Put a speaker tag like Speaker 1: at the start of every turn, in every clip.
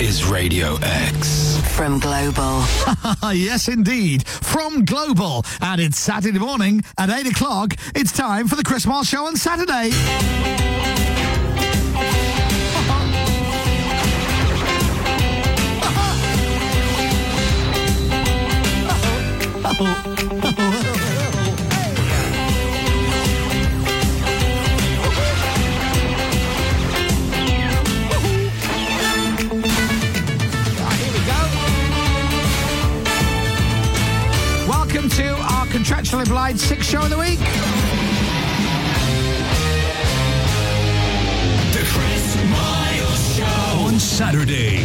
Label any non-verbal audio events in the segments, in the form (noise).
Speaker 1: is Radio X.
Speaker 2: From Global.
Speaker 3: (laughs) yes, indeed. From Global. And it's Saturday morning at 8 o'clock. It's time for the Chris Moss Show on Saturday. Welcome to our contractually obliged six show of the week.
Speaker 1: The Chris Miles Show on Saturday.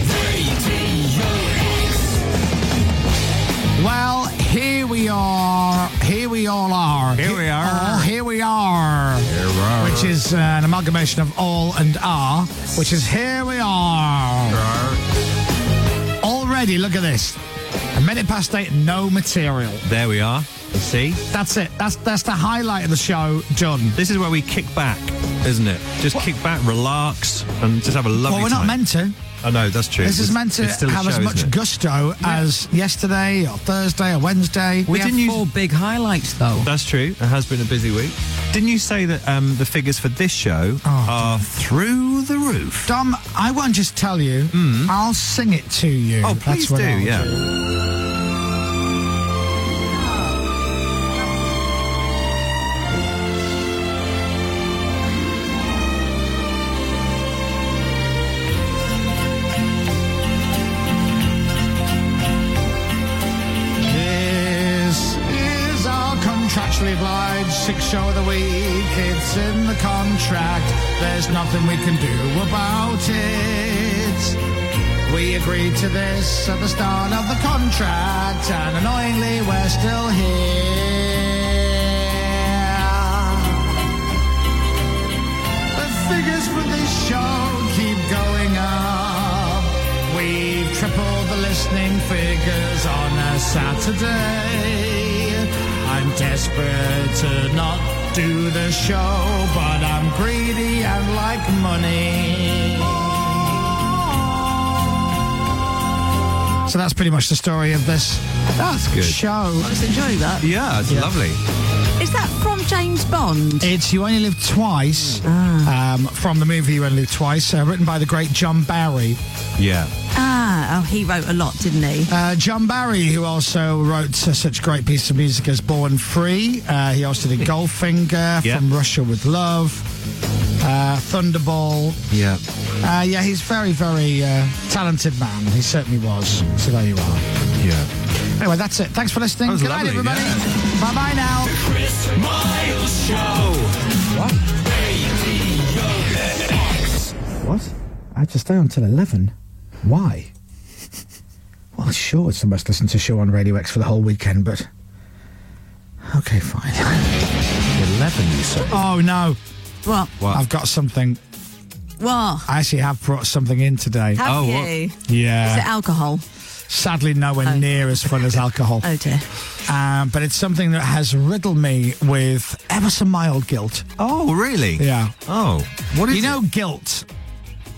Speaker 3: Well, here we are. Here we all are. Here we are. here we are. Which is uh, an amalgamation of all and are, which is here we are. Already, look at this. A minute past eight, no material.
Speaker 4: There we are. You see?
Speaker 3: That's it. That's that's the highlight of the show done.
Speaker 4: This is where we kick back, isn't it? Just kick back, relax, and just have a lovely
Speaker 3: well, we're not
Speaker 4: time.
Speaker 3: meant to.
Speaker 4: I know, that's true.
Speaker 3: This is
Speaker 4: It's-
Speaker 3: meant to
Speaker 4: it's still a
Speaker 3: have as
Speaker 4: show,
Speaker 3: much
Speaker 4: isn't it?
Speaker 3: gusto as yesterday or Thursday or Wednesday.
Speaker 5: We
Speaker 4: didn't
Speaker 5: have
Speaker 4: use-
Speaker 5: four big highlights, though.
Speaker 4: That's true. It has been a busy week. Didn't you say that um, the figures for this show
Speaker 3: Oh,
Speaker 4: are through the roof? Hmm.
Speaker 3: Dom, I won't just tell you. I'll sing it to you.
Speaker 4: Oh, please
Speaker 3: That's what
Speaker 4: do,
Speaker 3: I'll
Speaker 4: yeah.
Speaker 3: This is our contractually obliged six show of the week. It's in the contract. There's nothing we can do about it. We agreed to this at the start of the contract, and annoyingly, we're still here. The figures for this show keep going up. We've tripled the listening figures on a Saturday. I'm desperate to not do the show, but I'm greedy and like money. So that's pretty much the story of this
Speaker 4: That's good.
Speaker 3: show.
Speaker 5: I was enjoying that.
Speaker 4: Yeah, it's lovely.
Speaker 5: Is that from James Bond? Ah.
Speaker 3: It's You Only Live Twice um, from the movie You Only Live Twice, uh, written by the great John Barry.
Speaker 4: Yeah.
Speaker 5: ah, oh, he wrote a lot, didn't he?
Speaker 3: Uh, John Barry, who also wrote uh, such great pieces of music as Born Free. Uh, he also did Goldfinger,
Speaker 4: Yeah.
Speaker 3: From Russia with Love, uh, Thunderball.
Speaker 4: Yeah.
Speaker 3: Uh, yeah, he's very, very uh, talented man. He certainly was. So there you are.
Speaker 4: Yeah.
Speaker 3: Anyway, that's it. Thanks for listening.
Speaker 4: That was
Speaker 3: Good night,
Speaker 4: lovely,
Speaker 3: everybody. Bye bye now.
Speaker 1: Chris Miles Show.
Speaker 3: What? I have to stay until 11?
Speaker 4: (laughs)
Speaker 3: Why? Well, sure, it's the must listen to show on Radio X for the whole weekend, but. Okay, fine.
Speaker 4: 11, you said.
Speaker 3: Oh, no.
Speaker 5: What?
Speaker 4: What?
Speaker 3: I've got something.
Speaker 5: What?
Speaker 3: I actually have brought something in today.
Speaker 5: Have
Speaker 4: Oh, what?
Speaker 5: you? Is it
Speaker 3: Yeah.
Speaker 5: alcohol?
Speaker 3: Sadly, nowhere near as fun as alcohol.
Speaker 5: Oh dear.
Speaker 3: Um, but it's something that has riddled me with ever so mild guilt.
Speaker 4: Oh, really?
Speaker 3: Yeah.
Speaker 4: Oh. What is
Speaker 3: You know, guilt.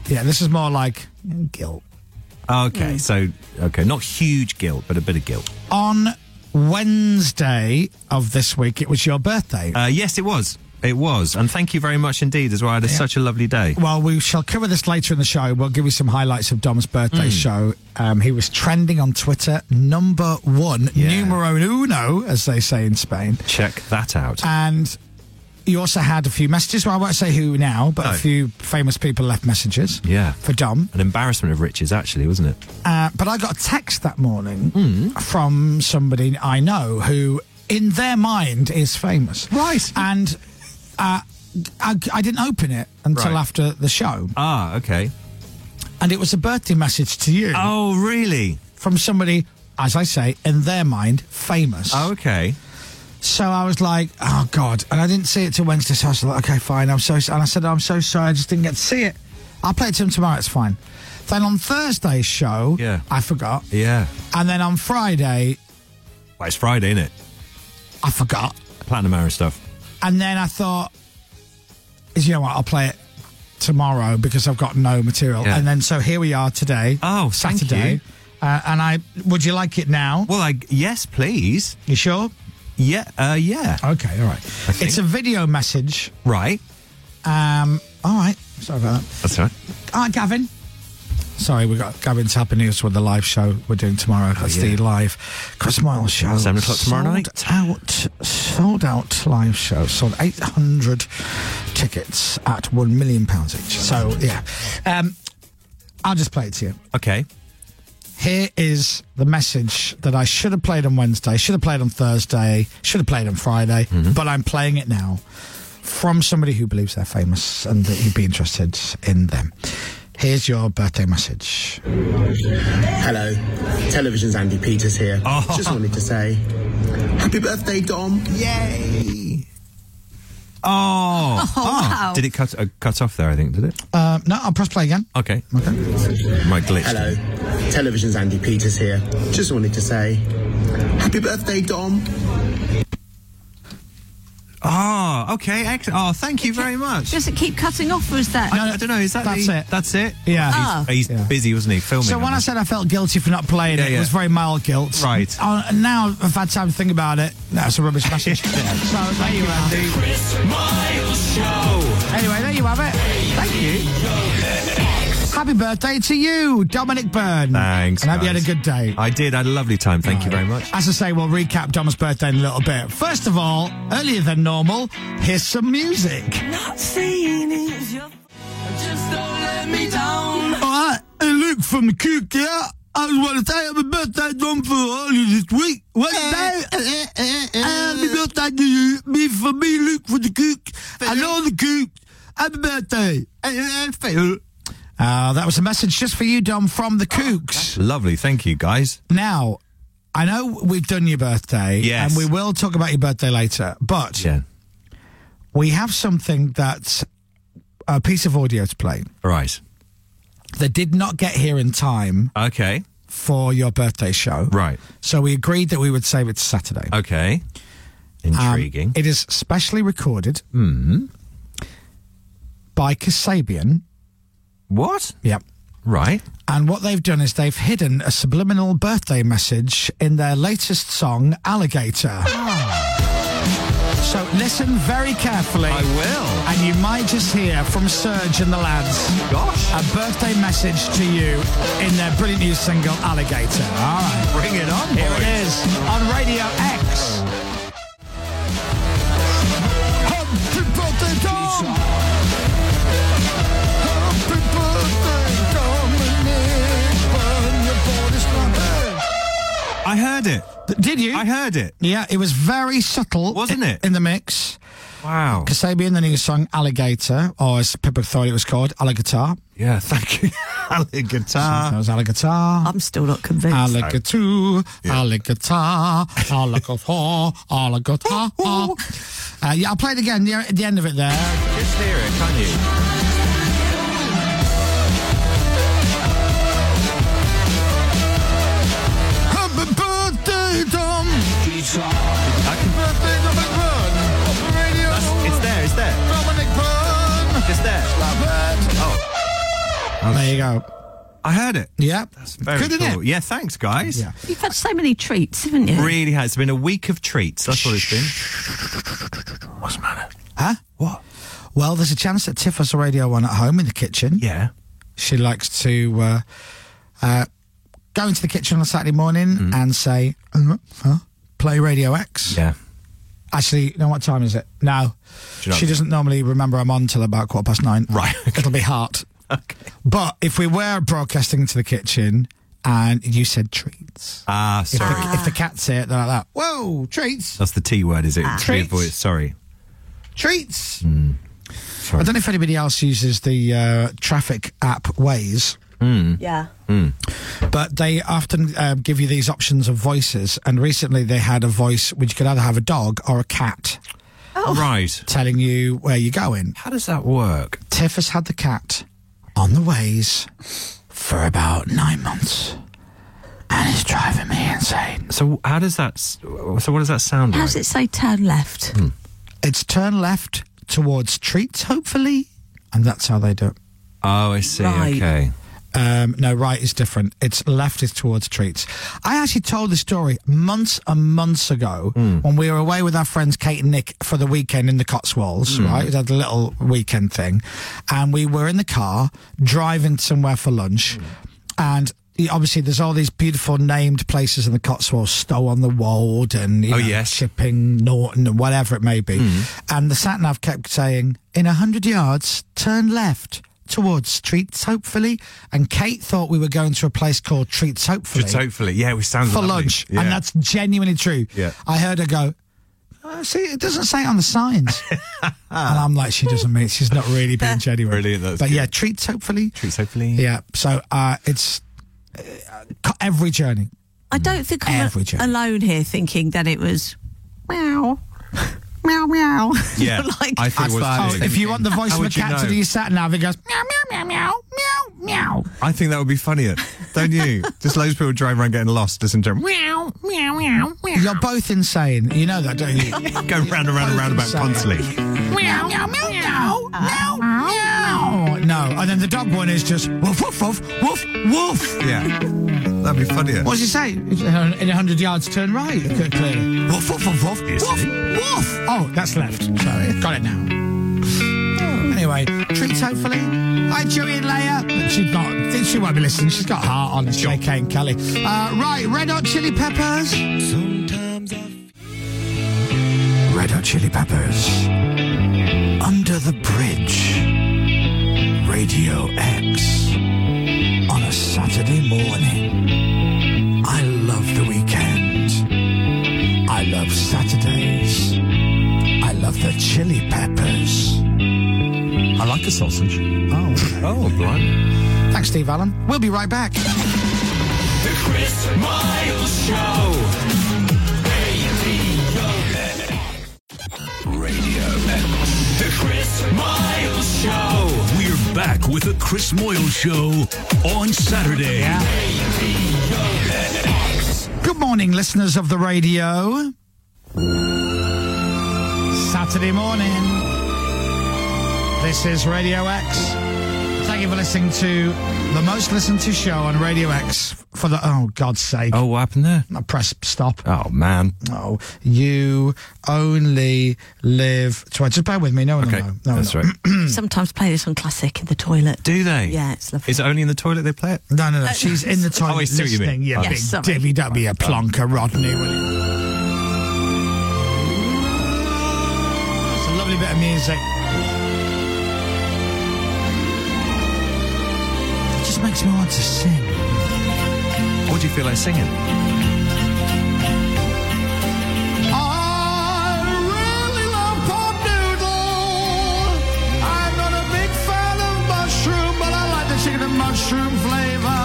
Speaker 3: Yeah, this is more like guilt.
Speaker 4: it?
Speaker 3: Mm.
Speaker 4: Okay, so, okay, not huge guilt, but a bit of guilt.
Speaker 3: On Wednesday of this week, it was your birthday.
Speaker 4: Uh, yes, it was. It was. And thank you very much indeed as well. I had such a lovely day.
Speaker 3: Well, we shall cover this later in the show. We'll give you some highlights of Dom's
Speaker 4: Hmm.
Speaker 3: birthday show. Um, he was trending on Twitter, number one,
Speaker 4: Yeah.
Speaker 3: numero uno, as they say in Spain.
Speaker 4: Check that out.
Speaker 3: And you also had a few messages. Well, I won't say who now, but a
Speaker 4: No.
Speaker 3: few famous people left messages.
Speaker 4: Yeah.
Speaker 3: For Dom.
Speaker 4: An embarrassment of riches, actually, wasn't it?
Speaker 3: Uh, but I got a text that morning
Speaker 4: Hmm.
Speaker 3: from somebody I know who, in their mind, is famous.
Speaker 4: Right.
Speaker 3: And uh, I, I didn't open it until
Speaker 4: Right.
Speaker 3: after the show.
Speaker 4: Ah, okay.
Speaker 3: And it was a birthday message to you.
Speaker 4: Oh, really?
Speaker 3: from somebody, as I say, in their mind, famous.
Speaker 4: Oh, Okay.
Speaker 3: So I was like, oh God. And I didn't see it till Wednesday. So I was like, okay, fine. I'm so And I said, I'm so sorry. I just didn't get to see it. I'll play it to him tomorrow. It's fine. Then on Thursday's show,
Speaker 4: Yeah.
Speaker 3: I forgot.
Speaker 4: Yeah.
Speaker 3: And then on Friday,
Speaker 4: Well, it's Friday, isn't it?
Speaker 3: I forgot.
Speaker 4: Platinum Hour and stuff.
Speaker 3: And then I thought, is you know what? I'll play it tomorrow because I've got no material.
Speaker 4: Yeah.
Speaker 3: And then so here we are today.
Speaker 4: Oh, thank
Speaker 3: Saturday.
Speaker 4: you.
Speaker 3: Uh, and I would you like it now?
Speaker 4: Well, I yes, please.
Speaker 3: You sure?
Speaker 4: Yeah, uh, yeah.
Speaker 3: Okay, all right.
Speaker 4: think.
Speaker 3: It's a video message.
Speaker 4: Right.
Speaker 3: Um, all right. Sorry about that.
Speaker 4: That's all right.
Speaker 3: All right, Ah, Gavin. Sorry, we got Gavin's happy news with the live show we're doing tomorrow. That's
Speaker 4: Oh, yeah.
Speaker 3: the live Chris Miles show.
Speaker 4: Seven o'clock tomorrow
Speaker 3: sold
Speaker 4: night.
Speaker 3: Out, sold out live show. Sold eight hundred tickets at one million pounds each. So yeah, um, I'll just play it to you.
Speaker 4: Okay.
Speaker 3: Here is the message that I should have played on Wednesday, should have played on Thursday, should have played on Friday,
Speaker 4: Mm-hmm.
Speaker 3: but I'm playing it now from somebody who believes they're famous and that you'd be interested in them. Here's your birthday message.
Speaker 2: Hello, Television's Andy Peters here.
Speaker 4: Oh.
Speaker 2: Just wanted to say, happy birthday, Dom.
Speaker 3: (laughs)
Speaker 2: Yay!
Speaker 4: Oh.
Speaker 5: wow.
Speaker 4: Did it cut uh, cut off there? I think did it.
Speaker 3: Uh, no, I'll press play again.
Speaker 4: Okay. Okay. My glitch.
Speaker 2: Hello, Television's Andy Peters here. Just wanted to say, happy birthday, Dom.
Speaker 4: Oh, okay. Excellent. Oh, thank you very much.
Speaker 5: Does it keep cutting off, or is that?
Speaker 4: I don't know. Is that
Speaker 3: That's
Speaker 4: the-
Speaker 3: it.
Speaker 4: That's it.
Speaker 3: Yeah.
Speaker 5: Ah.
Speaker 4: He's, he's
Speaker 3: Yeah.
Speaker 4: busy, wasn't he? Filming.
Speaker 3: So when
Speaker 4: on
Speaker 3: I
Speaker 4: this.
Speaker 3: said I felt guilty for not playing
Speaker 4: Yeah,
Speaker 3: it,
Speaker 4: yeah.
Speaker 3: it was very mild guilt.
Speaker 4: Right.
Speaker 3: Uh, and now I've had time to think about it. That's a rubbish
Speaker 4: (laughs)
Speaker 3: message. So there you are.
Speaker 1: Chris Miles Show.
Speaker 3: Anyway, there you have it. Thank you. Happy birthday to you, Dominic Byrne.
Speaker 4: Thanks.
Speaker 3: And I hope you had a
Speaker 4: guys.
Speaker 3: good day.
Speaker 4: I did. I had a lovely time. Thank you very much.
Speaker 3: As I say, we'll recap Dom's birthday in a little bit. First of all, earlier than normal, here's some music.
Speaker 1: Just don't let me down.
Speaker 3: All right, hey Luke from the Cook here. I just want to say happy birthday, Dom, for earlier this week. Wednesday. happy birthday to you. Me for me, Luke from the Cook. And all the Cooks. Happy birthday. Uh, that was a message just for you, Dom, from the Kooks.
Speaker 4: Oh, Lovely. Thank you, guys.
Speaker 3: Now, I know we've done your birthday,
Speaker 4: Yes.
Speaker 3: and we will talk about your birthday later, but
Speaker 4: Yeah.
Speaker 3: we have something that's a piece of audio to play
Speaker 4: Right.
Speaker 3: that did not get here in time
Speaker 4: Okay.
Speaker 3: for your birthday show.
Speaker 4: Right.
Speaker 3: So we agreed that we would save it to Saturday.
Speaker 4: Okay.
Speaker 3: Um,
Speaker 4: Intriguing. Hmm.
Speaker 3: it is specially recorded by Kasabian.
Speaker 4: what?
Speaker 3: Yep.
Speaker 4: Right.
Speaker 3: And what they've done is they've hidden a subliminal birthday message in their latest song, Alligator. So listen very carefully.
Speaker 4: Ah. I will.
Speaker 3: And you might just hear from Serge and the lads
Speaker 4: Gosh.
Speaker 3: a birthday message to you in their brilliant new single, Alligator. All right.
Speaker 4: Bring it on,
Speaker 3: Here
Speaker 4: boys.
Speaker 3: it is on Radio X. Happy birthday, Tom! Happy birthday, Dominic. Burn your body's not
Speaker 4: I heard it.
Speaker 3: there. Did you?
Speaker 4: I heard it.
Speaker 3: yeah, it was very subtle,
Speaker 4: Wasn't
Speaker 3: i-
Speaker 4: it?
Speaker 3: In the mix,
Speaker 4: Wow.
Speaker 3: Kasabian, the new song "Alligator," or as people thought it was called, "Alligator."
Speaker 4: Yeah. Thank you. (laughs)
Speaker 3: That
Speaker 4: Guitar.
Speaker 3: was "Alligator."
Speaker 5: I'm still not convinced.
Speaker 3: Alligator,
Speaker 4: (laughs)
Speaker 3: alligator, alligator, alligator. Uh, yeah, I'll play it again near at the end of it there.
Speaker 4: Just hear it, can you?
Speaker 3: Happy birthday, Tom.
Speaker 4: I can,
Speaker 3: Birthday, Dominic Byrne. Radio,
Speaker 4: it's there. It's there.
Speaker 3: Dominic Byrne.
Speaker 4: It's there. Oh.
Speaker 3: There you go.
Speaker 4: I heard it.
Speaker 3: Yeah.
Speaker 4: Very
Speaker 3: Good,
Speaker 4: cool.
Speaker 3: isn't it?
Speaker 4: Yeah. Tthat's guys.
Speaker 3: Yeah.
Speaker 5: You've had so many treats, haven't you?
Speaker 4: Really has. It's been a week of treats. That's what it's been. What's the matter?
Speaker 3: Huh?
Speaker 4: What?
Speaker 3: Well, there's a chance that Tiff has a radio one at home in the kitchen.
Speaker 4: Yeah.
Speaker 3: She likes to uh, uh, go into the kitchen on a Saturday morning
Speaker 4: Mm-hmm.
Speaker 3: and say, "Uh, huh? play Radio X.
Speaker 4: Yeah.
Speaker 3: Actually, you know what time is it? No.
Speaker 4: Do you know-
Speaker 3: She doesn't normally remember I'm on till about quarter past nine.
Speaker 4: Right. (laughs)
Speaker 3: It'll be hard.
Speaker 4: Okay.
Speaker 3: But if we were broadcasting into the kitchen and you said treats,
Speaker 4: Ah,
Speaker 3: if,
Speaker 4: sorry.
Speaker 3: the, if the cat's here, they're like that. Whoa, treats,
Speaker 4: That's the T word, is it?
Speaker 3: Ah. Treats.
Speaker 4: Voice. Sorry.
Speaker 3: treats.
Speaker 4: Hmm. Sorry.
Speaker 3: I don't know if anybody else uses the uh, traffic app Waze.
Speaker 4: Hmm.
Speaker 5: Yeah.
Speaker 3: But they often um, give you these options of voices, and recently they had a voice which could either have a dog or a cat Oh.
Speaker 4: Right.
Speaker 3: telling you where you're going.
Speaker 4: How does that work?
Speaker 3: Tiff has had the cat on the ways for about nine months, and it's driving me insane.
Speaker 4: So how does that? s- So what does that sound
Speaker 5: How
Speaker 4: like?
Speaker 5: does
Speaker 4: Hmm.
Speaker 5: it say turn left?
Speaker 3: It's turn left towards treats, hopefully. and that's how they do it.
Speaker 4: Oh, I see.
Speaker 3: Right.
Speaker 4: Okay.
Speaker 3: Um, no, right is different. It's left is towards treats. I actually told this story months and months ago
Speaker 4: Hmm.
Speaker 3: when we were away with our friends Kate and Nick for the weekend in the Cotswolds,
Speaker 4: Hmm.
Speaker 6: Mm.
Speaker 3: right? We had a little weekend thing. And we were in the car driving somewhere for lunch.
Speaker 4: Hmm.
Speaker 3: And y- obviously, there's all these beautiful named places in the Cotswolds, Stow on the Wold and you
Speaker 4: Oh,
Speaker 3: know,
Speaker 4: yes.
Speaker 3: Chipping, Norton, and whatever it may be.
Speaker 4: Hmm.
Speaker 3: And the sat nav kept saying, in 100 yards, turn left towards Treats Hopefully. And Kate thought we were going to a place called Treats Hopefully
Speaker 4: Just hopefully. Yeah, we sound
Speaker 3: for
Speaker 4: lovely.
Speaker 3: lunch.
Speaker 4: Yeah.
Speaker 3: And that's genuinely true.
Speaker 4: Yeah.
Speaker 3: I heard her go, "Oh, see, it doesn't say it on the
Speaker 4: (laughs)
Speaker 3: signs. and I'm like, she doesn't mean She's not really being genuine.
Speaker 4: Brilliant. That's
Speaker 3: but
Speaker 4: good.
Speaker 3: yeah, Treats Hopefully.
Speaker 4: Treats hopefully.
Speaker 3: Yeah. So uh, it's uh, co- every journey.
Speaker 5: I don't think I'm
Speaker 3: Every joke.
Speaker 5: alone here thinking that it was meow, (laughs) meow,
Speaker 4: (clears throat)
Speaker 5: meow.
Speaker 7: (laughs)
Speaker 4: Yeah,
Speaker 5: like,
Speaker 4: I think it was
Speaker 3: Oh,
Speaker 4: too.
Speaker 3: if you want the voice
Speaker 4: How
Speaker 3: of a
Speaker 4: would you
Speaker 3: cat to
Speaker 4: know?
Speaker 3: do your sat nav, it goes meow meow meow meow meow meow
Speaker 4: I think that would be funnier, don't (laughs) you? Just loads of people driving around getting lost, listen to them.
Speaker 3: meow meow meow. "Mm, You're both insane. You know that, don't
Speaker 4: (laughs)
Speaker 3: you?
Speaker 4: Going round and round and round about Ponsley.
Speaker 3: meow meow meow meow meow meow. No, and then the dog one is just woof woof woof woof woof.
Speaker 4: Yeah, that'd be funnier.
Speaker 3: What does he say? In a hundred yards, turn right. c- Clearly, woof woof woof woof
Speaker 4: Yes,
Speaker 3: woof woof. Oh, that's left. Sorry, got it now. Anyway, treats hopefully. Hi, Joey and Leia. But She's not. She won't be listening. She's got heart on. It's JK and Kelly. Uh, right, Red Hot Chili Peppers. Red Hot Chili Peppers. Under the Bridge. Radio X. On a Saturday morning. I love the weekend. I love Saturdays. I love the Chili Peppers.
Speaker 4: I like a sausage.
Speaker 3: Oh.
Speaker 4: Oh, blind.
Speaker 3: Thanks, Steve Allen. We'll be right back.
Speaker 1: The Chris Miles Show. Radio X. The Chris Miles Show. We're back with the Chris Miles Show on Saturday.
Speaker 3: Good morning, listeners of the radio. Saturday morning. This is Radio X. Thank you for listening to the most listened to show on Radio X for the oh God's sake.
Speaker 4: Oh, what happened there?
Speaker 3: I press stop.
Speaker 4: Oh, man.
Speaker 3: No, you only live twice. Just bear with me. No one
Speaker 4: Okay,
Speaker 3: will know. No, one
Speaker 4: that's
Speaker 3: will. (clears throat)
Speaker 4: right.
Speaker 5: sometimes play this on classic in the toilet.
Speaker 4: Do they?
Speaker 5: Yeah, it's lovely. Uh,
Speaker 4: Is it only in the toilet they play it?
Speaker 3: No, no, no. She's in the toilet
Speaker 4: Oh, I see what you mean.
Speaker 3: listening. Yeah,
Speaker 4: Okay.
Speaker 3: big
Speaker 5: Yes, sorry.
Speaker 3: divvy. Don't be a plonker, Rodney. Will you? It's a lovely bit of music. It just makes me want to sing.
Speaker 4: What do you feel like singing?
Speaker 3: I really love pot noodle. I'm not a big fan of mushroom, but I like the chicken and mushroom flavor.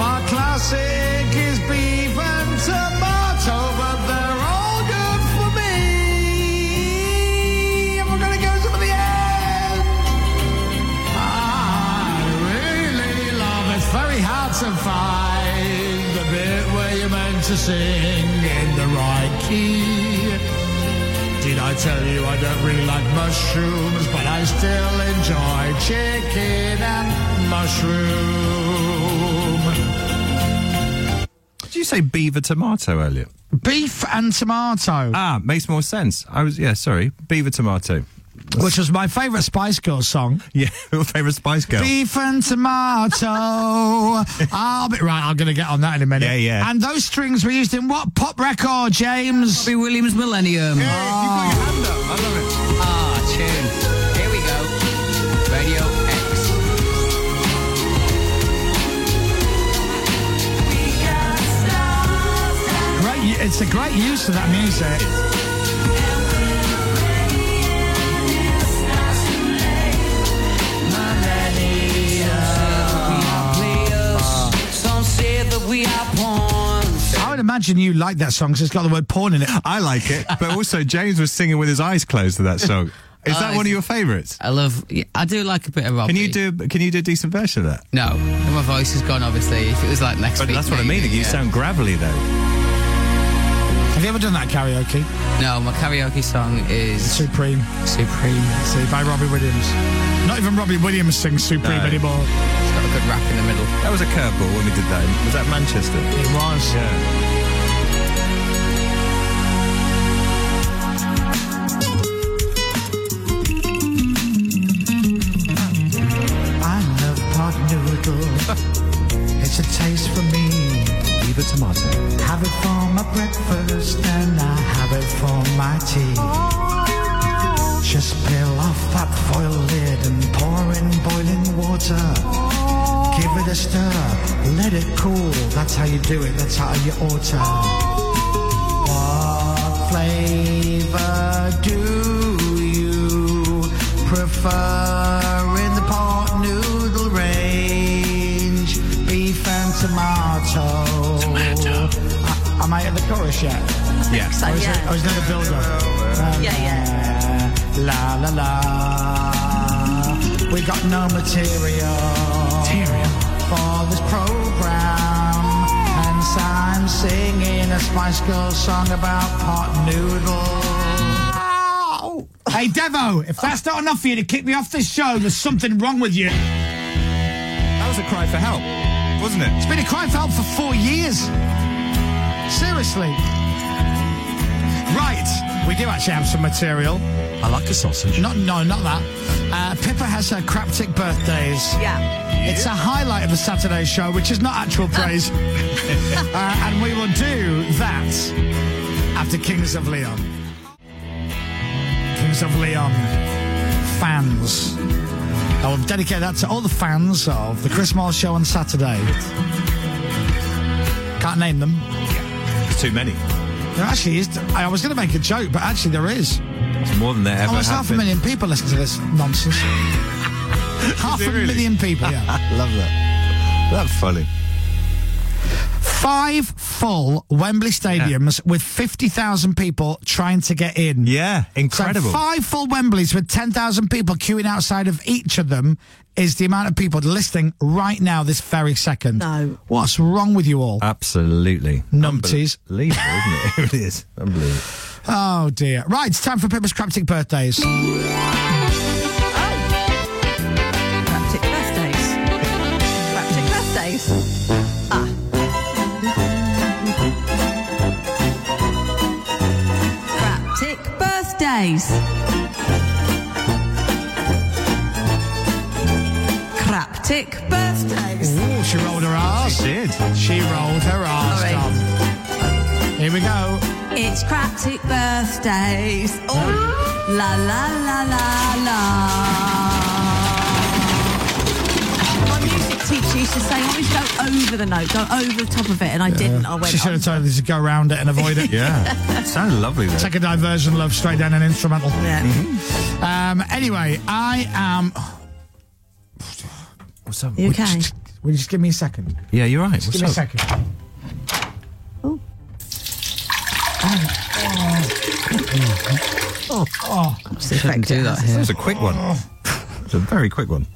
Speaker 3: My classic is beef and tomato, but they're all good for me. If I'm gonna go to the end, I really love it. It's very hard to find the bit where you're meant to sing in the right key. Did I tell you I don't really like mushrooms, but I still enjoy chicken and mushroom.
Speaker 4: Did you say beaver tomato earlier?
Speaker 3: Beef and tomato,
Speaker 4: Ah, makes more sense. I was, yeah, sorry. Beaver tomato.
Speaker 3: which was my favourite Spice Girls song.
Speaker 4: (laughs) Yeah, your favourite Spice Girl.
Speaker 3: Beef and tomato.
Speaker 5: (laughs)
Speaker 3: I'll be right. I'm going to get on that in a minute.
Speaker 4: Yeah, yeah.
Speaker 3: And those strings were used in what pop record, James?
Speaker 8: Robbie Williams Millennium.
Speaker 4: I love it.
Speaker 8: Ah, tune. Here we go. Radio X.
Speaker 3: Great, it's a great use of that music.
Speaker 8: Some say that we are pawns.
Speaker 3: I would imagine you like that song because it's got the word porn in it.
Speaker 4: I like it. But also, James was singing with his eyes closed to that song. Is
Speaker 3: Uh,
Speaker 8: Oh,
Speaker 4: that one
Speaker 8: it's-
Speaker 4: of your favourites?
Speaker 8: I love. yeah, I do like a bit of Robbie.
Speaker 4: Can you do? Can you do a decent version of that?
Speaker 8: No, my voice is gone. Obviously, if it was like next
Speaker 4: But
Speaker 8: week,
Speaker 4: that's what I mean.
Speaker 8: maybe,
Speaker 4: You
Speaker 8: yeah.
Speaker 4: sound gravelly though.
Speaker 3: Have Have you ever done that karaoke?
Speaker 8: No, my karaoke song is
Speaker 3: Supreme.
Speaker 8: Supreme.
Speaker 3: See, by Robbie Williams. Not even Robbie Williams sings Supreme
Speaker 4: No.
Speaker 3: anymore.
Speaker 8: It's got a good rap in the middle.
Speaker 4: That was a curveball when we did that. Was that Manchester?
Speaker 3: It was.
Speaker 4: Yeah.
Speaker 3: I love pot noodle.
Speaker 8: (laughs)
Speaker 3: it's a taste for me.
Speaker 4: Leave a tomato.
Speaker 3: Have it for my breakfast and I have it for my tea. Just peel off that foil lid and pour in boiling water. Give it a stir, let it cool. That's how you do it, that's how you order. What flavor do you prefer in the pot noodle range? Beef and tomato. I, am I at the chorus yet?
Speaker 4: Yeah.
Speaker 5: So,
Speaker 3: Or is,
Speaker 5: yeah.
Speaker 3: it, or is that a build-up?
Speaker 5: Yeah,
Speaker 3: yeah. La la la. We got no material. For this program. And so I'm singing a Spice Girls song about pot noodles. Hey, Devo, if that's not enough for you to kick me off this show, there's something wrong with you.
Speaker 4: That was a cry for help, wasn't it?
Speaker 3: It's been a cry for help for four years. Seriously. Right, we do actually have some material.
Speaker 6: I like a sausage.
Speaker 3: Not no, not that. Uh, Pippa has her craptic birthdays.
Speaker 5: Yeah.
Speaker 3: It's a highlight of the Saturday show, which is not actual praise. uh, and we will do that after Kings of Leon. Kings of Leon fans. I will dedicate that to all the fans of the Chris Moore show on Saturday. Can't name them.
Speaker 4: It's too many.
Speaker 3: There actually is. I was going to make a joke, but actually there is.
Speaker 4: It's more than there ever
Speaker 3: Almost half
Speaker 4: have
Speaker 3: a
Speaker 4: been. (laughs)
Speaker 3: million people listen to this nonsense. half
Speaker 4: it
Speaker 3: a
Speaker 4: really?
Speaker 3: million people, yeah.
Speaker 4: (laughs) Love that. That's funny.
Speaker 3: Five full Wembley stadiums with 50,000 people trying to get in.
Speaker 4: Yeah,
Speaker 3: So
Speaker 4: incredible.
Speaker 3: five full Wembleys with 10,000 people queuing outside of each of them is the amount of people listening right now, this very second.
Speaker 5: No.
Speaker 3: What's wrong with you all?
Speaker 4: Absolutely.
Speaker 3: Numpties.
Speaker 4: Unbelievable, isn't it? (laughs) it really is. Unbelievable.
Speaker 3: Oh, dear. Right, it's time for Pippa's Craptic Birthdays.
Speaker 5: Craptic birthdays. Craptic birthdays. Ah. Craptic birthdays. Craptic birthdays.
Speaker 3: Ooh, she rolled her arse.
Speaker 4: Did.
Speaker 3: She rolled her arse,
Speaker 5: Sorry.
Speaker 3: Tom. Here we go.
Speaker 5: It's craptic birthdays. Oh, la la la la la. My music teacher used to say, always go over the note, go over the top of it, and I didn't. I went.
Speaker 3: She should have told us to go around it and avoid
Speaker 5: (laughs)
Speaker 3: it.
Speaker 4: Yeah. Sounded lovely though.
Speaker 3: Take a diversion, love, straight down an instrumental.
Speaker 5: Yeah.
Speaker 3: Um, anyway, I am.
Speaker 4: What's up?
Speaker 5: You okay?
Speaker 3: Just- will you just give me a second?
Speaker 4: Yeah, you're right.
Speaker 3: Just give me a second.
Speaker 5: Oh.
Speaker 3: Oh.
Speaker 8: Shouldn't do that
Speaker 4: That
Speaker 8: here.
Speaker 4: was a quick one. It was a very quick one.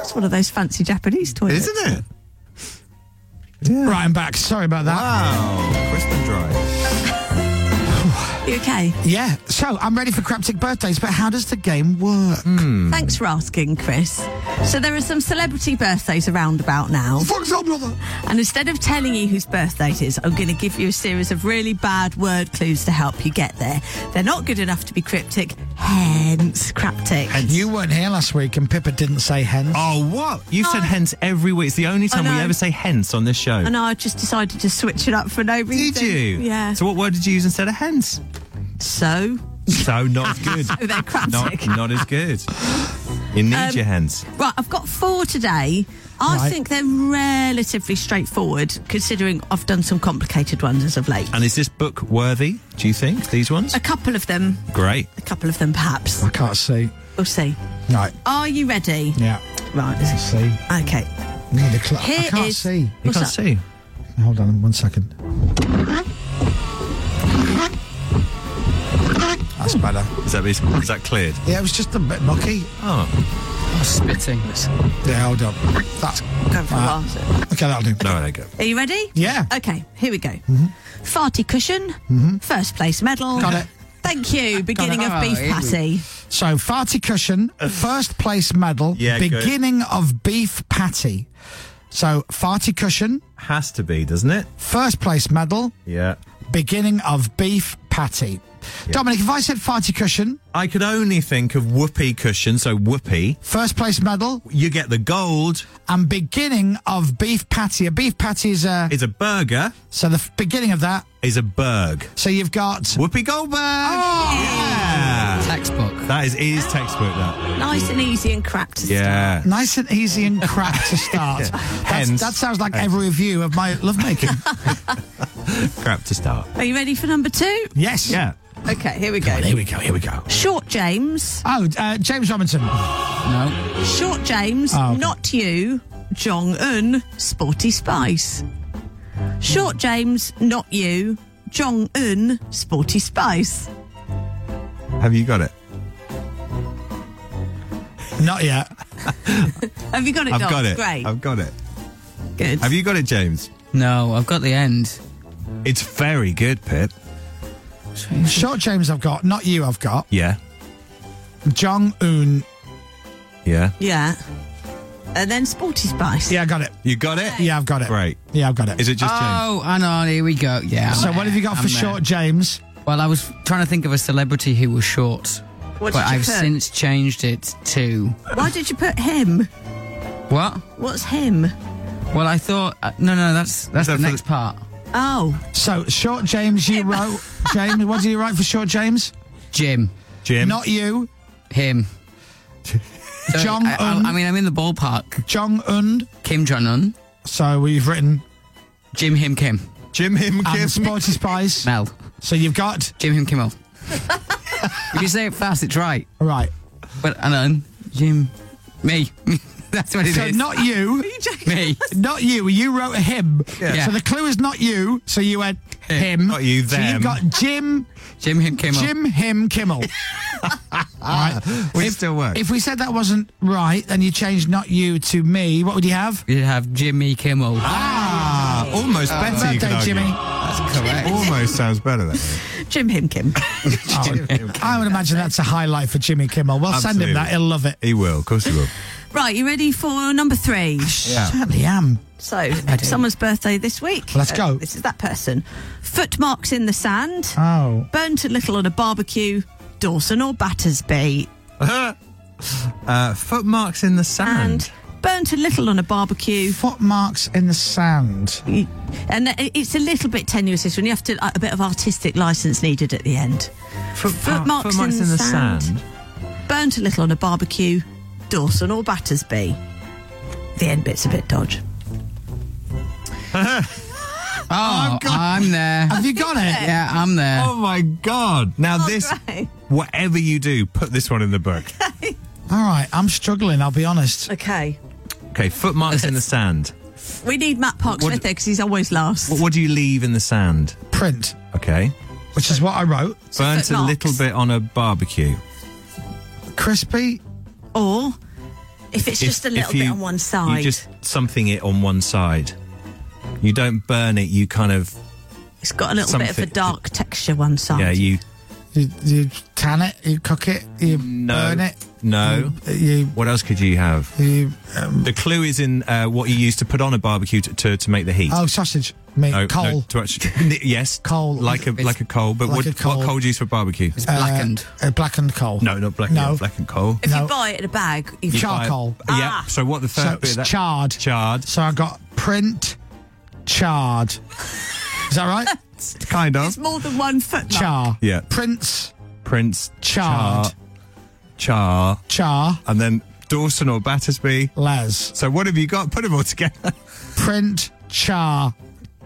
Speaker 5: It's one of those fancy Japanese toilets.
Speaker 4: Isn't it?
Speaker 3: Right, I'm back. Sorry about that.
Speaker 4: Wow. Crisp and dry.
Speaker 5: (laughs) You okay?
Speaker 3: Yeah, so I'm ready for Craptic Birthdays, but how does the game work?
Speaker 4: Hmm.
Speaker 5: Thanks for asking, Chris. So there are some celebrity birthdays around about now.
Speaker 3: Fuck's up, brother.
Speaker 5: And instead of telling you whose birthday it is, I'm going to give you a series of really bad word clues to help you get there. They're not good enough to be cryptic, hence craptic.
Speaker 3: And you weren't here last week, and Pippa didn't say hens.
Speaker 4: Oh, what? You said hence every week. It's the only time we
Speaker 5: know.
Speaker 4: ever say hence on this show.
Speaker 5: and I just decided to switch it up for no reason.
Speaker 4: Oh. Did you?
Speaker 5: Yeah.
Speaker 4: So
Speaker 5: So,
Speaker 4: what word did you use instead of hence? So not as good.
Speaker 5: they're craptic.
Speaker 4: not, not as good. You need your hens.
Speaker 5: Right, I've got four today. I
Speaker 3: Right.
Speaker 5: think they're relatively straightforward, considering I've done some complicated ones as of late.
Speaker 4: And is this book worthy, do you think, these ones?
Speaker 5: a couple of them,
Speaker 4: Great.
Speaker 5: a couple of them perhaps.
Speaker 3: I can't see.
Speaker 5: We'll see.
Speaker 3: Right.
Speaker 5: Are you ready?
Speaker 3: Yeah.
Speaker 5: Right. this is-
Speaker 3: See.
Speaker 5: Okay.
Speaker 3: Need a cl- I
Speaker 5: Here
Speaker 3: can't
Speaker 5: is-
Speaker 3: see.
Speaker 4: You
Speaker 5: What's
Speaker 4: can't
Speaker 5: that?
Speaker 4: see.
Speaker 3: Hold on one second. That's better.
Speaker 4: Is that, is, is that cleared?
Speaker 3: Yeah, it was just a bit mucky.
Speaker 4: Oh.
Speaker 8: Spitting.
Speaker 3: Yeah, hold on. That's
Speaker 5: Go for
Speaker 3: Ah.
Speaker 5: a laugh.
Speaker 3: okay. That'll do.
Speaker 4: No, I don't go.
Speaker 5: Are you ready?
Speaker 3: Yeah. Mm-hmm.
Speaker 5: Okay, here we go. Farty cushion, first place medal.
Speaker 3: Got it.
Speaker 5: Thank you. Beginning
Speaker 8: it.
Speaker 5: of beef
Speaker 8: Oh, here we-
Speaker 5: patty.
Speaker 3: So farty cushion, first place medal,
Speaker 4: Yeah, good.
Speaker 3: beginning of beef patty. So farty cushion,
Speaker 4: Has to be, doesn't it?
Speaker 3: first place medal,
Speaker 4: Yeah.
Speaker 3: beginning of beef patty. Dominic, if I said farty cushion,
Speaker 4: I could only think of whoopee cushion, so whoopee.
Speaker 3: first place medal,
Speaker 4: You get the gold.
Speaker 3: and beginning of beef patty. A beef patty is a
Speaker 4: Is a burger.
Speaker 3: so the f- beginning of that.
Speaker 4: Is a burg.
Speaker 3: So you've got Oh!
Speaker 4: Whoopi Goldberg. yeah.
Speaker 8: Textbook.
Speaker 4: That is his textbook. That.
Speaker 5: Nice and easy and crap to
Speaker 4: Yeah.
Speaker 3: nice and easy and crap
Speaker 4: (laughs)
Speaker 3: to start. That's,
Speaker 4: Hence-
Speaker 3: that sounds like every review of my
Speaker 4: (laughs)
Speaker 3: lovemaking.
Speaker 4: Crap to start.
Speaker 5: start. Are you ready for number two?
Speaker 3: yes.
Speaker 4: Yeah.
Speaker 5: Okay, here we go.
Speaker 4: Here we go. Here we go.
Speaker 5: Short James,
Speaker 3: Oh, uh, James Robinson.
Speaker 8: No.
Speaker 5: Short James,
Speaker 3: Oh, okay.
Speaker 5: not you, Jong Un, Sporty Spice. Short James, not you, Jong Un, Sporty Spice.
Speaker 4: Have you got it?
Speaker 3: Not yet.
Speaker 5: Have you got it,
Speaker 4: I've
Speaker 5: Dom?
Speaker 4: got it.
Speaker 5: Great.
Speaker 4: I've got it.
Speaker 5: Good.
Speaker 4: Have you got it, James?
Speaker 8: No, I've got the end.
Speaker 4: It's very good, Pip.
Speaker 3: Short James, I've got. Not you, I've got.
Speaker 4: Yeah.
Speaker 3: Jong Un.
Speaker 4: Yeah.
Speaker 5: Yeah. And then Sporty Spice.
Speaker 3: Yeah, I got it.
Speaker 4: You got it?
Speaker 3: Yeah, I've got it.
Speaker 4: Great.
Speaker 3: Yeah, I've got it.
Speaker 4: Is it just James?
Speaker 8: Oh, hang on. Here we go. Yeah.
Speaker 3: so, what have you got for
Speaker 8: I'm there.
Speaker 3: Short James?
Speaker 8: Well, I was trying to think of a celebrity who was short,
Speaker 5: What
Speaker 8: but
Speaker 5: did you
Speaker 8: I've
Speaker 5: put?
Speaker 8: since changed it to
Speaker 5: Why did you put him?
Speaker 8: what?
Speaker 5: What's him?
Speaker 8: Well, I thought uh, no, no, that's that's
Speaker 4: that
Speaker 8: the
Speaker 4: for the-
Speaker 8: next part.
Speaker 5: Oh,
Speaker 3: So, Short James,
Speaker 5: (laughs)
Speaker 3: you wrote. James, what did you write for Short James?
Speaker 8: Jim,
Speaker 4: Jim?
Speaker 3: Not you. (laughs)
Speaker 8: him. So,
Speaker 3: Jong
Speaker 8: I, I,
Speaker 3: Un.
Speaker 8: I mean, I'm in the ballpark.
Speaker 3: Jong Un.
Speaker 8: Kim Jong Un,
Speaker 3: So, we've written.
Speaker 8: Jim Him Kim,
Speaker 4: Jim him
Speaker 3: And
Speaker 4: Kim.
Speaker 3: Sporty (laughs) Spice.
Speaker 8: Mel,
Speaker 3: So, you've got.
Speaker 8: Jim Him Kimmel. if you say it fast, it's right.
Speaker 3: Right.
Speaker 8: But and Un, Jim, me. (laughs) that's what it is.
Speaker 3: So, not
Speaker 5: (laughs)
Speaker 3: you.
Speaker 8: me.
Speaker 3: Not you. You wrote him.
Speaker 4: Yeah.
Speaker 3: So, the clue is not you. So, you went him.
Speaker 4: Not you,
Speaker 3: So, you've
Speaker 4: them.
Speaker 3: got Jim.
Speaker 8: Jim Him Kimmel.
Speaker 3: Jim Him
Speaker 4: (laughs)
Speaker 3: Kimmel. All right.
Speaker 4: Which still works.
Speaker 3: If we said that wasn't right, then you changed not you to me. What would you have? Uh,
Speaker 8: You have Jimmy Kimmel.
Speaker 4: ah, almost better. You could
Speaker 3: Birthday,
Speaker 4: argue.
Speaker 3: Jimmy.
Speaker 8: That's correct.
Speaker 3: (laughs)
Speaker 4: Almost sounds better then.
Speaker 5: Jim
Speaker 4: (laughs)
Speaker 5: Himkin.
Speaker 3: I would imagine Oh, that's a highlight for Jimmy Kimmel. Well, send him
Speaker 4: Absolutely.
Speaker 3: that. He'll love it.
Speaker 4: He will, of course he
Speaker 3: (laughs)
Speaker 4: will. (laughs)
Speaker 5: right, you ready for number three?
Speaker 4: Yeah.
Speaker 3: Certainly am.
Speaker 5: So, someone's birthday this week.
Speaker 3: Let's go.
Speaker 5: This is that person. Footmarks in the sand.
Speaker 3: Oh.
Speaker 5: Burnt a little on a barbecue. Dawson or Battersby.
Speaker 4: Uh, footmarks in the
Speaker 5: And,
Speaker 4: sand.
Speaker 5: burnt a little on a barbecue.
Speaker 3: Footmarks in the sand.
Speaker 5: And uh, it- it's a little bit tenuous this one. You have to a bit of artistic license needed at the end.
Speaker 4: Foot-
Speaker 5: footmarks in the sand. Burnt a little on a barbecue. Dawson or Battersby. The end bit's a bit dodge.
Speaker 8: Oh, I'm there.
Speaker 3: Have you got it?
Speaker 8: Yeah, I'm there.
Speaker 4: Oh my god! Now
Speaker 5: Oh,
Speaker 4: this,
Speaker 5: great.
Speaker 4: whatever you do, put this one in the book.
Speaker 3: All right. I'm struggling, I'll be honest.
Speaker 5: Okay.
Speaker 4: Okay, footmarks in the sand.
Speaker 5: We need Matt Parks
Speaker 4: What-
Speaker 5: with there because he's always last.
Speaker 4: What, what do you leave in the sand?
Speaker 3: Print,
Speaker 4: Okay,
Speaker 3: which is what I wrote.
Speaker 4: burnt a
Speaker 5: footmarks.
Speaker 4: little bit on a barbecue.
Speaker 3: Crispy.
Speaker 5: Or if it's just a
Speaker 4: If-
Speaker 5: little
Speaker 4: if you-
Speaker 5: bit on one
Speaker 4: You
Speaker 5: side.
Speaker 4: just something it on one side. You don't burn it. You kind of
Speaker 5: It's got a little bit of a
Speaker 4: Something-
Speaker 5: dark texture one side.
Speaker 4: yeah. You
Speaker 3: You, you tan it, you cook it, you
Speaker 4: no
Speaker 3: burn it,
Speaker 4: no.
Speaker 3: Mm. Uh, you.
Speaker 4: What else could you have?
Speaker 3: you um,
Speaker 4: The clue is in uh, what you use to put on a barbecue to to, to make the heat.
Speaker 3: oh, sausage, meat,
Speaker 4: No, no,
Speaker 3: coal.
Speaker 4: to actually- yes,
Speaker 3: Coal.
Speaker 4: like a
Speaker 8: It's-
Speaker 4: like a coal. But
Speaker 3: like
Speaker 4: what,
Speaker 3: a coal.
Speaker 4: what coal do you use for barbecue?
Speaker 8: It's blackened.
Speaker 3: Uh, blackened coal.
Speaker 4: No, not black.
Speaker 3: No.
Speaker 4: No, black and coal.
Speaker 5: If
Speaker 3: No.
Speaker 5: you buy it in a bag, you've
Speaker 4: You buy-
Speaker 3: Charcoal.
Speaker 5: Ah.
Speaker 4: Yeah. So what the third
Speaker 3: So
Speaker 4: bit?
Speaker 3: it's
Speaker 4: of that-
Speaker 3: charred.
Speaker 4: Charred.
Speaker 3: So I got print, charred. Is that
Speaker 5: (laughs)
Speaker 3: right?
Speaker 4: Kind of.
Speaker 5: It's more than one foot.
Speaker 3: Char.
Speaker 4: Yeah.
Speaker 3: Prince,
Speaker 4: Prince.
Speaker 3: Charred.
Speaker 4: Char. Char.
Speaker 3: char,
Speaker 4: And then Dawson or Battersby.
Speaker 3: les.
Speaker 4: So what have you got? Put them all together.
Speaker 3: Print, char,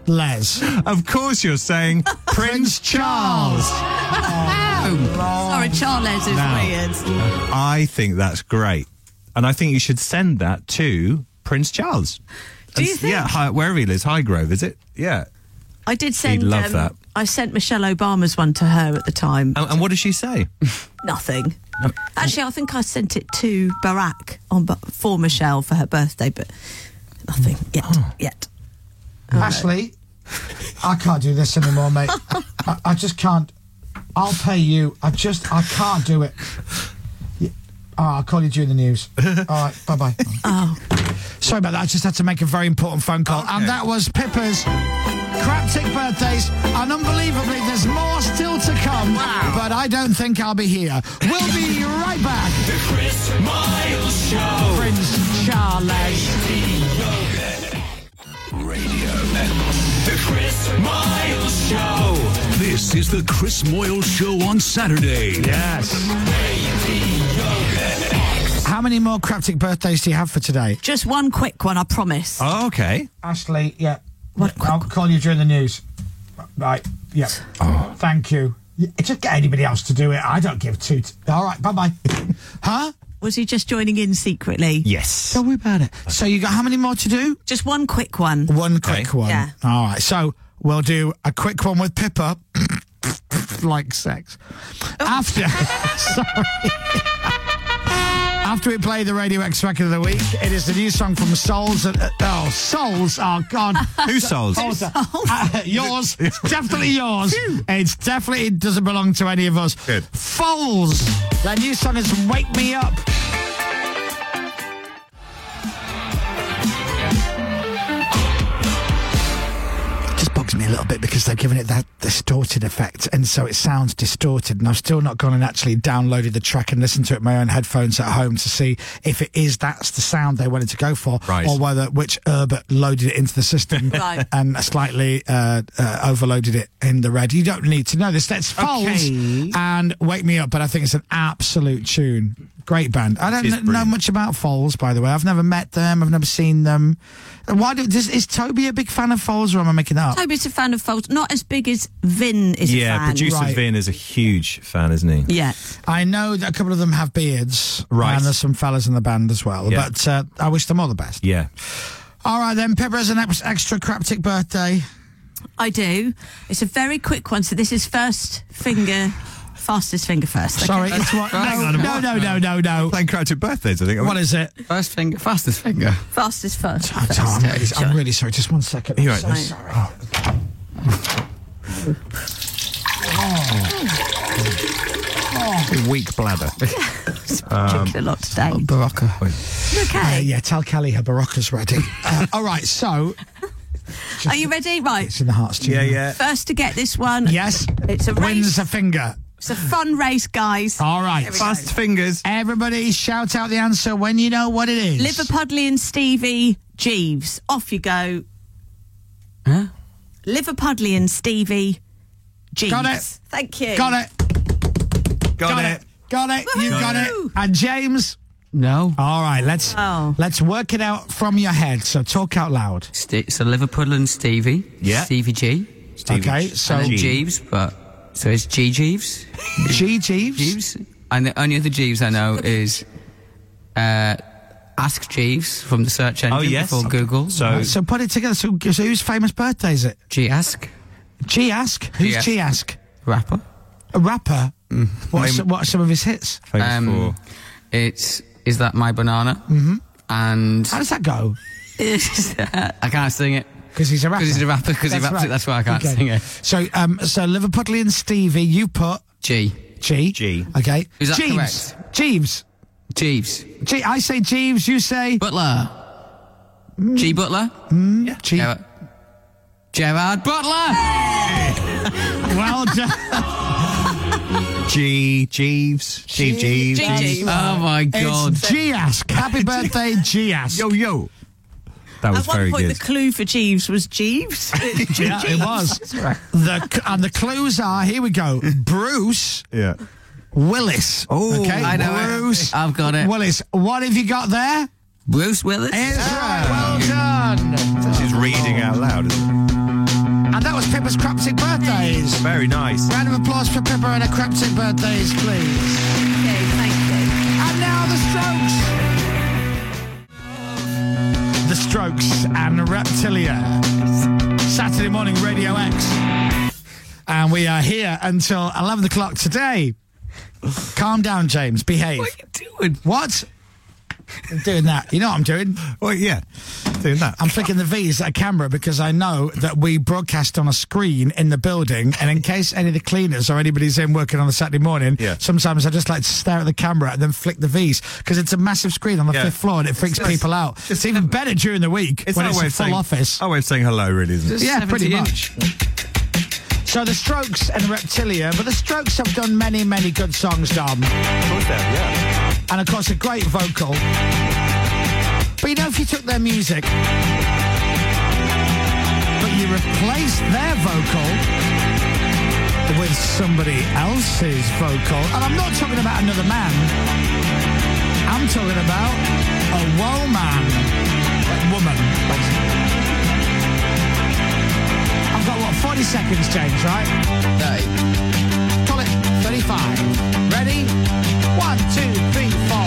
Speaker 3: les.
Speaker 4: of course
Speaker 3: (laughs)
Speaker 4: you're saying Prince Charles.
Speaker 3: Oh.
Speaker 5: Sorry, Charles is
Speaker 4: Now.
Speaker 5: weird.
Speaker 4: I think that's great. And I think you should send that to Prince Charles.
Speaker 5: Do you
Speaker 4: And-
Speaker 5: think?
Speaker 4: Yeah, hi, wherever he lives. Highgrove, is it? Yeah.
Speaker 5: I did
Speaker 4: He'd
Speaker 5: send
Speaker 4: love
Speaker 5: um,
Speaker 4: that.
Speaker 5: I sent Michelle Obama's one to her at the time.
Speaker 4: And, and what did she say?
Speaker 5: (laughs) Nothing. Actually, I think I sent it to Barack on bu- for Michelle for her birthday, but nothing yet.
Speaker 4: Oh.
Speaker 5: Yet.
Speaker 3: Ashley, I can't do this anymore, mate. I, I just can't. I'll pay you. I just, I can't do it. Yeah. Oh, I'll call you during the news. All right, bye bye.
Speaker 5: Oh.
Speaker 3: Sorry about that. I just had to make a very important phone call. And that was Pippa's Craptic Birthdays. And unbelievably, there's more still to come. Wow. But I don't think I'll be here. We'll be right back.
Speaker 1: The Chris Miles Show.
Speaker 3: Prince Charles.
Speaker 1: Radio. The Chris Miles Show. This is the Chris Moyle Show on Saturday.
Speaker 3: Yes. How many more Craptic Birthdays do you have for today?
Speaker 5: Just one quick one, I promise.
Speaker 4: Oh, okay.
Speaker 3: Ashley, yeah. I'll call you during the news. Right, yeah.
Speaker 4: Oh.
Speaker 3: Thank you. Yeah, Just get anybody else to do it. I don't give two. T- All right, bye
Speaker 4: (laughs)
Speaker 3: bye. huh?
Speaker 5: Was he just joining in secretly?
Speaker 4: Yes.
Speaker 3: Tell me about it. So, you got how many more to do?
Speaker 5: Just one quick one.
Speaker 3: One quick one.
Speaker 5: Yeah.
Speaker 3: All right. So, we'll do a quick one with Pippa, (coughs) like sex. After. (laughs) Sorry. After we play the Radio X record of the week, it is the new song from Souls. Uh, oh, Souls. Oh, God.
Speaker 4: Who sold?
Speaker 3: Uh, yours. It's definitely yours. It's definitely it doesn't belong to any of us.
Speaker 4: Good.
Speaker 3: Foals. Their new song is Wake Me Up. Just bugs me a little bit because they're giving it that distorted effect and so it sounds distorted and I've still not gone and actually downloaded the track and listened to it in my own headphones at home to see if it is that's the sound they wanted to go for
Speaker 4: Right.
Speaker 3: or whether which Herbert loaded it into the system
Speaker 5: Right.
Speaker 3: and slightly uh, uh, overloaded it in the red. You don't need to know this. That's Foles
Speaker 4: Okay.
Speaker 3: and Wake Me Up, but I think it's an absolute tune. Great band. I don't
Speaker 4: is
Speaker 3: kn- know
Speaker 4: brilliant.
Speaker 3: much about Foles, by the way. I've never met them. I've never seen them. Why do, does, is Toby a big fan of Foles, or am I making that up?
Speaker 5: Toby's a fan of Fold, not as big as Vin is a
Speaker 4: Yeah,
Speaker 5: fan.
Speaker 4: producer
Speaker 3: right.
Speaker 4: Vin is a huge fan, isn't he?
Speaker 5: Yeah.
Speaker 3: I know that a couple of them have beards,
Speaker 4: Right.
Speaker 3: And there's some fellas in the band as well.
Speaker 4: Yeah.
Speaker 3: But uh, I wish them all the best.
Speaker 4: Yeah.
Speaker 3: All right, then. Pippa's an ex- extra craptic birthday.
Speaker 5: I do. It's a very quick one, so this is first finger, fastest finger first. okay?
Speaker 3: Sorry, it's what? No, no, no, no, no, no.
Speaker 4: Playing crowded birthdays, I think.
Speaker 3: What is it?
Speaker 8: First finger, fastest finger.
Speaker 5: Fastest first.
Speaker 3: Oh, Tom, I'm, really, I'm really sorry. Just one second. I'm
Speaker 4: You're right,
Speaker 3: so
Speaker 4: that's-
Speaker 3: sorry. Oh.
Speaker 4: weak bladder.
Speaker 3: Um,
Speaker 5: Drinking a lot today.
Speaker 8: Barocca.
Speaker 3: Oh,
Speaker 4: Oh,
Speaker 3: Uh,
Speaker 5: Okay.
Speaker 3: yeah, tell Kelly her Barocca's ready.
Speaker 4: (laughs)
Speaker 3: Uh, all right, so
Speaker 5: Are you ready? Right.
Speaker 3: it's in the hearts. tune.
Speaker 4: yeah, yeah.
Speaker 5: First to get this one.
Speaker 3: Yes.
Speaker 5: It's a
Speaker 3: Wins
Speaker 5: race.
Speaker 3: a finger.
Speaker 5: It's a fun race, guys.
Speaker 3: All right.
Speaker 4: Fast fingers.
Speaker 3: Everybody shout out the answer when you know what it is.
Speaker 5: Liverpudlian Stevie Jeeves. Off you go.
Speaker 8: Huh?
Speaker 5: Liverpudlian Stevie Jeeves.
Speaker 3: Got it.
Speaker 5: Thank you.
Speaker 3: Got it.
Speaker 4: Got, it.
Speaker 3: Got it. You got it.
Speaker 5: Woohoo!
Speaker 3: And James.
Speaker 8: No.
Speaker 3: All right, let's
Speaker 5: Oh.
Speaker 3: let's work it out from your head. So talk out loud.
Speaker 8: St- so Liverpool and Stevie.
Speaker 4: Yeah.
Speaker 8: Stevie G.
Speaker 4: Stevie.
Speaker 3: Okay, so-
Speaker 8: And then
Speaker 4: G.
Speaker 8: Jeeves, but. So it's G Jeeves.
Speaker 3: G Jeeves.
Speaker 8: Jeeves. And the only other Jeeves I know is. Uh, Ask Jeeves from the search engine
Speaker 4: Oh, yes.
Speaker 8: before Google.
Speaker 4: So,
Speaker 3: So put it together. So, so whose famous birthday is it?
Speaker 8: G Ask.
Speaker 3: G Ask. Who's
Speaker 8: Yes.
Speaker 3: G Ask?
Speaker 8: Rapper.
Speaker 3: A rapper.
Speaker 8: Mm.
Speaker 3: What's,
Speaker 4: Name-
Speaker 3: what are some of his hits?
Speaker 4: famous for.
Speaker 8: Um, It's Is That My Banana? Mm-hmm. And
Speaker 3: How does that go?
Speaker 8: I can't sing it.
Speaker 3: Because he's a rapper.
Speaker 8: 'Cause he's a rapper, 'cause he
Speaker 3: That's
Speaker 8: raps it, that's why I can't sing it.
Speaker 3: So, um, so Liverpudlian Stevie, you put
Speaker 8: G.
Speaker 3: G.
Speaker 4: G.
Speaker 3: Okay.
Speaker 8: Is that
Speaker 3: Jeeves. Jeeves.
Speaker 8: Jeeves.
Speaker 3: G- I say Jeeves, you say
Speaker 8: Butler. G Butler.
Speaker 3: Mm. G-
Speaker 8: Gerard, Gerard Butler.
Speaker 3: Well done.
Speaker 4: G. Jeeves. Steve Jeeves.
Speaker 5: G- Jeeves.
Speaker 8: Oh my God.
Speaker 3: It's G-Ask. Happy birthday, G-Ask.
Speaker 4: Yo, yo. That was
Speaker 5: At one
Speaker 4: very
Speaker 5: point,
Speaker 4: good.
Speaker 5: the clue for Jeeves was Jeeves.
Speaker 8: (laughs)
Speaker 5: It's
Speaker 3: (laughs) Yeah, it was. The, c- and the clues are here we go. Bruce
Speaker 4: yeah.
Speaker 3: Willis.
Speaker 4: Oh,
Speaker 3: okay.
Speaker 8: I know it.
Speaker 3: Bruce.
Speaker 8: I've got it.
Speaker 3: Willis. What have you got there?
Speaker 8: Bruce Willis. Ah.
Speaker 3: Is well done.
Speaker 4: She's reading out loud. isn't it?
Speaker 3: And that was Pippa's Craptic Birthdays.
Speaker 4: Very nice.
Speaker 3: Round of applause for Pippa and her Craptic birthdays, please.
Speaker 5: okay, thank you.
Speaker 3: And now the Strokes. The Strokes and Reptilia. Saturday morning, Radio X. and we are here until 11 o'clock today. Calm down, James. Behave. What are you doing? What? I'm doing that. You know what I'm doing?
Speaker 4: Well, yeah, doing that.
Speaker 3: I'm flicking the V's at a camera because I know that we broadcast on a screen in the building, and in case any of the cleaners or anybody's in working on a Saturday morning,
Speaker 4: Yeah.
Speaker 3: sometimes I just like to stare at the camera and then flick the V's because it's a massive screen on the
Speaker 4: Yeah.
Speaker 3: fifth floor and it freaks
Speaker 4: It's-
Speaker 3: people out. It's even better during the week when
Speaker 4: our
Speaker 3: it's
Speaker 4: way
Speaker 3: a
Speaker 4: of
Speaker 3: full
Speaker 4: saying,
Speaker 3: office.
Speaker 4: Our way of saying hello, really, isn't it?
Speaker 3: Yeah, pretty
Speaker 8: 70
Speaker 3: much. So the Strokes and the Reptilia, but the Strokes have done many, many good songs, Dom. And of course, a great vocal. But you know, if you took their music, but you replaced their vocal with somebody else's vocal, and I'm not talking about another man, I'm talking about a woe man, like woman. I've got what, 40 seconds, James, right? Call it 35. Ready? One, two, three, four.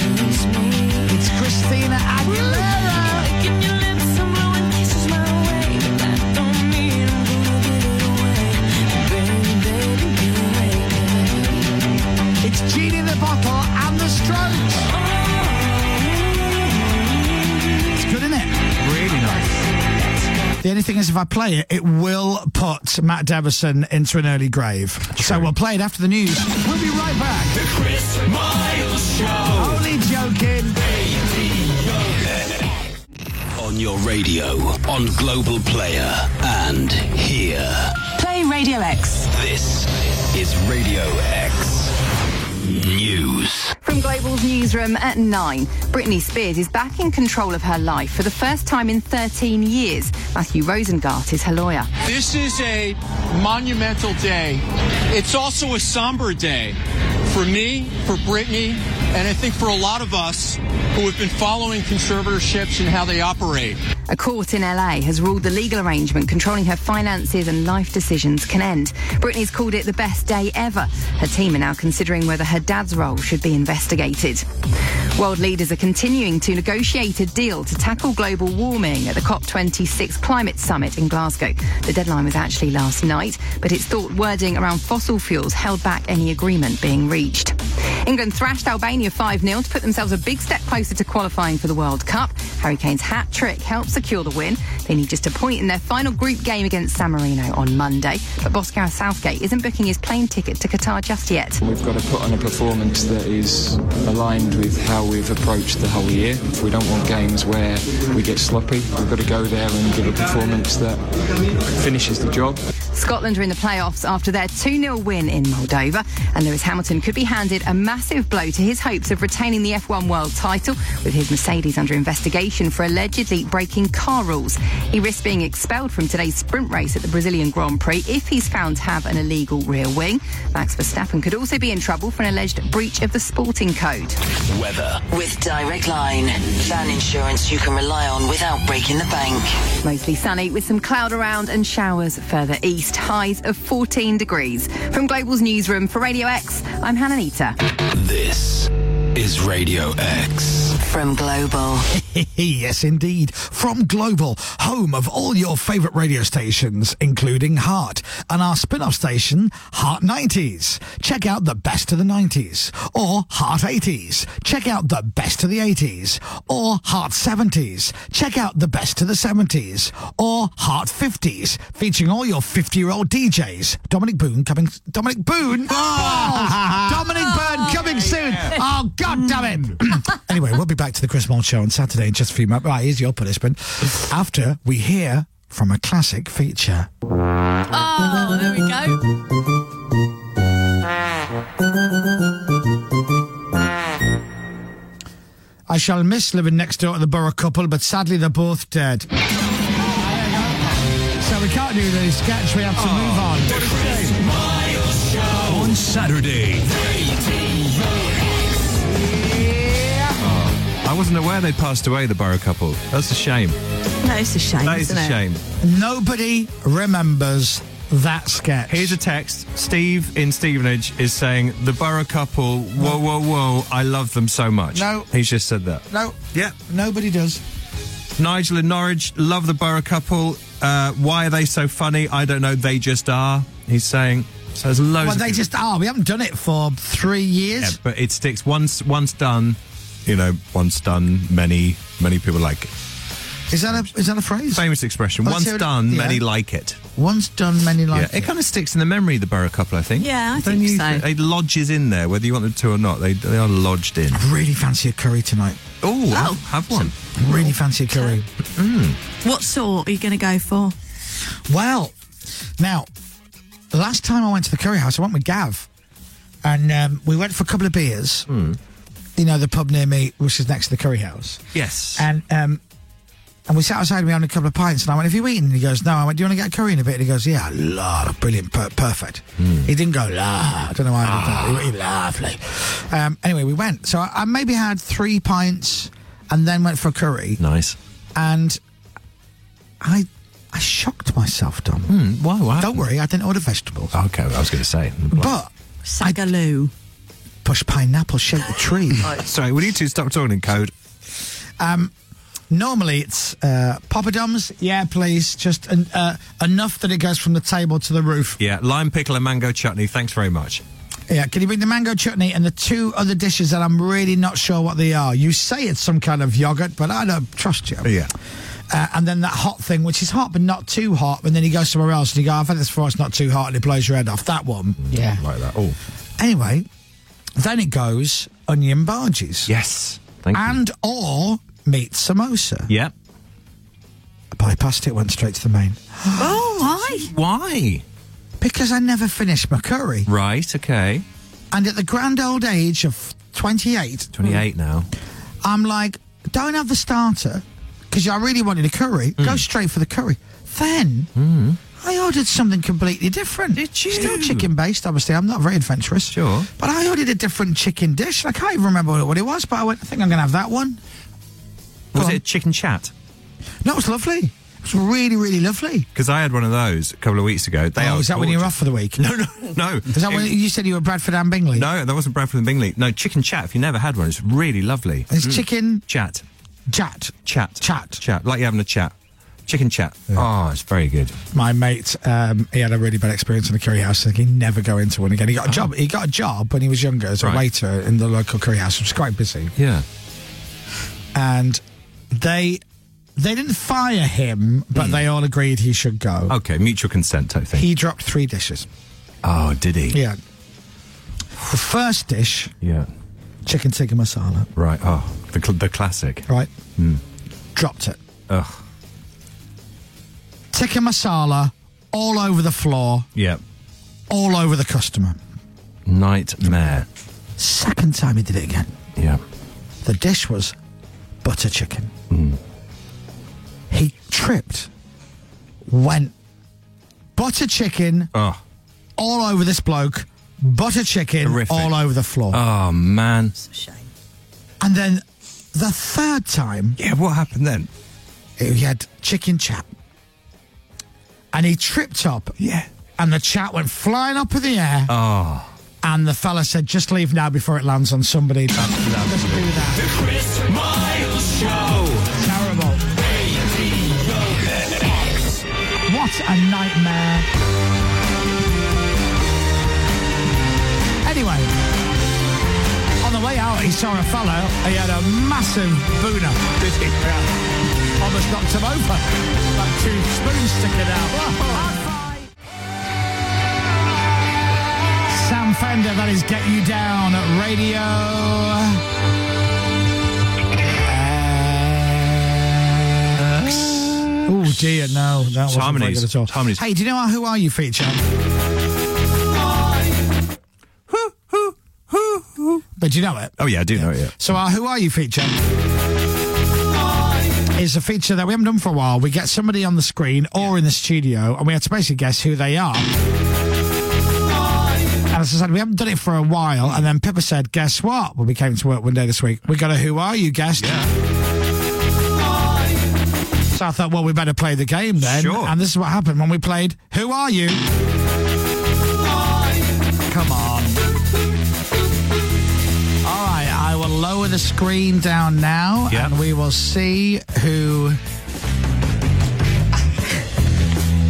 Speaker 3: It's Christina Aguilera. It's Genie the Bottle and the Strokes. It's good, isn't it?
Speaker 4: Really nice.
Speaker 3: The only thing is, if I play it, it will put Matt Davison into an early grave. So we'll play it after the news. We'll be right back.
Speaker 1: The Chris Miles Show.
Speaker 3: Only joking.
Speaker 1: On your radio, on Global Player, and here.
Speaker 6: Play Radio X.
Speaker 1: This is Radio X News.
Speaker 9: From Global's newsroom at 9, Britney Spears is back in control of her life for the first time in 13 years. Matthew Rosengart is her lawyer.
Speaker 10: This is a monumental day. It's also a somber day for me, for Brittany, and I think for a lot of us who have been following conservatorships and how they operate.
Speaker 9: A court in LA has ruled the legal arrangement controlling her finances and life decisions can end. Britney's called it the best day ever. Her team are now considering whether her dad's role should be investigated. World leaders are continuing to negotiate a deal to tackle global warming at the COP26 climate summit in Glasgow. The deadline was actually last night, but it's thought wording around fossil fuels held back any agreement being reached. England thrashed Albania 5 0 to put themselves a big step closer to qualifying for the World Cup. Harry Kane's hat trick helped secure the win. They need just a point in their final group game against San Marino on Monday. But boss Gareth Southgate isn't booking his plane ticket to Qatar just yet.
Speaker 11: We've got to put on a performance that is aligned with how we've approached the whole year. We don't want games where we get sloppy. We've got to go there and give a performance that finishes the job.
Speaker 9: Scotland are in the playoffs after their 2 0 win in Moldova. And Lewis Hamilton could be handed a massive blow to his hopes of retaining the F1 world title, with his Mercedes under investigation for allegedly breaking car rules. He risks being expelled from today's sprint race at the Brazilian Grand Prix if he's found to have an illegal rear wing. Max Verstappen could also be in trouble for an alleged breach of the sporting code.
Speaker 1: Weather.
Speaker 6: With Direct Line, van insurance you can rely on without breaking the bank.
Speaker 9: Mostly sunny with some cloud around and showers further east. Highs of 14 degrees. From Global's newsroom for Radio X, I'm Hannah Nita.
Speaker 1: This is Radio X.
Speaker 6: From Global.
Speaker 3: yes, indeed. From Global, home of all your favourite radio stations, including Heart and our spin off station, Heart 90s. Check out the best of the 90s or Heart 80s. Check out the best of the 80s or Heart 70s. Check out the best of the 70s or Heart 50s, featuring all your 50 year old DJs. Dominic Boone coming. Dominic Boone!
Speaker 7: Ah!
Speaker 3: Oh, (laughs) Dominic Boone coming soon! Oh, god damn it! anyway, we'll be back to the Chris Mould show on Saturday in just a few minutes. Right, here's your punishment. After we hear from a classic feature.
Speaker 5: Oh, there we go.
Speaker 3: I shall miss living next door to the Borough couple, but sadly they're both dead. So we can't do the sketch, we have to
Speaker 4: Oh.
Speaker 3: move on.
Speaker 1: Miles Show. On Saturday.
Speaker 4: I wasn't aware they passed away, the Borough couple. That's a shame.
Speaker 5: No, it's a shame.
Speaker 4: That is
Speaker 5: isn't
Speaker 4: a
Speaker 5: it?
Speaker 4: shame.
Speaker 3: Nobody remembers that sketch.
Speaker 4: Here's a text. Steve in Stevenage is saying the Borough couple. Whoa, whoa, whoa! I love them so much.
Speaker 3: No.
Speaker 4: he's just said that.
Speaker 3: No.
Speaker 4: Yeah.
Speaker 3: Nobody does.
Speaker 4: Nigel in Norwich, love the Borough couple. Uh, why are they so funny? I don't know. They just are. He's saying. So there's loads.
Speaker 3: Well,
Speaker 4: of
Speaker 3: they
Speaker 4: people-
Speaker 3: just are. We haven't done it for three
Speaker 4: Yeah,
Speaker 3: years.
Speaker 4: but it sticks once once done. You know, once done, many many people like it.
Speaker 3: Is that a is that a phrase?
Speaker 4: Famous expression.
Speaker 3: Well,
Speaker 4: once
Speaker 3: so-
Speaker 4: done,
Speaker 3: yeah.
Speaker 4: many like it.
Speaker 3: Once done, many like
Speaker 4: yeah, it,
Speaker 3: it.
Speaker 4: kind of sticks in the memory of the Borough couple, I think.
Speaker 5: Yeah, I
Speaker 4: Don't
Speaker 5: think
Speaker 4: you
Speaker 5: so.
Speaker 4: think- It lodges in there, whether you want them to or not. They they are lodged in.
Speaker 3: Really fancy a curry tonight.
Speaker 4: Oh, have, have one. Mm.
Speaker 3: Really fancy a curry.
Speaker 5: What sort are you going to go for?
Speaker 3: Well, now, the last time I went to the curry house, I went with Gav, and um, we went for a couple of beers.
Speaker 4: Hmm.
Speaker 3: You know, the pub near me, which is next to the curry house,
Speaker 4: Yes.
Speaker 3: and um, and we sat outside. and We had a couple of pints, and I went, "Have you eaten?" And he goes, "No." I went, "Do you want to get curry in a bit?" And he goes, "Yeah, lord, Ah, brilliant, per- perfect." He didn't go, "La," I don't know why. I did that. He went, "Lovely." Um, anyway, we went. So I, I maybe had three pints, and then went for a curry,
Speaker 4: nice.
Speaker 3: and I I shocked myself, Dom.
Speaker 4: Mm, wow, wow.
Speaker 3: Don't worry, I didn't order vegetables.
Speaker 4: Okay, I was going to say.
Speaker 3: But
Speaker 5: Sagaloo.
Speaker 3: push pineapple, shake the
Speaker 4: (laughs)
Speaker 3: tree.
Speaker 4: Sorry, will you two stop talking in code?
Speaker 3: Um, Normally it's uh, poppadoms, yeah, please, just an, uh, enough that it goes from the table to the roof.
Speaker 4: Yeah, lime pickle and mango chutney. Thanks very much.
Speaker 3: Yeah, can you bring the mango chutney and the two other dishes that I'm really not sure what they are? You say it's some kind of yogurt, but I don't trust you.
Speaker 4: Yeah.
Speaker 3: Uh, and then that hot thing, which is hot but not too hot, and then he goes somewhere else and you go, I've had this before, it's not too hot, and he blows your head off. That one. Yeah.
Speaker 4: Like that. Oh,
Speaker 3: Anyway, then it goes onion barges.
Speaker 4: yes. Thank you.
Speaker 3: And or meat samosa.
Speaker 4: Yeah.
Speaker 3: I bypassed it, went straight to the main. (gasps)
Speaker 5: oh, why?
Speaker 4: Why?
Speaker 3: Because I never finished my curry.
Speaker 4: Right, okay.
Speaker 3: And at the grand old age of 28,
Speaker 4: 28 now.
Speaker 3: I'm like, don't have the starter because I really wanted a curry.
Speaker 4: Hmm.
Speaker 3: Go straight for the curry. Then I ordered something completely different. Did you? Still chicken based, obviously. I'm not very adventurous.
Speaker 4: Sure.
Speaker 3: But I ordered a different chicken dish. and I can't even remember what it was, but I went, I think I'm going to have that one. Go
Speaker 4: Was
Speaker 3: on.
Speaker 4: it a chicken chat?
Speaker 3: No, it was lovely. It was really, really lovely.
Speaker 4: Because I had one of those a couple of weeks ago. They
Speaker 3: oh,
Speaker 4: are
Speaker 3: is that when you were off for the week?
Speaker 4: (laughs) No, no, no.
Speaker 3: Is that when
Speaker 4: It-
Speaker 3: you said you were Bradford and Bingley?
Speaker 4: No, that wasn't Bradford and Bingley. No, chicken chat. If you never had one, it's really lovely. Mm.
Speaker 3: It's chicken
Speaker 4: Chat,
Speaker 3: chat.
Speaker 4: chat,
Speaker 3: Chat.
Speaker 4: chat. Like you're having a chat. Chicken chat. Oh, it's very good.
Speaker 3: my mate, um, he had a really bad experience in the curry house. and he never go into one again. He got a job. He got a job when he was younger as a
Speaker 4: Oh. Right.
Speaker 3: waiter in the local curry house, which was quite busy.
Speaker 4: Yeah.
Speaker 3: And they they didn't fire him, but
Speaker 4: Hmm.
Speaker 3: they all agreed he should go.
Speaker 4: Okay, mutual consent, I think.
Speaker 3: He dropped three dishes.
Speaker 4: oh, did he?
Speaker 3: Yeah. The first dish,
Speaker 4: Yeah.
Speaker 3: chicken tikka masala.
Speaker 4: Right. Oh, the, cl- the classic.
Speaker 3: Right.
Speaker 4: Hmm.
Speaker 3: Dropped it.
Speaker 4: Ugh.
Speaker 3: Tikka masala all over the floor,
Speaker 4: Yeah.
Speaker 3: all over the customer.
Speaker 4: Nightmare.
Speaker 3: Second time he did it again.
Speaker 4: Yeah.
Speaker 3: The dish was butter chicken.
Speaker 4: Mm.
Speaker 3: He tripped, went butter chicken
Speaker 4: Oh.
Speaker 3: all over this bloke, butter chicken
Speaker 4: Horrific.
Speaker 3: all over the floor.
Speaker 4: Oh man.
Speaker 5: It's a shame.
Speaker 3: and then the third time,
Speaker 4: Yeah. What happened then?
Speaker 3: he had chicken chat. And he tripped up,
Speaker 4: Yeah.
Speaker 3: and the chat went flying up in the air.
Speaker 4: Oh.
Speaker 3: And the fella said, just leave now before it lands on somebody.
Speaker 4: (laughs)
Speaker 3: Let's do that.
Speaker 1: The Chris Miles Show.
Speaker 3: Terrible. What a nightmare. Anyway, on the way out, he saw a fellow. He had a massive booner. Did he? Yeah. Almost knocked him over. Like two spoons sticking out. (laughs) High five. Sam Fender, that is Get You Down at Radio. X. Oh dear, no, that wasn't very
Speaker 4: Harmonies.
Speaker 3: good at all.
Speaker 4: Harmonies.
Speaker 3: Hey, do you know our Who Are You feature? But do you know it?
Speaker 4: Oh yeah, I do know it. Yeah.
Speaker 3: So our Who Are You feature is a feature that we haven't done for a while. We get somebody on the screen or in the studio and we have to basically guess who they are. And as I said, we haven't done it for a while. And then Pippa said, guess what? When we came to work one day this week, we got a Who Are You guest. So I thought, well, we better play the game then.
Speaker 4: Sure.
Speaker 3: And this is what happened when we played Who Are You? Come on. All right, I will lower the screen down now
Speaker 4: Yeah.
Speaker 3: and we will see who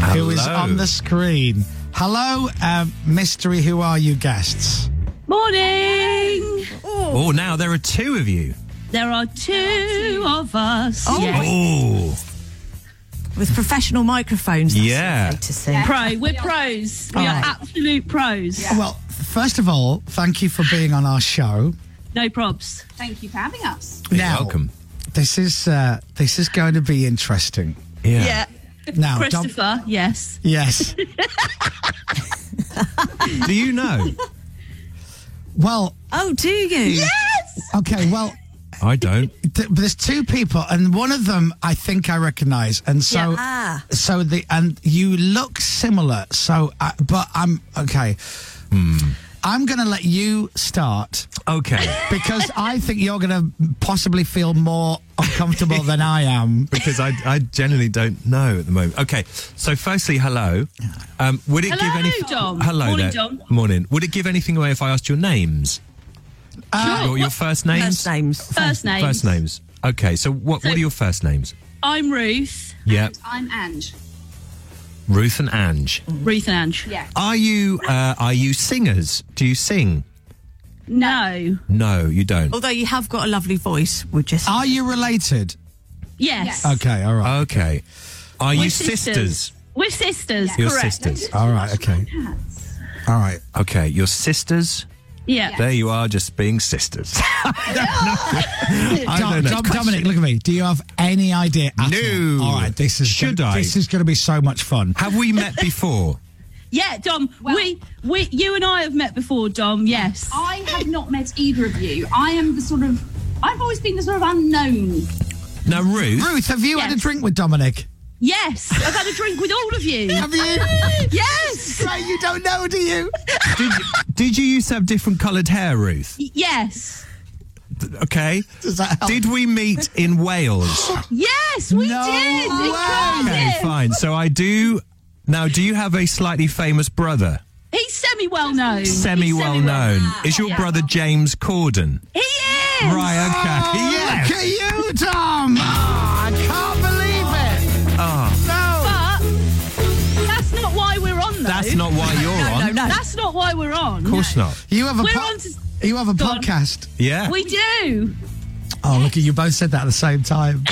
Speaker 3: who is
Speaker 4: Hello.
Speaker 3: on the screen. Hello, um, mystery Who Are You guests.
Speaker 12: Morning.
Speaker 4: Oh, now there are two of you.
Speaker 12: There are two of us.
Speaker 4: Oh.
Speaker 5: With professional microphones. that's
Speaker 4: Yeah.
Speaker 5: lovely To see.
Speaker 12: Pro. We're pros. We
Speaker 5: All
Speaker 12: are
Speaker 5: right.
Speaker 12: absolute pros.
Speaker 3: Well, first of all, thank you for being on our show.
Speaker 12: No probs.
Speaker 13: Thank you for having us.
Speaker 4: You're
Speaker 3: Now-
Speaker 4: welcome.
Speaker 3: This is uh, this is going to be interesting.
Speaker 12: Yeah.
Speaker 3: Now, don't-
Speaker 12: Christopher, yes.
Speaker 5: (laughs)
Speaker 3: Yes.
Speaker 4: Do you know?
Speaker 3: Well.
Speaker 5: Oh, do you?
Speaker 12: Yes.
Speaker 3: Okay. Well,
Speaker 4: I don't.
Speaker 3: th- there's two people, and one of them I think I recognise, and so
Speaker 5: Yeah. Ah.
Speaker 3: so the and you look similar. So, I, but I'm okay. I'm going to let you start
Speaker 4: Hmm. Okay.
Speaker 3: because I think you're going to possibly feel more uncomfortable than I am.
Speaker 4: (laughs) Because I, I generally don't know at the moment. Okay, so firstly, hello. Um, would it give
Speaker 12: Hello,
Speaker 4: any
Speaker 12: Dom.
Speaker 4: Hello
Speaker 12: Morning,
Speaker 4: there.
Speaker 12: Dom.
Speaker 4: Morning. Would it give anything away if I asked your names?
Speaker 12: Sure.
Speaker 4: your, your
Speaker 12: Uh, What-
Speaker 4: first names?
Speaker 5: First names.
Speaker 12: First name.
Speaker 4: First names. Okay, so what
Speaker 12: So-
Speaker 4: what are your first names?
Speaker 12: I'm Ruth.
Speaker 4: Yeah,
Speaker 13: I'm Ange.
Speaker 4: Ruth and Ange.
Speaker 12: Ruth and Ange.
Speaker 13: Yeah.
Speaker 4: Are you uh, are you singers? Do you sing?
Speaker 12: No.
Speaker 4: No, you don't.
Speaker 5: Although you have got a lovely voice, would just.
Speaker 3: Are you related?
Speaker 12: Yes.
Speaker 3: Okay. All right.
Speaker 4: Okay. Are you
Speaker 12: We're
Speaker 4: sisters?
Speaker 12: We're sisters.
Speaker 4: You're
Speaker 12: correct.
Speaker 4: sisters.
Speaker 3: All right. Okay. All right.
Speaker 4: Okay, you're sisters.
Speaker 12: Yeah.
Speaker 4: There you are, just being sisters. (laughs)
Speaker 3: (laughs)
Speaker 4: I
Speaker 3: Dom,
Speaker 4: don't know.
Speaker 3: Dom- Dominic, look at me. Do you have any idea? At
Speaker 4: No.
Speaker 3: All All right, this is
Speaker 4: Should
Speaker 3: gonna,
Speaker 4: I?
Speaker 3: This is going to be so much fun.
Speaker 4: Have we met before?
Speaker 12: Yeah, Dom. we, we, you and I have met before, Dom. Yes.
Speaker 13: I have not met either of you. I am the sort of. I've always been the sort of unknown.
Speaker 4: Now, Ruth.
Speaker 3: Ruth, have you had a
Speaker 12: Yes.
Speaker 3: drink with Dominic?
Speaker 12: Yes. I've had a drink with all
Speaker 13: (laughs)
Speaker 12: of you.
Speaker 3: Have you?
Speaker 12: yes.
Speaker 3: Right, you don't know, do you?
Speaker 4: Did, (laughs) did you used to have different coloured hair, Ruth?
Speaker 12: Yes.
Speaker 4: Okay.
Speaker 3: (laughs) Does that help?
Speaker 4: Did we meet in
Speaker 3: (laughs)
Speaker 4: Wales?
Speaker 12: Yes, we
Speaker 3: No
Speaker 12: did.
Speaker 3: way.
Speaker 4: okay,
Speaker 12: Incredible.
Speaker 4: fine. So I do. Now, do you have a slightly famous brother?
Speaker 12: He's semi well known.
Speaker 4: Semi well known. Is your brother James Corden?
Speaker 12: He is.
Speaker 4: Right, okay.
Speaker 3: Look
Speaker 13: Oh,
Speaker 4: Yes.
Speaker 3: at you, Tom. Ah, I can't believe it. Oh.
Speaker 12: But that's not why we're on. Though.
Speaker 4: That's not why you're
Speaker 5: no,
Speaker 4: on.
Speaker 5: no.
Speaker 12: That's not why we're on.
Speaker 4: Of course not.
Speaker 3: No. You have a
Speaker 12: We're
Speaker 3: po-
Speaker 12: on to-
Speaker 3: you have a
Speaker 12: Go on.
Speaker 3: podcast.
Speaker 4: Yeah.
Speaker 12: We do.
Speaker 3: Oh, look at you both said that at the same
Speaker 12: (laughs)
Speaker 3: time.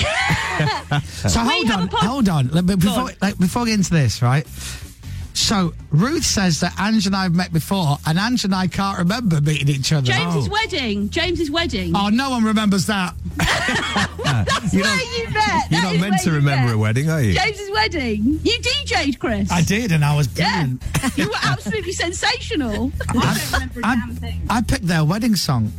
Speaker 3: so hold
Speaker 12: have a
Speaker 3: on,
Speaker 12: pod-
Speaker 3: hold on. Like, but before,
Speaker 12: on.
Speaker 3: like, before we get into this, right? So Ruth says that Ange and I have met before, and Ange and I can't remember meeting each other.
Speaker 12: James's
Speaker 3: oh.
Speaker 12: wedding. James's wedding.
Speaker 3: Oh, no one remembers that.
Speaker 12: (laughs) that's
Speaker 4: you're
Speaker 12: where
Speaker 4: not-
Speaker 12: you met. That
Speaker 4: You're not
Speaker 12: is
Speaker 4: meant
Speaker 12: where
Speaker 4: to
Speaker 12: you
Speaker 4: remember
Speaker 12: met.
Speaker 4: a wedding, are you?
Speaker 12: James's wedding. You DJ'd, Chris.
Speaker 3: I did, and I was
Speaker 12: Yeah.
Speaker 3: brilliant.
Speaker 12: you were absolutely sensational.
Speaker 13: I don't remember a damn
Speaker 3: I,
Speaker 13: thing.
Speaker 3: I picked their wedding song,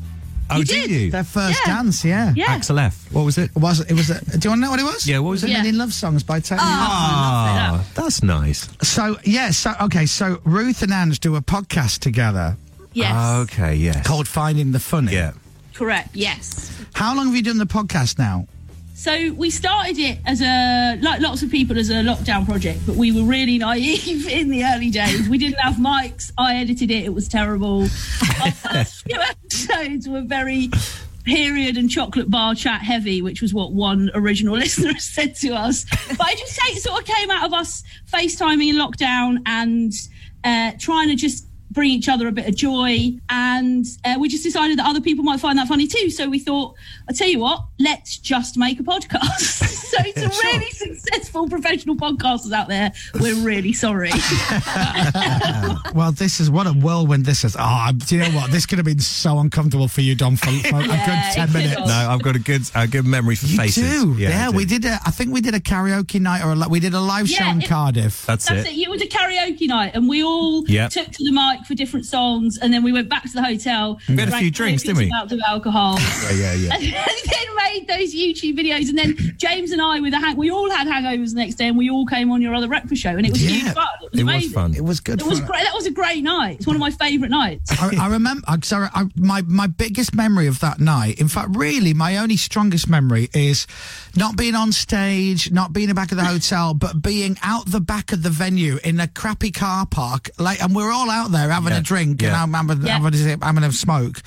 Speaker 4: oh,
Speaker 12: you
Speaker 4: did
Speaker 12: did.
Speaker 4: you?
Speaker 3: their first
Speaker 12: Yeah.
Speaker 3: dance. Yeah.
Speaker 12: Yeah.
Speaker 4: Axel F. What was it?
Speaker 3: It was. It was. A, do you want to know what it was?
Speaker 4: Yeah, what was it?
Speaker 3: a
Speaker 12: Yeah. Oh,
Speaker 3: Million Love Songs by Tony.
Speaker 4: Ah, that's nice.
Speaker 3: So yeah. So okay. So Ruth and Ange do a podcast together
Speaker 12: Yes.
Speaker 4: Okay, yes.
Speaker 3: called Finding the Funny.
Speaker 4: Yeah.
Speaker 12: Correct. Yes.
Speaker 3: How long have you done the podcast now?
Speaker 12: So we started it as a like lots of people as a lockdown project, but we were really naive (laughs) in the early days. We didn't have mics. I edited it; it was terrible. Our (laughs) first few episodes were very period and chocolate bar chat heavy, which was what one original (laughs) listener said to us. But I just say it sort of came out of us FaceTiming in lockdown and uh, trying to just bring each other a bit of joy. And uh, we just decided that other people might find that funny too. So we thought, I tell you what, let's just make a podcast. (laughs) so to really successful professional podcasters out there, we're really sorry.
Speaker 3: Well, this is what a whirlwind this is. Oh, I'm- do you know what? This could have been so uncomfortable for you, Dom, for, for a good
Speaker 12: Yeah, it
Speaker 3: ten
Speaker 12: could
Speaker 3: minutes.
Speaker 12: have.
Speaker 4: No, I've got a good a good memory for
Speaker 3: You
Speaker 4: faces.
Speaker 3: do. Yeah,
Speaker 4: I
Speaker 3: we did. A, I think we did a karaoke night or a, li- we did a live show
Speaker 12: Yeah,
Speaker 3: in
Speaker 12: it-
Speaker 3: Cardiff.
Speaker 4: That's,
Speaker 12: That's
Speaker 4: it.
Speaker 12: it. It was a karaoke night, and we all
Speaker 4: Yep.
Speaker 12: took to the mic for different songs, and then we went back to the hotel.
Speaker 4: We had a
Speaker 12: drank
Speaker 4: few drinks, didn't
Speaker 12: huge
Speaker 4: we?
Speaker 12: Amounts of alcohol.
Speaker 4: (laughs) Yeah, yeah,
Speaker 12: and then (laughs) made those YouTube videos. And then James and I, with a hang- we all had hangovers the next day, and we all came on your other breakfast show, and it was
Speaker 3: Yeah.
Speaker 12: huge fun. It was
Speaker 4: It was
Speaker 12: amazing.
Speaker 4: fun. It was
Speaker 12: It
Speaker 4: good
Speaker 12: was
Speaker 4: fun.
Speaker 12: great. That was a great night. It's one of my favourite
Speaker 4: (laughs)
Speaker 12: nights.
Speaker 3: I, I remember. I, sorry, I, my my biggest memory of that night. In fact, really, my only strongest memory is not being on stage, not being in the back of the hotel, but being out the back of the venue in a crappy car park. Like, and we're all out there having
Speaker 14: Yeah,
Speaker 3: a drink,
Speaker 14: yeah.
Speaker 3: and I'm having,
Speaker 14: Yeah.
Speaker 3: having, a, having a smoke.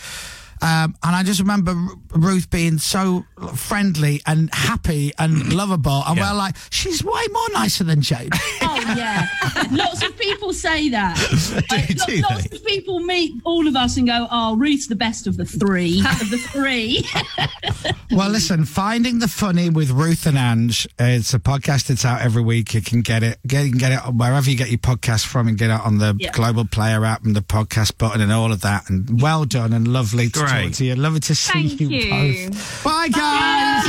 Speaker 3: Um, and I just remember R- Ruth being so friendly and happy
Speaker 14: (clears throat)
Speaker 3: and lovable, and
Speaker 12: Yeah.
Speaker 3: we're like, she's way more nicer
Speaker 14: (laughs)
Speaker 3: than Jane.
Speaker 12: Oh yeah, lots of people say that.
Speaker 4: (laughs)
Speaker 12: Like, lo-
Speaker 3: do
Speaker 12: lots of people meet all of us and go, "Oh, Ruth's the best of the
Speaker 4: (laughs)
Speaker 12: three. Of the three, (laughs)
Speaker 3: Well, listen, finding the funny with Ruth and Ange. uh, It's a podcast that's out every week. You can get it, get, you can get it wherever you get your podcast from, and get it on the
Speaker 14: Yeah.
Speaker 3: Global Player app and the podcast button and all of that. And well done and lovely to
Speaker 14: Great.
Speaker 3: talk to you. Lovely to see
Speaker 14: Thank
Speaker 3: you,
Speaker 14: you.
Speaker 3: both. Bye, guys.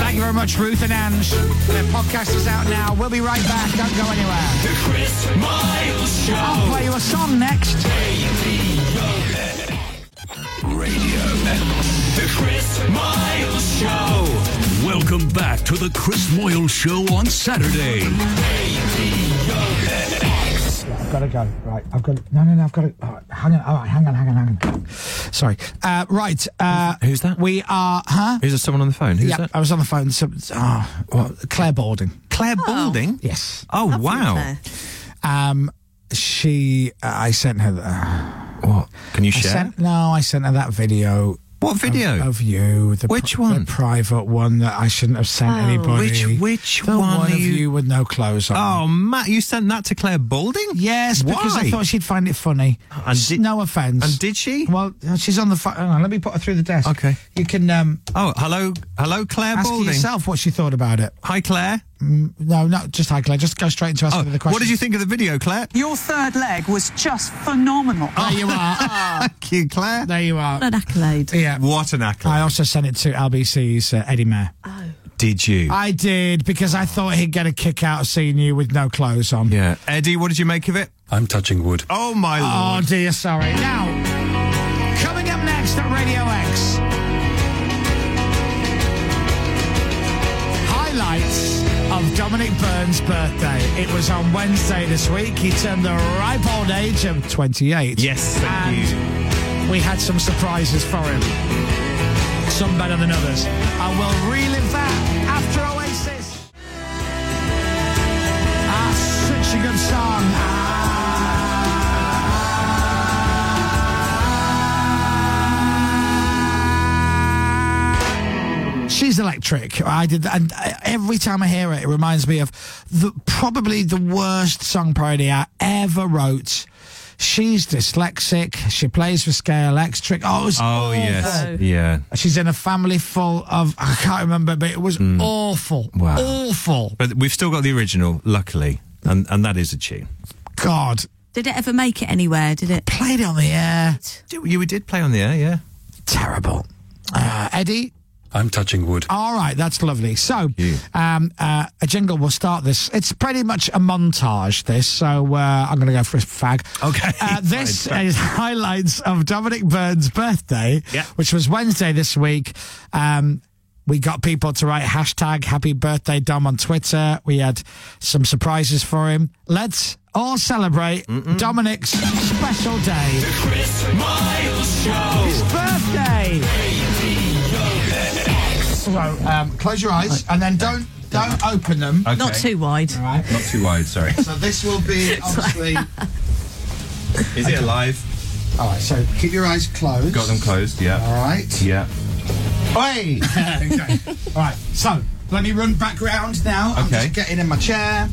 Speaker 3: Thank you very much, Ruth and Ange. Their podcast is out now. We'll be right back. Don't go anywhere.
Speaker 1: The Chris Miles Show.
Speaker 3: I'll play you a song next.
Speaker 1: Radio. The Chris Miles Show. Welcome back to the Chris Moyle Show on Saturday.
Speaker 3: I've got to go. Right, I've got. No, no, no. I've got to. all right, hang on. All right, hang on, hang on, hang on. Sorry. Uh, right. Uh,
Speaker 4: Who's that?
Speaker 3: We are. Huh?
Speaker 4: Is there someone on the phone? Who's
Speaker 3: yeah,
Speaker 4: that?
Speaker 3: I was on the phone. to Some, oh, well, Claire Balding.
Speaker 4: Claire Balding?
Speaker 3: Yes.
Speaker 4: Oh, wow.
Speaker 3: Um, she. Uh, I sent her. The, uh,
Speaker 4: what? Can you
Speaker 3: I
Speaker 4: share?
Speaker 3: sent- no, I sent her that video.
Speaker 4: What video?
Speaker 3: Of, of you. The
Speaker 4: Which
Speaker 3: pri-
Speaker 4: one?
Speaker 3: The private one that I shouldn't have sent
Speaker 4: Oh.
Speaker 3: anybody.
Speaker 4: Which- which
Speaker 3: the
Speaker 4: one
Speaker 3: one?
Speaker 4: are
Speaker 3: of
Speaker 4: you-
Speaker 3: you... with no clothes on.
Speaker 4: Oh, Matt, you sent that to Claire Balding?
Speaker 3: Yes, because I
Speaker 4: Why?
Speaker 3: thought she'd find it funny.
Speaker 4: And did-
Speaker 3: no offense.
Speaker 4: and did she?
Speaker 3: Well, uh, she's on the phone. Hang on, let me put her through the desk. Okay. You can um,
Speaker 4: Oh, hello, hello, Claire
Speaker 3: ask her
Speaker 4: Balding.
Speaker 3: yourself what she thought about it.
Speaker 4: Hi, Claire.
Speaker 3: Mm, no, not just hi, Claire. Just go straight into asking her the question.
Speaker 4: Oh, What did you think of the video, Claire?
Speaker 15: Your third leg was just phenomenal.
Speaker 3: There you are.
Speaker 4: (laughs) Thank you, Claire.
Speaker 3: There you are.
Speaker 5: An accolade.
Speaker 3: Yeah.
Speaker 4: What an accolade.
Speaker 3: I also sent it to LBC's uh, Eddie Mayer.
Speaker 4: Did you?
Speaker 3: I did because I thought he'd get a kick out of seeing you with no clothes on.
Speaker 4: Yeah. Eddie, what did you make of it?
Speaker 16: I'm touching wood.
Speaker 4: Oh, my
Speaker 3: Oh
Speaker 4: lord.
Speaker 3: dear, sorry. Now, coming up next at Radio X, highlights of Dominic Byrne's birthday. It was on Wednesday this week. He turned the ripe old age of 28.
Speaker 4: Yes, thank
Speaker 3: and We had some surprises for him, some better than others. And we'll relive that after Oasis. Ah, such a good song. Ah. She's electric. I did, and uh, every time I hear it, it reminds me of the probably the worst song parody I ever wrote. She's dyslexic. She plays with scale electric. Oh, it was
Speaker 4: Oh,
Speaker 3: awful.
Speaker 4: yes. Yeah.
Speaker 3: She's in a family full of I can't remember, but it was awful,
Speaker 4: Hmm. Wow.
Speaker 3: awful.
Speaker 4: But we've still got the original, luckily. And, and that is a tune.
Speaker 3: God.
Speaker 5: Did it ever make it anywhere? Did it?
Speaker 3: Played it on the air.
Speaker 4: You did play on the air, yeah.
Speaker 3: Terrible. Uh, Eddie?
Speaker 16: I'm touching wood.
Speaker 3: All right, that's lovely. So, um, uh, a jingle will start this. It's pretty much a montage, this, so uh, I'm going to go for a fag.
Speaker 4: Okay. (laughs)
Speaker 3: Uh, this is highlights of Dominic Byrne's birthday,
Speaker 14: Yeah.
Speaker 3: which was Wednesday this week. Um, we got people to write hashtag happy birthday Dom on Twitter. We had some surprises for him. Let's all celebrate Dominic's special day.
Speaker 1: Chris Miles Show.
Speaker 3: His birthday. So um, close your eyes and then don't don't open them.
Speaker 4: Um, Okay. Not too
Speaker 5: wide.
Speaker 3: All right.
Speaker 4: Not too wide, sorry.
Speaker 3: So this will
Speaker 5: (laughs)
Speaker 3: be obviously.
Speaker 4: Is it alive?
Speaker 3: All right. So keep your eyes closed.
Speaker 4: Got them closed, yeah.
Speaker 3: All right.
Speaker 4: Yeah.
Speaker 3: Hey. (laughs) okay. All right. So let me run back round now. I'm
Speaker 4: Okay.
Speaker 3: just getting in my chair.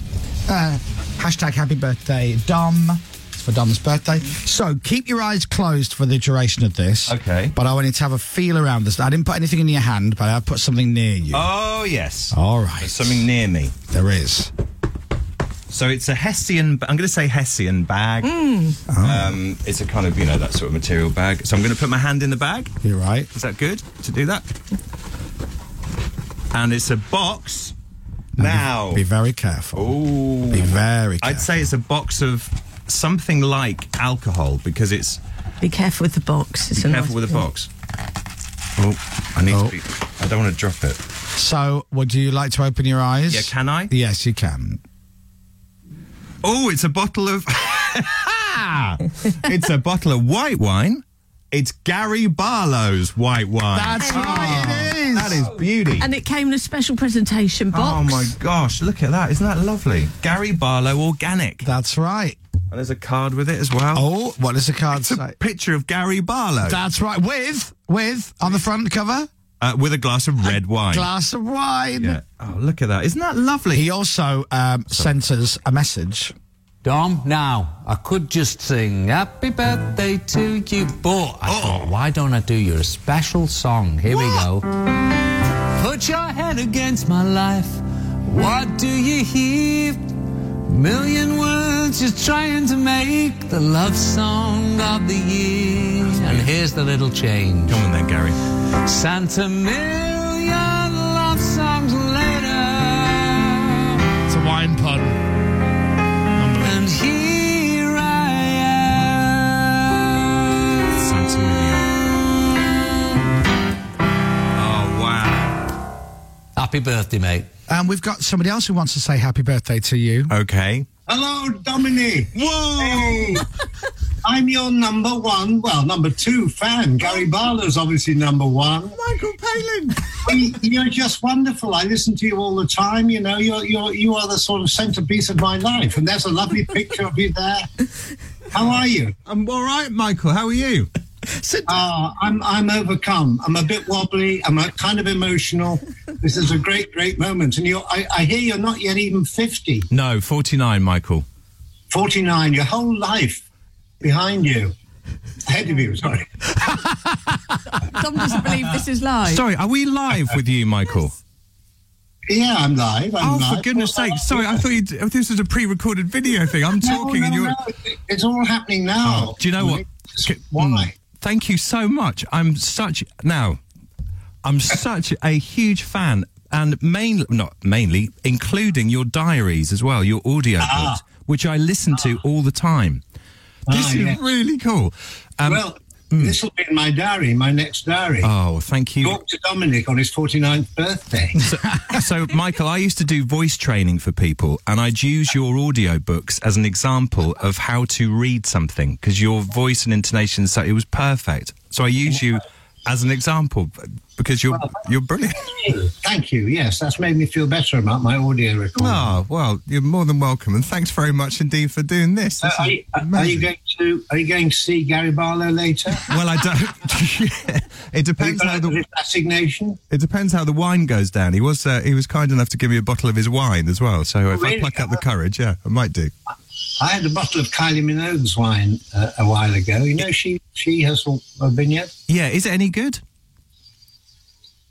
Speaker 3: Uh, hashtag happy birthday Dom. It's for Dom's birthday. So keep your eyes closed for the duration of this. Okay. But I wanted to have a feel around this. I didn't put anything in your hand, but I put something near you.
Speaker 4: Oh, yes.
Speaker 3: All right.
Speaker 4: There's something near me.
Speaker 3: There is.
Speaker 4: So it's a Hessian, I'm going to say Hessian bag.
Speaker 3: Hmm.
Speaker 4: Um, it's a kind of, you know, that sort of material bag. So I'm going to put my hand in the bag.
Speaker 3: You're right.
Speaker 4: Is that good to do that? And it's a box. Now.
Speaker 3: Be very careful.
Speaker 4: Ooh.
Speaker 3: Be very careful.
Speaker 4: I'd say it's a box of something like alcohol because it's.
Speaker 5: Be careful with the box. It's
Speaker 4: be
Speaker 5: a nice
Speaker 4: careful with the
Speaker 5: bill.
Speaker 4: box. Oh, I need to be. I don't want to drop it.
Speaker 3: So, would you like to open your eyes?
Speaker 4: Yeah, can I?
Speaker 3: Yes, you can.
Speaker 4: Oh, it's a bottle of. (laughs) it's a bottle of white wine. It's Gary Barlow's white wine.
Speaker 3: That's right, it is.
Speaker 4: That is beauty.
Speaker 5: And it came in a special presentation
Speaker 4: Oh
Speaker 5: box.
Speaker 4: my gosh, look at that. Isn't that lovely? Gary Barlow Organic.
Speaker 3: That's right.
Speaker 4: And there's a card with it as well.
Speaker 3: Oh, what does the card
Speaker 4: it's A picture of Gary Barlow
Speaker 3: That's right. With, with, on the front cover,
Speaker 4: uh, with a glass of red wine.
Speaker 3: glass of wine.
Speaker 4: Yeah. Oh, look at that. Isn't that lovely?
Speaker 3: He also um, sent us a message.
Speaker 14: Dom, now, I could just sing happy birthday to you, but I thought, why don't I do your special song? Here we go. Put your head against my life. What do you hear? Million words just trying to make the love song of the year. And here's the little change.
Speaker 4: Come on then, Gary.
Speaker 14: Santa million love songs later.
Speaker 3: It's a wine pun.
Speaker 14: And here I am.
Speaker 4: Santa Oh, wow.
Speaker 14: Happy birthday, mate.
Speaker 3: And we've got somebody else who wants to say happy birthday to you.
Speaker 4: Okay.
Speaker 17: Hello, Dominic. Whoa! I'm your number one, well, number two fan. Gary Barlow's obviously number one.
Speaker 3: Oh. Michael Palin.
Speaker 17: We- You're just wonderful. I listen to you all the time. You know, you're, you're, you are the sort of centerpiece of my life. And there's a lovely picture of you there. How are you?
Speaker 4: I'm all right, Michael. How are (laughs) you?
Speaker 17: Ah, I'm, I'm overcome. I'm a bit wobbly. I'm a kind of emotional. This is a great, great moment. And you're, I, I hear you're not yet even 50,
Speaker 4: No, 49, Michael.
Speaker 17: 49, your whole life behind you. Ahead of you, sorry.
Speaker 5: Dom doesn't believe this is live.
Speaker 4: Sorry, are we live with you, Michael?
Speaker 17: Yeah, I'm live. I'm
Speaker 4: oh,
Speaker 17: live.
Speaker 4: for goodness sake. Sorry, I thought you'd, this was a pre recorded video thing. I'm
Speaker 17: No,
Speaker 4: talking
Speaker 17: no,
Speaker 4: and you're.
Speaker 17: no, it- It's all happening now.
Speaker 4: Oh, do you know what? hmm.
Speaker 17: It's- Why?
Speaker 4: Thank you so much. I'm such. Now, I'm such a huge fan. And mainly, not mainly, including your diaries as well, your audio books, which I listen to all the time. This
Speaker 17: Ah,
Speaker 4: is
Speaker 17: yeah.
Speaker 4: really cool. Um,
Speaker 17: well, this will be in my diary, my next diary.
Speaker 4: oh, thank you.
Speaker 17: Talk to Dominic on his 49th birthday.
Speaker 4: so michael i used to do voice training for people and i'd use your audiobooks as an example of how to read something because your voice and intonation so it was perfect so i use you as an example because you're you're brilliant
Speaker 17: Thank you. Yes, that's made me feel better about my audio recording.
Speaker 4: oh well you're more than welcome and thanks very much indeed for doing this,
Speaker 17: Uh,
Speaker 4: This
Speaker 17: are,
Speaker 4: is
Speaker 17: you, are- are
Speaker 4: amazing.
Speaker 17: you going to Are you going to see Gary Barlow later?
Speaker 4: well i (laughs) don't it
Speaker 17: Are you
Speaker 4: depends
Speaker 17: going
Speaker 4: how
Speaker 17: to
Speaker 4: the
Speaker 17: his assignation?
Speaker 4: it depends how the wine goes down. He was uh, he was kind enough to give me a bottle of his wine as well. So if I
Speaker 17: really?
Speaker 4: pluck up the courage, yeah, I might do.
Speaker 17: I had a bottle of Kylie Minogue's wine uh, a while ago. You know, she she has a vineyard.
Speaker 4: Yeah, is it any good?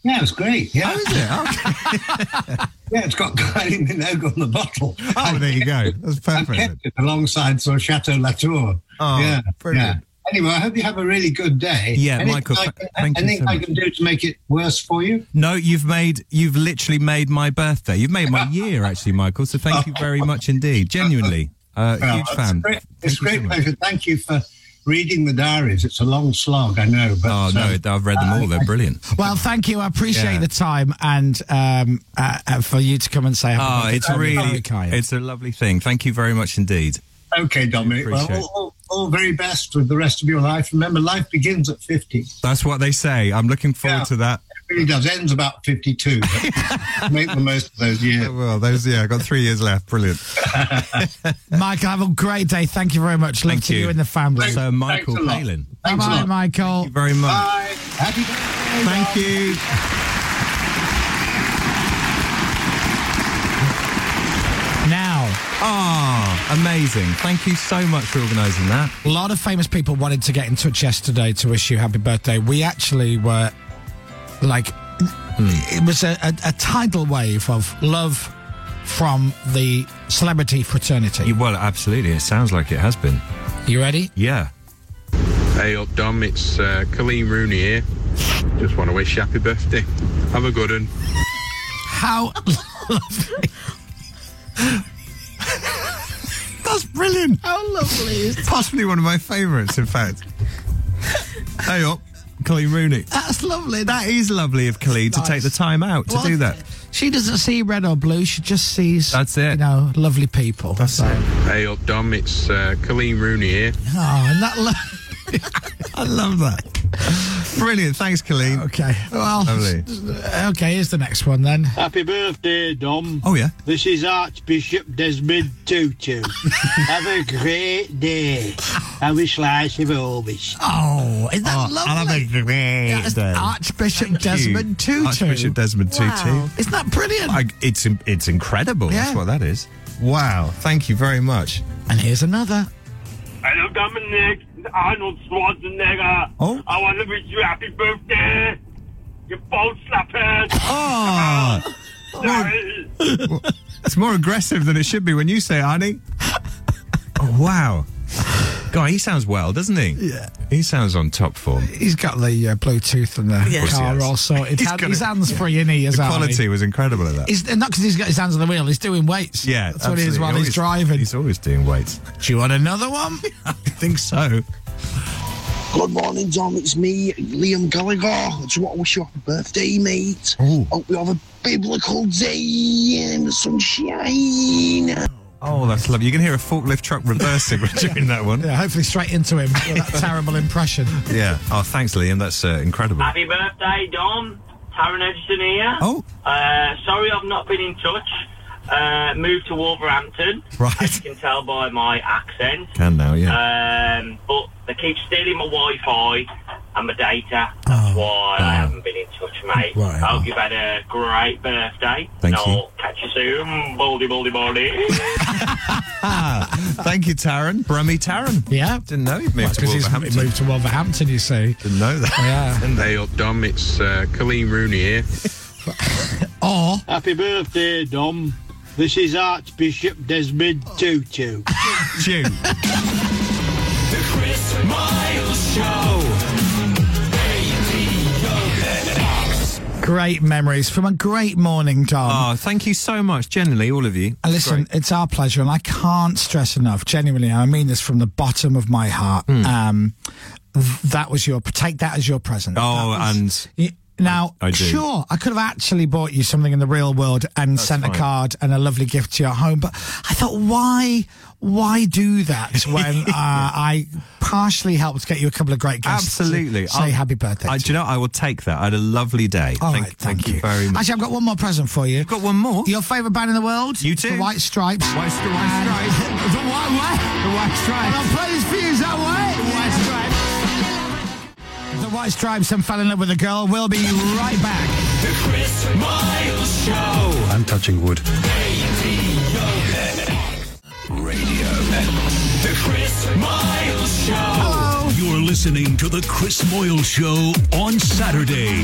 Speaker 17: Yeah, it's great. Yeah,
Speaker 4: How is it? Okay.
Speaker 17: (laughs) yeah, it's got Kylie Minogue on the bottle.
Speaker 4: Oh, there you go. That's
Speaker 17: I've
Speaker 4: perfect.
Speaker 17: kept it alongside sort of Chateau Latour.
Speaker 4: Oh,
Speaker 17: yeah,
Speaker 4: brilliant.
Speaker 17: yeah. Anyway, I hope you have a really good day.
Speaker 4: Yeah,
Speaker 17: anything
Speaker 4: Michael,
Speaker 17: I,
Speaker 4: th- thank you
Speaker 17: anything
Speaker 4: so
Speaker 17: I
Speaker 4: much.
Speaker 17: can do to make it worse for you?
Speaker 4: No, you've made you've literally made my birthday. You've
Speaker 17: (laughs)
Speaker 4: made my year actually, Michael. So thank you very much indeed. Genuinely, uh,
Speaker 17: Well,
Speaker 4: huge
Speaker 17: it's
Speaker 4: fan.
Speaker 17: Great,
Speaker 4: Thank
Speaker 17: it's
Speaker 4: you so
Speaker 17: great
Speaker 4: much.
Speaker 17: pleasure. Thank you for reading the diaries. It's a long slog, I know. But
Speaker 4: Oh no,
Speaker 17: um,
Speaker 4: I've read them all. They're brilliant.
Speaker 3: Well, thank you. I appreciate
Speaker 4: Yeah.
Speaker 3: the time and um, uh, uh, for you to come and say happy
Speaker 4: Oh,
Speaker 3: birthday.
Speaker 4: it's
Speaker 3: That'd be
Speaker 4: really
Speaker 3: very kind.
Speaker 4: it's a lovely thing. Thank you very much indeed.
Speaker 17: okay, Dominic. Well,
Speaker 4: Appreciate
Speaker 17: all, all, all very best with the rest of your life. Remember, life begins at fifty. It
Speaker 4: That's what they say. I'm looking forward
Speaker 17: Yeah.
Speaker 4: to that.
Speaker 17: really does. Ends about
Speaker 4: (laughs)
Speaker 17: fifty-two. but make the most of those years.
Speaker 4: Oh, Well, those yeah, I got three years left. Brilliant.
Speaker 3: (laughs) Michael, have a great day. Thank you very much. Love
Speaker 4: Thank
Speaker 3: to you.
Speaker 4: you.
Speaker 3: and the family.
Speaker 17: Thanks.
Speaker 4: So Michael
Speaker 17: Thanks a lot.
Speaker 4: Palin.
Speaker 3: Bye
Speaker 17: Thanks a
Speaker 3: bye,
Speaker 17: lot.
Speaker 3: Michael.
Speaker 4: Thank you very much.
Speaker 17: Bye. Happy birthday.
Speaker 4: Thank
Speaker 17: Dom.
Speaker 4: you.
Speaker 3: Now,
Speaker 4: Ah, amazing. Thank you so much for organising that.
Speaker 3: a lot of famous people wanted to get in touch yesterday to wish you happy birthday. We actually were like,
Speaker 4: Hmm.
Speaker 3: it was a, a, a tidal wave of love from the celebrity fraternity.
Speaker 4: You-
Speaker 3: You,
Speaker 4: Well, absolutely. It sounds like it has been.
Speaker 3: ready?
Speaker 4: Yeah.
Speaker 18: Hey up, Dom. It's uh, Colleen Rooney here. Just want to wish you happy birthday. Have a good one.
Speaker 14: (laughs)
Speaker 3: How lovely. That's brilliant.
Speaker 5: How lovely is
Speaker 4: Possibly one of my favourites, in fact. hey up, Colleen Rooney.
Speaker 3: That's lovely.
Speaker 4: That is lovely of Colleen to
Speaker 3: Nice.
Speaker 4: take the time out to
Speaker 3: Well,
Speaker 4: do that.
Speaker 3: She doesn't see red or blue. She just sees. That's it. You know, lovely people. That's it.
Speaker 18: Hey up, Dom. It's uh, Colleen Rooney here.
Speaker 3: Oh, and that. Lo- (laughs)
Speaker 4: I love that. Brilliant. Thanks, Colleen.
Speaker 3: Okay. Well,
Speaker 4: Lovely.
Speaker 3: okay. Here's the next one then.
Speaker 19: Happy birthday, Dom.
Speaker 4: Oh, yeah.
Speaker 19: This is Archbishop Desmond
Speaker 3: (laughs)
Speaker 19: Tutu. Have a great day. Have a slice of Orbish.
Speaker 3: Oh, is that
Speaker 19: Oh,
Speaker 3: lovely?
Speaker 19: I'll have a great
Speaker 3: That's
Speaker 4: day.
Speaker 3: Archbishop Desmond
Speaker 4: You,
Speaker 3: Tutu.
Speaker 4: Archbishop Desmond
Speaker 3: Wow.
Speaker 4: Tutu.
Speaker 3: Isn't that brilliant?
Speaker 4: I, it's in- it's incredible.
Speaker 3: Yeah.
Speaker 4: That's what that is. Wow. Thank you very much.
Speaker 3: And here's another.
Speaker 20: Hello, Dominic. It's Arnold Schwarzenegger.
Speaker 4: Oh.
Speaker 20: I want to wish you happy birthday. You bald slappers.
Speaker 3: (laughs)
Speaker 4: Oh.
Speaker 20: Sorry.
Speaker 4: it's more aggressive than it should be when you say it, Arnie. (laughs) Oh, wow. God, he sounds well, doesn't he? Yeah. He sounds on top form.
Speaker 3: He's got the uh, Bluetooth and the
Speaker 4: Yeah. Of course he
Speaker 3: car
Speaker 4: has.
Speaker 3: all sorted.
Speaker 4: He's
Speaker 3: Hand-
Speaker 4: got
Speaker 3: his
Speaker 4: it.
Speaker 3: hands free in here.
Speaker 4: The quality was incredible of that.
Speaker 3: He's, not because he's got his hands on the wheel. He's doing weights.
Speaker 4: yeah,
Speaker 3: that's what he is
Speaker 4: absolutely.
Speaker 3: while he's
Speaker 4: Always-
Speaker 3: driving.
Speaker 4: He's always doing weights.
Speaker 3: (laughs) Do you want another one?
Speaker 4: I think so.
Speaker 21: Good morning, Dom. It's me, Liam Gallagher. I just want to wish you happy birthday, mate.
Speaker 3: Oh.
Speaker 21: Hope you have a biblical day in the sunshine.
Speaker 4: (laughs) Oh, that's lovely. You can hear a forklift truck reversing (laughs) when doing that one.
Speaker 3: Yeah, hopefully straight into him with
Speaker 4: (laughs)
Speaker 3: that terrible impression.
Speaker 4: Yeah. Oh, thanks, Liam. That's uh, incredible.
Speaker 7: Happy birthday, Dom. Taryn Edison here.
Speaker 4: Oh.
Speaker 7: Uh, sorry I've not been in touch. Uh, moved to Wolverhampton.
Speaker 4: Right.
Speaker 7: As you can tell by my accent.
Speaker 4: Can now, yeah.
Speaker 7: Um, but they keep stealing my Wi-Fi and my data. That's why I haven't been in touch, mate.
Speaker 4: Oh. Right.
Speaker 7: I hope you've had a great birthday.
Speaker 4: Thank
Speaker 7: and
Speaker 4: you.
Speaker 7: I'll catch you soon. Baldy, baldy,
Speaker 1: (laughs)
Speaker 7: baldy.
Speaker 4: Ah, thank you, Taryn. Brummy Taryn.
Speaker 3: Yeah.
Speaker 4: Didn't know he'd
Speaker 3: Well,
Speaker 4: moved to
Speaker 3: 'cause he's
Speaker 4: Wolverhampton.
Speaker 3: moved to Wolverhampton, you see.
Speaker 4: Didn't know that. (laughs)
Speaker 3: Yeah.
Speaker 18: Hey up, Dom. It's uh, Colleen
Speaker 10: (laughs)
Speaker 18: Rooney here.
Speaker 3: Oh.
Speaker 19: Happy birthday, Dom. This is Archbishop Desmond Tutu.
Speaker 4: Tutu.
Speaker 1: The Chris Miles Show. Radio
Speaker 3: Great memories from a great morning, Dom.
Speaker 4: Oh, thank you so much, generally, all of you.
Speaker 3: And Uh, Listen, it's our pleasure, and I can't stress enough. Genuinely, I mean this from the bottom of my heart.
Speaker 4: Hmm.
Speaker 3: Um, th- that was your take. That as your present.
Speaker 4: Oh,
Speaker 3: That was-
Speaker 4: and
Speaker 3: Y- now,
Speaker 4: I do.
Speaker 3: sure, I could have actually bought you something in the real world and
Speaker 4: That's
Speaker 3: sent a
Speaker 4: fine.
Speaker 3: card and a lovely gift to your home, but I thought, why, why do that
Speaker 4: (laughs)
Speaker 3: when uh, I partially helped get you a couple of great gifts? to
Speaker 4: absolutely.
Speaker 3: say happy birthday.
Speaker 4: I, do you know, I will take that. I had a lovely day.
Speaker 3: All
Speaker 4: thank,
Speaker 3: right,
Speaker 4: thank, you. very much.
Speaker 3: Actually, I've got one more present for you.
Speaker 4: got one more.
Speaker 3: Your favourite band in the world? You too. The White Stripes. White, the White Stripes. the White what? The White Stripes. And I'll play this for you, is that right? The White Stripes. (laughs) The White Stripes and fell in love with a girl. We'll be right back.
Speaker 1: The Chris Miles Show.
Speaker 17: (laughs) I'm touching wood.
Speaker 1: Radio The Chris Miles Show. You're listening to The Chris Moyle Show on Saturday.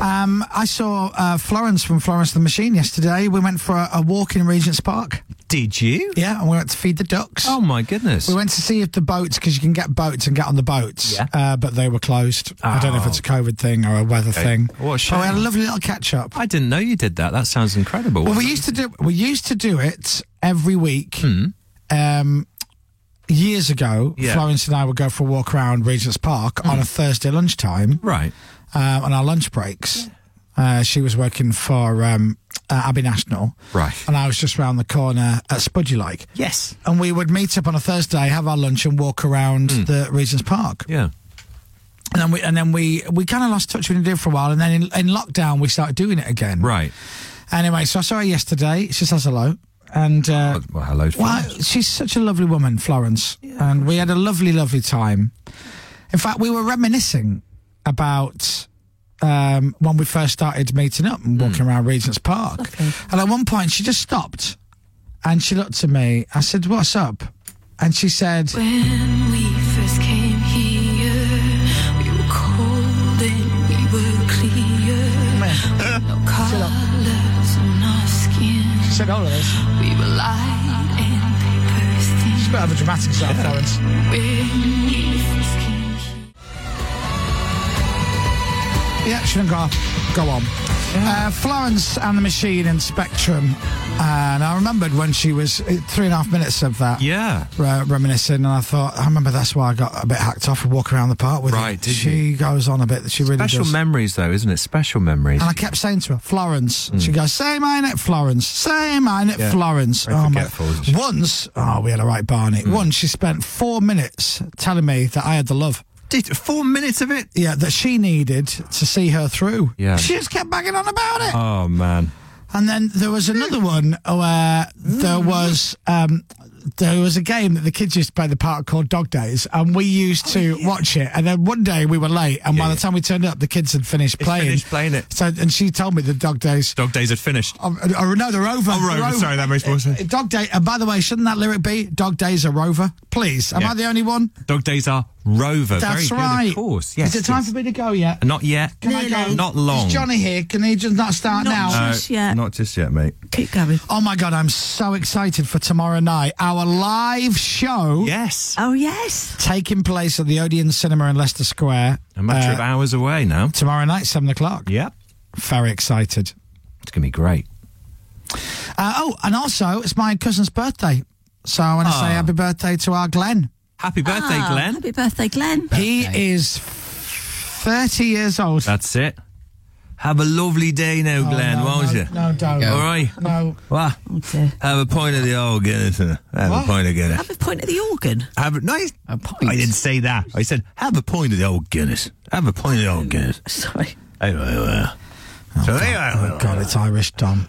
Speaker 3: Um, I saw uh, Florence from Florence the Machine yesterday. We went for a, a walk in Regent's Park.
Speaker 4: Did you?
Speaker 3: Yeah, and we went to feed the ducks.
Speaker 4: Oh, my goodness.
Speaker 3: We went to see if the boats, because you can get boats and get on the boats, yeah. uh, but they were closed. I don't know if
Speaker 4: Oh.
Speaker 3: it's a COVID thing or a weather
Speaker 4: Okay.
Speaker 3: thing.
Speaker 4: What a
Speaker 3: But we had a
Speaker 4: shame.
Speaker 3: lovely little catch up.
Speaker 4: I didn't know you did that. That sounds incredible.
Speaker 3: Well, we used to do we used to do it every week. Um, years ago,
Speaker 4: Hmm. Yeah. Hmm.
Speaker 3: Florence and I would go for a walk around Regent's Park on a Thursday lunchtime,
Speaker 4: right?
Speaker 3: Uh, on our lunch breaks, uh, she was working for um, uh, Abbey National,
Speaker 4: Right.
Speaker 3: and I was just round the corner at Spudgy Like.
Speaker 4: Yes,
Speaker 3: and we would meet up on a Thursday, have our lunch, and walk around
Speaker 4: Hmm.
Speaker 3: the Regent's Park.
Speaker 4: Yeah.
Speaker 3: And then we and then we we kind of lost touch with it for a while, and then in, in lockdown we started doing it again.
Speaker 4: Right.
Speaker 3: Anyway, so I saw her yesterday. She says hello, and uh,
Speaker 4: Oh, well, hello.
Speaker 3: well, she's such a lovely woman, Florence, and we had a lovely, lovely time. In fact, we were reminiscing about um, when we first started meeting up and
Speaker 4: Hmm.
Speaker 3: walking around Regent's Park. And at one point, she just stopped and she looked at me. I said, "What's up?" And she said,
Speaker 22: When we first came here, we were cold and we were clear. No colors on our skin.
Speaker 3: She said all of this.
Speaker 22: We were light and paper thin.
Speaker 3: She's a bit of a dramatic start, Florence.
Speaker 22: When we first came here.
Speaker 3: "Yeah, she didn't go. Go on." Uh, Florence and the Machine and Spectrum. And I remembered when she was uh, three and a half minutes of that.
Speaker 4: Yeah.
Speaker 3: re- reminiscing, and I thought, I remember that's why I got a bit hacked off for walking around the park with her.
Speaker 4: Right, did
Speaker 3: she goes on a bit. She really
Speaker 4: Special
Speaker 3: does.
Speaker 4: memories, though, isn't it? Special memories.
Speaker 3: And I kept saying to her, Florence. She goes, say mine at Florence. Say mine at
Speaker 4: Hmm. Yeah.
Speaker 3: Florence.
Speaker 4: Very
Speaker 3: oh, my.
Speaker 4: forgetful, Hmm.
Speaker 3: Once, oh, we had a right Barney. Once she spent four minutes telling me that I had the love.
Speaker 4: Did four minutes of it?
Speaker 3: Yeah, that she needed to see her through.
Speaker 4: Yeah.
Speaker 3: She just kept banging on about it.
Speaker 4: Oh man.
Speaker 3: And then there was another one where there was um, there was a game that the kids used to play in the park called Dog Days, and we
Speaker 4: Oh,
Speaker 3: used to watch it. And then one day we were late, and by the time we turned up, the kids had finished playing.
Speaker 4: finished playing it.
Speaker 3: So, and she told me the Dog Days. Um,
Speaker 4: Dog days had finished.
Speaker 3: Or, or Uh, no, they're over.
Speaker 4: Oh, we're
Speaker 3: They're
Speaker 4: over. Sorry, that makes more sense.
Speaker 3: Uh, Dog Day. And by the way, shouldn't that lyric be "Dog Days are over"? Please, am
Speaker 4: Yeah.
Speaker 3: I the only one?
Speaker 4: Dog days are rover. Very
Speaker 3: That's
Speaker 4: good,
Speaker 3: right.
Speaker 4: Of course. Yes.
Speaker 3: Is it time
Speaker 4: yes.
Speaker 3: for me to go yet?
Speaker 4: Not yet.
Speaker 3: Can I go?
Speaker 4: Not long.
Speaker 3: Is Johnny here? Can he just not start now?
Speaker 4: No, Not just yet, mate.
Speaker 23: Keep going.
Speaker 3: Oh my god, I'm so excited for tomorrow night. Our live show.
Speaker 4: Yes.
Speaker 23: Oh yes.
Speaker 3: Taking place at the Odeon Cinema in Leicester Square.
Speaker 4: A matter of hours away now.
Speaker 3: Uh, Tomorrow night, seven o'clock.
Speaker 4: Yep.
Speaker 3: Very excited.
Speaker 4: It's gonna be great.
Speaker 3: Uh, oh, and also it's my cousin's birthday. So I want to say
Speaker 4: Ah.
Speaker 3: happy birthday to our Glenn.
Speaker 4: Happy birthday,
Speaker 23: Ah,
Speaker 4: Glenn.
Speaker 23: Happy birthday, Glenn.
Speaker 3: He is 30 years old. Oh,
Speaker 4: That's it. Have a lovely day now, Glenn,
Speaker 3: no,
Speaker 4: won't
Speaker 3: no,
Speaker 4: you?
Speaker 3: No, don't.
Speaker 4: All right.
Speaker 3: No.
Speaker 4: What? Have a point of the old Guinness. Have
Speaker 23: What?
Speaker 4: a point of Guinness.
Speaker 23: Have a point at the organ.
Speaker 4: Have a, no, I- I didn't say that. I said, have a point of the old Guinness. Have a point of the old Guinness.
Speaker 23: (laughs) Sorry.
Speaker 4: Anyway, uh, so anyway,
Speaker 3: Oh God, it's Irish Tom.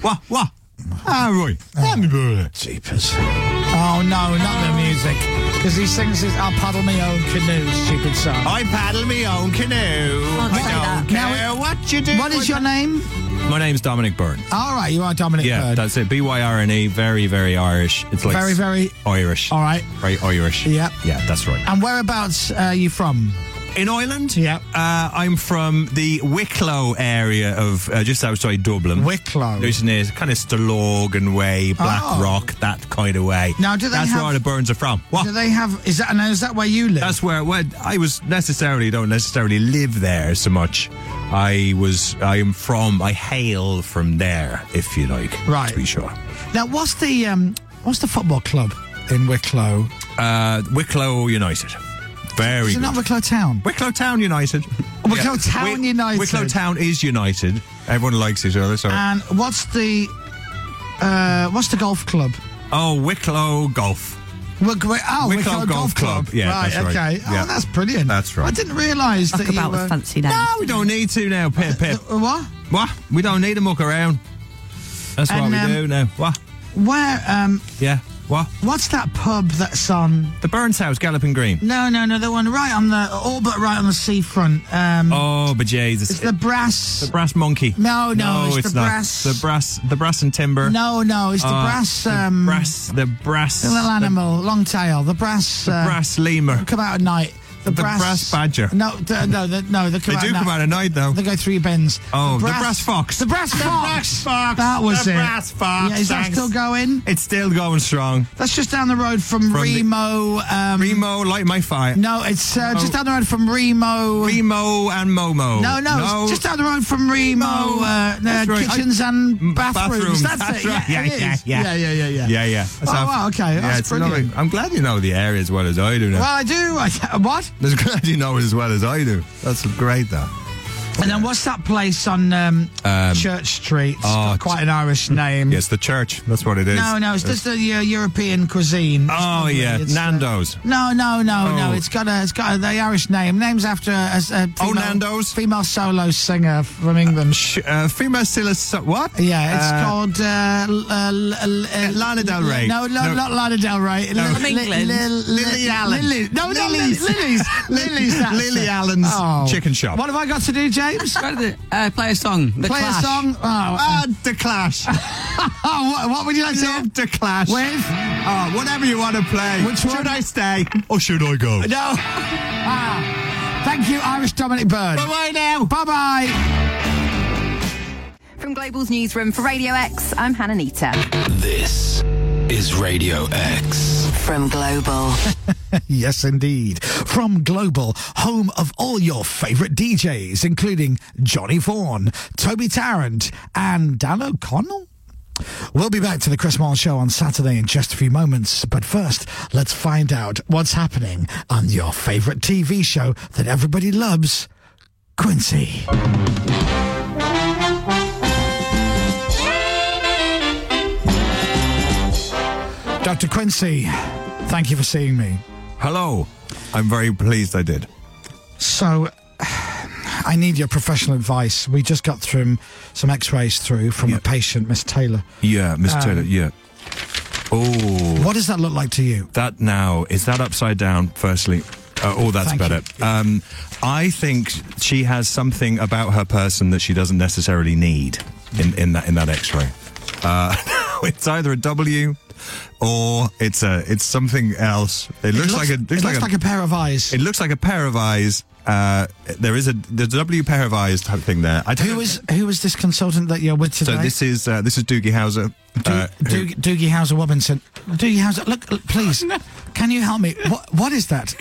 Speaker 4: What? What? Ah, right. Happy birthday.
Speaker 3: Jeepers. Oh no, not the music. Because he sings his I'll paddle me own canoe, stupid song.
Speaker 4: I paddle me own canoe.
Speaker 3: Can't say
Speaker 4: I don't
Speaker 3: that. Now
Speaker 4: care
Speaker 3: it-
Speaker 4: what you do.
Speaker 3: What is your name?
Speaker 4: My name's Dominic Byrne.
Speaker 3: All right, you are Dominic
Speaker 4: Yeah,
Speaker 3: Bird.
Speaker 4: that's it. B Y R N E. Very, very Irish. It's like
Speaker 3: Very,
Speaker 4: s-
Speaker 3: very-
Speaker 4: Irish. All
Speaker 3: right.
Speaker 4: Very Irish.
Speaker 3: Yep.
Speaker 4: Yeah, that's right.
Speaker 3: And whereabouts uh, are you from?
Speaker 4: In Ireland?
Speaker 3: Yeah.
Speaker 4: Uh, I'm from the Wicklow area of uh, just outside Dublin.
Speaker 3: Wicklow.
Speaker 4: It's near kind of Stillorgan way, Black
Speaker 3: Oh.
Speaker 4: Rock, that kind of way.
Speaker 3: Now, do they
Speaker 4: That's
Speaker 3: have-
Speaker 4: where the Burns are from. What?
Speaker 3: Do they have? Is that? And is that where you live?
Speaker 4: That's where, where I was necessarily don't necessarily live there so much. I was I am from I hail from there, if you like.
Speaker 3: Right.
Speaker 4: To be sure.
Speaker 3: now, what's the um, what's the football club in Wicklow?
Speaker 4: Uh, Wicklow United. Very
Speaker 3: Is it
Speaker 4: good.
Speaker 3: not Wicklow Town?
Speaker 4: Wicklow Town United.
Speaker 3: (laughs) Wicklow Town
Speaker 4: Wick-
Speaker 3: United.
Speaker 4: Wicklow Town is United. Everyone likes each other, so
Speaker 3: And what's the uh, what's the golf club?
Speaker 4: Oh, Wicklow Golf.
Speaker 3: Wick- Wick- oh,
Speaker 4: Wicklow
Speaker 3: Wicklow,
Speaker 4: Golf Club. Yeah,
Speaker 3: right,
Speaker 4: that's right.
Speaker 3: okay.
Speaker 4: Yeah.
Speaker 3: Oh, that's brilliant.
Speaker 4: That's right.
Speaker 3: I didn't realise
Speaker 23: Fuck
Speaker 3: that you
Speaker 23: about
Speaker 3: were...
Speaker 23: with fancy names.
Speaker 4: No, we don't need to now, Pip Pip.
Speaker 3: Uh, (laughs) What?
Speaker 4: What? We don't need to muck around. That's what
Speaker 3: And,
Speaker 4: we
Speaker 3: um,
Speaker 4: do now. What?
Speaker 3: Where? Um,
Speaker 4: Yeah. What?
Speaker 3: what's that pub that's on?
Speaker 4: The Burns House, Galloping Green.
Speaker 3: No, no, no. The one right on the all but right on the seafront. Um,
Speaker 4: Oh, bejesus.
Speaker 3: it's the brass.
Speaker 4: The brass monkey.
Speaker 3: No, no, it's the
Speaker 4: not.
Speaker 3: brass-
Speaker 4: The brass, the brass and timber.
Speaker 3: no, no, it's the
Speaker 4: Uh,
Speaker 3: brass.
Speaker 4: the
Speaker 3: Um,
Speaker 4: brass, the brass,
Speaker 3: The little animal, long tail. The brass.
Speaker 4: the
Speaker 3: uh,
Speaker 4: brass lemur.
Speaker 3: Come out at night. The,
Speaker 4: The
Speaker 3: brass,
Speaker 4: brass badger.
Speaker 3: No, the, no, the, no. They, come
Speaker 4: They
Speaker 3: out
Speaker 4: do
Speaker 3: at
Speaker 4: come
Speaker 3: night.
Speaker 4: out at night, though.
Speaker 3: They go through your bins.
Speaker 4: Oh, the brass fox.
Speaker 3: The brass fox.
Speaker 4: fox.
Speaker 3: That was
Speaker 4: the
Speaker 3: it.
Speaker 4: brass fox.
Speaker 3: Yeah, is that
Speaker 4: Thanks.
Speaker 3: still going?
Speaker 4: It's still going strong.
Speaker 3: That's just down the road from,
Speaker 4: From the-
Speaker 3: Remo. um,
Speaker 4: Remo, light my fire.
Speaker 3: No, it's uh, just down the road from Remo.
Speaker 4: Remo and Momo.
Speaker 3: No, no, it's just down the road from Remo, uh, uh,
Speaker 4: Oh, That's right.
Speaker 3: kitchens
Speaker 4: I-
Speaker 3: and
Speaker 4: Mm,
Speaker 3: bathrooms. That's, it.
Speaker 4: right.
Speaker 3: Yeah,
Speaker 4: Yeah,
Speaker 3: it
Speaker 4: yeah,
Speaker 3: is. (laughs)
Speaker 4: yeah,
Speaker 3: yeah, yeah, yeah, yeah.
Speaker 4: yeah, yeah. That's
Speaker 3: Oh,
Speaker 4: how-
Speaker 3: wow, okay,
Speaker 4: Yeah,
Speaker 3: that's
Speaker 4: it's another-
Speaker 3: brilliant.
Speaker 4: I'm glad you know the area as well as I do now.
Speaker 3: Well, I do. I, uh, what?
Speaker 4: I'm glad you know it as well as I do. That's great, though.
Speaker 3: And then what's that place on um,
Speaker 4: Um,
Speaker 3: Church Street? It's got
Speaker 4: oh,
Speaker 3: quite an Irish name.
Speaker 4: Yes, the church. That's what it is.
Speaker 3: No, no, it's just the uh, European cuisine. It's
Speaker 4: Oh
Speaker 3: lovely.
Speaker 4: yeah,
Speaker 3: It's, uh,
Speaker 4: Nando's.
Speaker 3: no, no, no, no.
Speaker 4: Oh.
Speaker 3: It's got a, it's got a, the Irish name. Names after a, a female,
Speaker 4: Oh, Nando's?
Speaker 3: female solo singer from England.
Speaker 4: Sh- uh, female Silas. So- what?
Speaker 3: Yeah, it's
Speaker 4: Uh,
Speaker 3: called uh, l- uh, l- l- uh,
Speaker 4: Lana Del Rey.
Speaker 3: No, no,
Speaker 4: No.
Speaker 3: not Lana Del Rey.
Speaker 4: No.
Speaker 3: Li-
Speaker 23: From
Speaker 3: li-
Speaker 23: England.
Speaker 3: li- li-
Speaker 4: Lily Allen.
Speaker 3: Lily. No, not Lily.
Speaker 4: Lily's.
Speaker 3: Lily's. Lily's. that's
Speaker 4: Lily
Speaker 3: it. Oh.
Speaker 4: Allen's chicken shop.
Speaker 3: What have I got to do, James?
Speaker 2: Uh, play a song. The
Speaker 3: Play
Speaker 2: Clash.
Speaker 3: a song. Oh,
Speaker 4: Ah, the Clash.
Speaker 3: oh (laughs) what, what would you like to
Speaker 4: Love the Clash.
Speaker 3: With?
Speaker 4: Oh, whatever you want to play.
Speaker 3: Which one?
Speaker 4: Should I stay or should I go?
Speaker 3: No. Ah. Thank you, Irish Dominic (laughs) Bird.
Speaker 4: Bye bye now.
Speaker 3: Bye bye.
Speaker 9: From Global's newsroom for Radio X, I'm Hannah Nita.
Speaker 7: This is Radio X.
Speaker 24: From Global. (laughs)
Speaker 3: Yes, indeed. Crumb Global, home of all your favourite DJs, including Johnny Vaughan, Toby Tarrant, and Dan O'Connell. We'll be back to the Chris Mall Show on Saturday in just a few moments, but first, let's find out what's happening on your favourite TV show that everybody loves, Quincy. Dr. Quincy, thank you for seeing me.
Speaker 4: Hello. I'm very pleased I did.
Speaker 3: So, (sighs) I need your professional advice. We just got through some x rays through from a patient, Miss Taylor.
Speaker 4: Yeah, Miss
Speaker 3: Um,
Speaker 4: Taylor. Yeah. Oh.
Speaker 3: What does that look like to you?
Speaker 4: That now is that upside down. Firstly, uh, oh, that's
Speaker 3: Thank
Speaker 4: better. Um, I think she has something about her person that she doesn't necessarily need in, in that in that X-ray. Uh, (laughs) it's either a W or it's a it's something else. It looks, like a
Speaker 3: it looks like a pair of eyes.
Speaker 4: It looks like a pair of eyes. Uh, there is a the W pair of eyes type thing there. I don't
Speaker 3: Who is who is this consultant that you're with today?
Speaker 4: so this is uh, this is Doogie Howser. uh, who-
Speaker 3: Doog- Doogie Howser Robinson. Doogie Howser, look, look, please,
Speaker 4: (laughs)
Speaker 3: can you help me? What, what is that?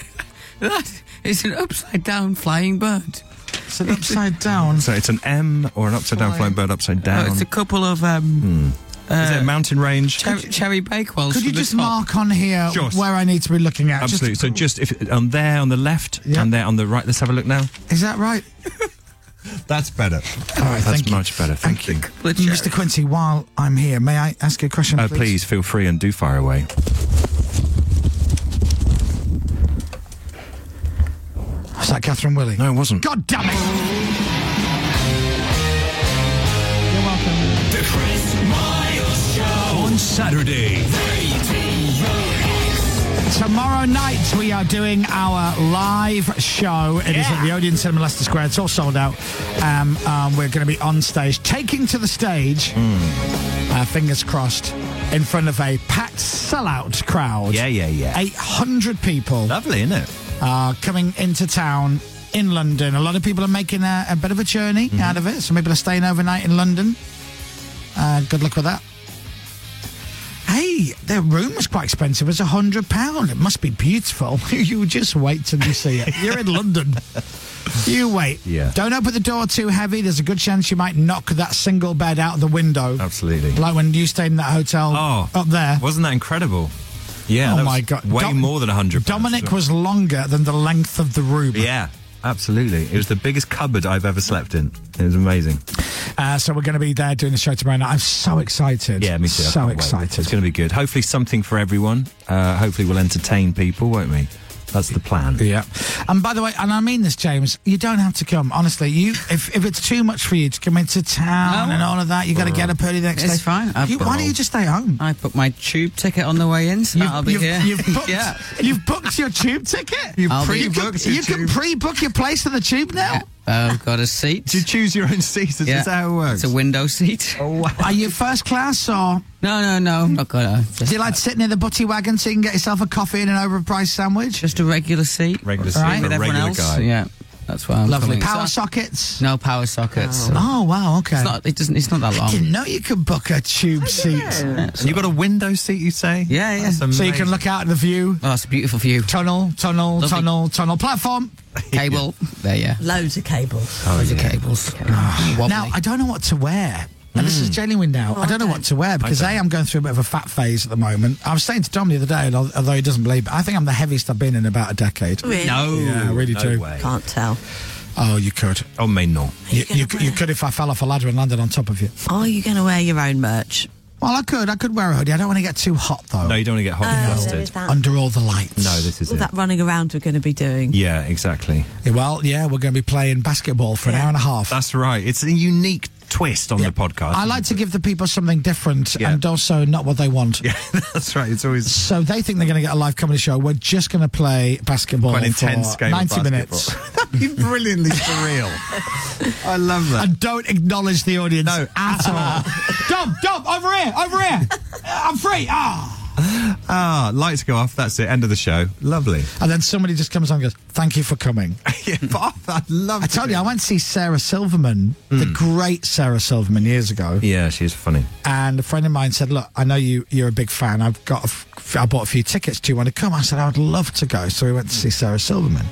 Speaker 2: That is an upside down flying bird.
Speaker 3: It's an upside down.
Speaker 4: so it's an M or an upside down
Speaker 2: Flying.
Speaker 4: flying bird upside down.
Speaker 2: Oh, it's a couple of um,
Speaker 4: Is it a mountain range?
Speaker 2: cherry, cherry bakewells.
Speaker 3: Could you
Speaker 2: from the
Speaker 3: just
Speaker 2: top.
Speaker 3: mark on here
Speaker 4: Sure.
Speaker 3: where I need to be looking at? Just-
Speaker 4: Absolutely. so just if on there on the left and there on the right. Let's have a look now.
Speaker 3: is that right?
Speaker 4: That's better.
Speaker 3: All right,
Speaker 4: That's
Speaker 3: thank you.
Speaker 4: much better. Thank, you.
Speaker 3: Mr. Quincy, while I'm here, may I ask you a question?
Speaker 4: Uh, please feel free and do fire away.
Speaker 3: Was that Catherine Willie? No,
Speaker 4: it wasn't.
Speaker 3: God damn it!
Speaker 7: The Chris Miles Show on Saturday.
Speaker 3: Tomorrow night we are doing our live show. It is at the Odeon Cinema Leicester Square. It's all sold out. Um, um, we're going to be on stage, taking to the stage,
Speaker 4: Hmm.
Speaker 3: uh, fingers crossed, in front of a packed sellout crowd.
Speaker 4: Yeah, yeah, yeah.
Speaker 3: 800 people.
Speaker 4: Lovely, isn't it?
Speaker 3: Uh, coming into town in London. A lot of people are making a, a bit of a journey
Speaker 4: Mm-hmm.
Speaker 3: out of it. Some people are staying overnight in London. Uh, good luck with that. Hey, their room was quite expensive. It's a hundred pound. It must be beautiful. (laughs) you just wait till you see it. (laughs) You're in London. You wait.
Speaker 4: Yeah.
Speaker 3: Don't open the door too heavy. There's a good chance you might knock that single bed out the window.
Speaker 4: Absolutely.
Speaker 3: Like when you stayed in that hotel
Speaker 4: Oh.
Speaker 3: up there.
Speaker 4: Wasn't that incredible? Yeah.
Speaker 3: Oh
Speaker 4: that
Speaker 3: my
Speaker 4: was
Speaker 3: God.
Speaker 4: Way
Speaker 3: Dom-
Speaker 4: more than hundred.
Speaker 3: Dominic was longer than the length of the room.
Speaker 4: Yeah. Absolutely. It was the biggest cupboard I've ever slept in. It was amazing.
Speaker 3: Uh, so we're going to be there doing the show tomorrow night. I'm so excited.
Speaker 4: Yeah, me too. I
Speaker 3: So
Speaker 4: can't wait.
Speaker 3: excited.
Speaker 4: It's going to be good. Hopefully, something for everyone. Uh, hopefully, we'll entertain people, won't we? That's the plan.
Speaker 3: Yeah. And by the way, and I mean this, James, you don't have to come. Honestly, you if, if it's too much for you to come into town and all of that, you got to get up early the next
Speaker 2: It's
Speaker 3: day.
Speaker 2: fine. I
Speaker 3: You- why don't you just stay home?
Speaker 2: I booked my tube ticket on the way in, so I'll be
Speaker 3: you've,
Speaker 2: here. (laughs)
Speaker 3: You've booked,
Speaker 2: yeah.
Speaker 3: you've booked your tube ticket.
Speaker 2: You've I'll be-
Speaker 3: you can,
Speaker 2: pre-booked your
Speaker 3: you can pre-book your place on the tube now.
Speaker 2: I've Um, got a seat. Did you
Speaker 4: choose your own seat? Is
Speaker 2: yeah.
Speaker 4: how it works?
Speaker 2: It's a window seat.
Speaker 4: (laughs) Oh, wow.
Speaker 3: Are you first class or?
Speaker 2: No, no, no. I'm not gonna.
Speaker 3: Do you like to sit near the butty wagon so you can get yourself a coffee and an overpriced sandwich?
Speaker 2: Just a regular seat.
Speaker 4: Regular
Speaker 2: All right.
Speaker 4: seat,
Speaker 2: With
Speaker 4: a
Speaker 2: everyone
Speaker 4: regular
Speaker 2: else.
Speaker 4: guy.
Speaker 2: Yeah, that's why I'm
Speaker 3: Lovely.
Speaker 2: coming.
Speaker 3: Power
Speaker 2: So-
Speaker 3: sockets.
Speaker 2: No power sockets. so-
Speaker 3: Oh wow, okay.
Speaker 2: It's not. It doesn't. It's not that long.
Speaker 3: I didn't know you could book a tube seat.
Speaker 4: And you got a window seat, you say?
Speaker 2: Yeah, yeah.
Speaker 3: Oh. So you can look out at the view.
Speaker 2: Oh, it's a beautiful view.
Speaker 3: Tunnel, tunnel,
Speaker 2: Lovely.
Speaker 3: tunnel, tunnel.
Speaker 2: (laughs)
Speaker 3: Platform.
Speaker 2: Cable. there, yeah. Oh,
Speaker 5: Loads of cables.
Speaker 2: Loads of cables. Wobbly. Hmm.
Speaker 3: Now I don't know what to wear. And this is genuine now.
Speaker 5: Oh,
Speaker 3: I don't know what to wear because A, I'm going through a bit of a fat phase at the moment. I was saying to Dom the other day, and al- although he doesn't believe it, I think I'm the heaviest I've been in about a decade.
Speaker 5: Really?
Speaker 4: No,
Speaker 3: Yeah, I really
Speaker 4: no
Speaker 3: do.
Speaker 4: way.
Speaker 5: Can't tell.
Speaker 3: Oh, you could.
Speaker 4: Oh, may no.
Speaker 3: You, you, c- you could if I fell off a ladder and landed on top of you.
Speaker 5: Are you going to wear your own merch?
Speaker 3: Well, I could. I could wear a hoodie. I don't want to get too hot, though,
Speaker 4: No, you don't want to get hot
Speaker 7: Oh,
Speaker 4: and
Speaker 5: With
Speaker 4: flustered.
Speaker 5: that,
Speaker 3: under all the lights.
Speaker 4: No, this is
Speaker 5: all
Speaker 4: it.
Speaker 5: that running around we're going to be doing.
Speaker 4: Yeah, exactly.
Speaker 3: Yeah, Well, yeah, we're going to be playing basketball for an hour and a half.
Speaker 4: That's right. It's a unique twist on the podcast.
Speaker 3: I like to give the people something different
Speaker 4: Yeah.
Speaker 3: and also not what they want.
Speaker 4: Yeah, (laughs) that's right. It's always
Speaker 3: So they think they're going to get a live comedy show. We're just going to play basketball
Speaker 4: quite an
Speaker 3: for
Speaker 4: intense game.
Speaker 3: 90
Speaker 4: of (laughs)
Speaker 3: minutes. (laughs)
Speaker 4: minutes. Brilliantly surreal. I love that.
Speaker 3: And don't acknowledge the audience
Speaker 4: (laughs)
Speaker 3: no. at all. Dom, Dom, over here, over here. Uh, I'm free. Ah.
Speaker 4: Ah, lights go off. That's it. End of the show. Lovely.
Speaker 3: And then somebody just comes on and goes, Thank you for coming.
Speaker 4: (laughs) yeah, but I'd love
Speaker 3: I told you, I went to see Sarah Silverman, the
Speaker 4: Hmm.
Speaker 3: great Sarah Silverman, years ago.
Speaker 4: Yeah, she's funny.
Speaker 3: And a friend of mine said, Look, I know you, you're a big fan. I've got, a f- I bought a few tickets. Do you want to come? I said, I would love to go. So we went to see
Speaker 4: Mm.
Speaker 3: Sarah Silverman.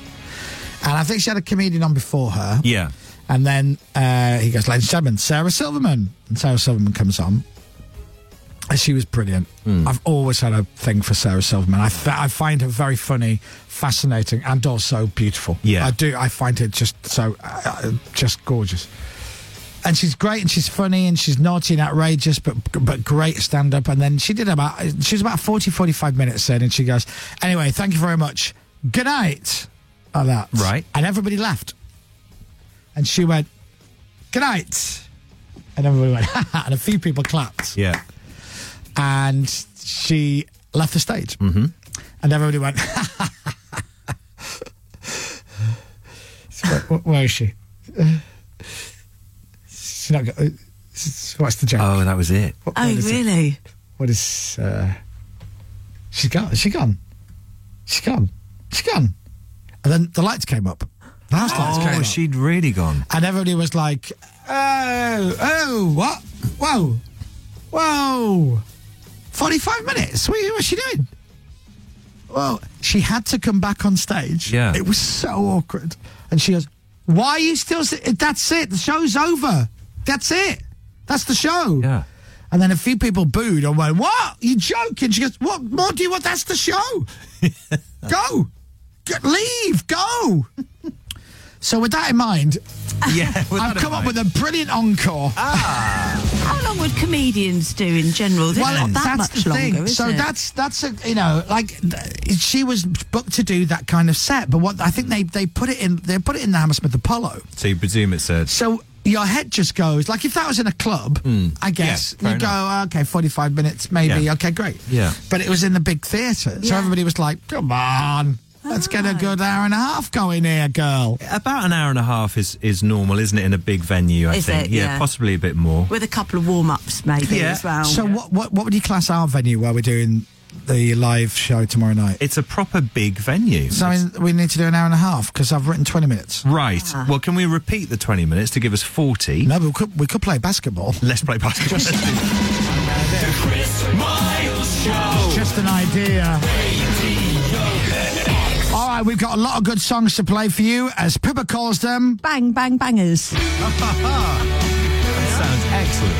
Speaker 3: And I think she had a comedian on before her.
Speaker 4: Yeah.
Speaker 3: And then uh, he goes, Ladies and gentlemen, Sarah Silverman. And Sarah Silverman comes on. And She was brilliant.
Speaker 4: Mm.
Speaker 3: I've always had a thing for Sarah Silverman. I, f- I find her very funny, fascinating, and also beautiful.
Speaker 4: Yeah.
Speaker 3: I do. I find her just so, uh, uh, just gorgeous. And she's great, and she's funny, and she's naughty and outrageous, but but great stand up. And then she did about she was about 40, 45 minutes in, and she goes, "Anyway, thank you very much. Good night." Like that,
Speaker 4: Right.
Speaker 3: And everybody left, and she went, "Good night," and everybody went, (laughs) and a few people clapped
Speaker 4: Yeah.
Speaker 3: and she left the stage. Mm-hmm. And everybody went, (laughs) So where- where, where is she? Uh, she's not got, uh, s- what's the joke?
Speaker 4: Oh, that was it.
Speaker 7: Oh,
Speaker 3: what is it?
Speaker 7: really?
Speaker 3: What is, uh, she's gone, she gone. She's gone. She's gone. And then the lights came up. The house lights came
Speaker 4: Oh,
Speaker 3: up.
Speaker 4: she'd really gone.
Speaker 3: And everybody was like, oh, oh, what? Whoa, whoa. 45 minutes? What, what's she doing? Well, she had to come back on stage.
Speaker 4: Yeah.
Speaker 3: It was so awkward. And she goes, why are you still... Si- that's it. The show's over. That's it. That's the show. Yeah. And then a few people booed and went, what? you joking. She goes, what more do you want? That's the show. Go. Get, leave. Go. So with that in mind,
Speaker 4: yeah,
Speaker 3: I've
Speaker 7: in
Speaker 3: come up with
Speaker 7: mind.
Speaker 3: a brilliant encore.
Speaker 4: Ah.
Speaker 7: How long would comedians do in general? They're not that much longer, is
Speaker 3: so
Speaker 7: it?
Speaker 3: that's that's a you know like th- she was booked to do that kind of set, but what I think they they put it in they put it in the Hammersmith Apollo.
Speaker 4: So you presume it's a.
Speaker 3: So your head just goes like if that was in a club,
Speaker 4: Mm.
Speaker 3: I guess
Speaker 4: Yeah, fair
Speaker 3: you go "Oh, okay, forty five minutes maybe,
Speaker 4: Yeah.
Speaker 3: okay, great.
Speaker 4: Yeah.
Speaker 3: But it was in the big theatre, so
Speaker 4: Yeah.
Speaker 3: everybody was like, come on, let's get a
Speaker 7: Oh.
Speaker 3: good hour and a half going here, girl.
Speaker 4: About an hour and a half is, is normal, isn't it, in a big venue, I
Speaker 7: Is
Speaker 4: think.
Speaker 7: it?
Speaker 4: Yeah,
Speaker 7: Yeah.
Speaker 4: possibly a bit more.
Speaker 7: With a couple of warm ups, maybe as well.
Speaker 3: So what what what would you class our venue where we're doing the live show tomorrow night?
Speaker 4: It's a proper big venue.
Speaker 3: So I mean, we need to do an hour and a half because I've written twenty minutes.
Speaker 4: Right.
Speaker 7: Ah.
Speaker 4: Well, can we repeat the 20 minutes to give us 40?
Speaker 3: No, but we could, we could play basketball.
Speaker 4: Let's play basketball.
Speaker 3: (laughs)
Speaker 25: The Chris Miles Show.
Speaker 3: It's just an idea. All right, we've got a lot of good songs to play for you, as Pippa calls them.
Speaker 7: Bang, bang, bangers.
Speaker 4: Sounds excellent.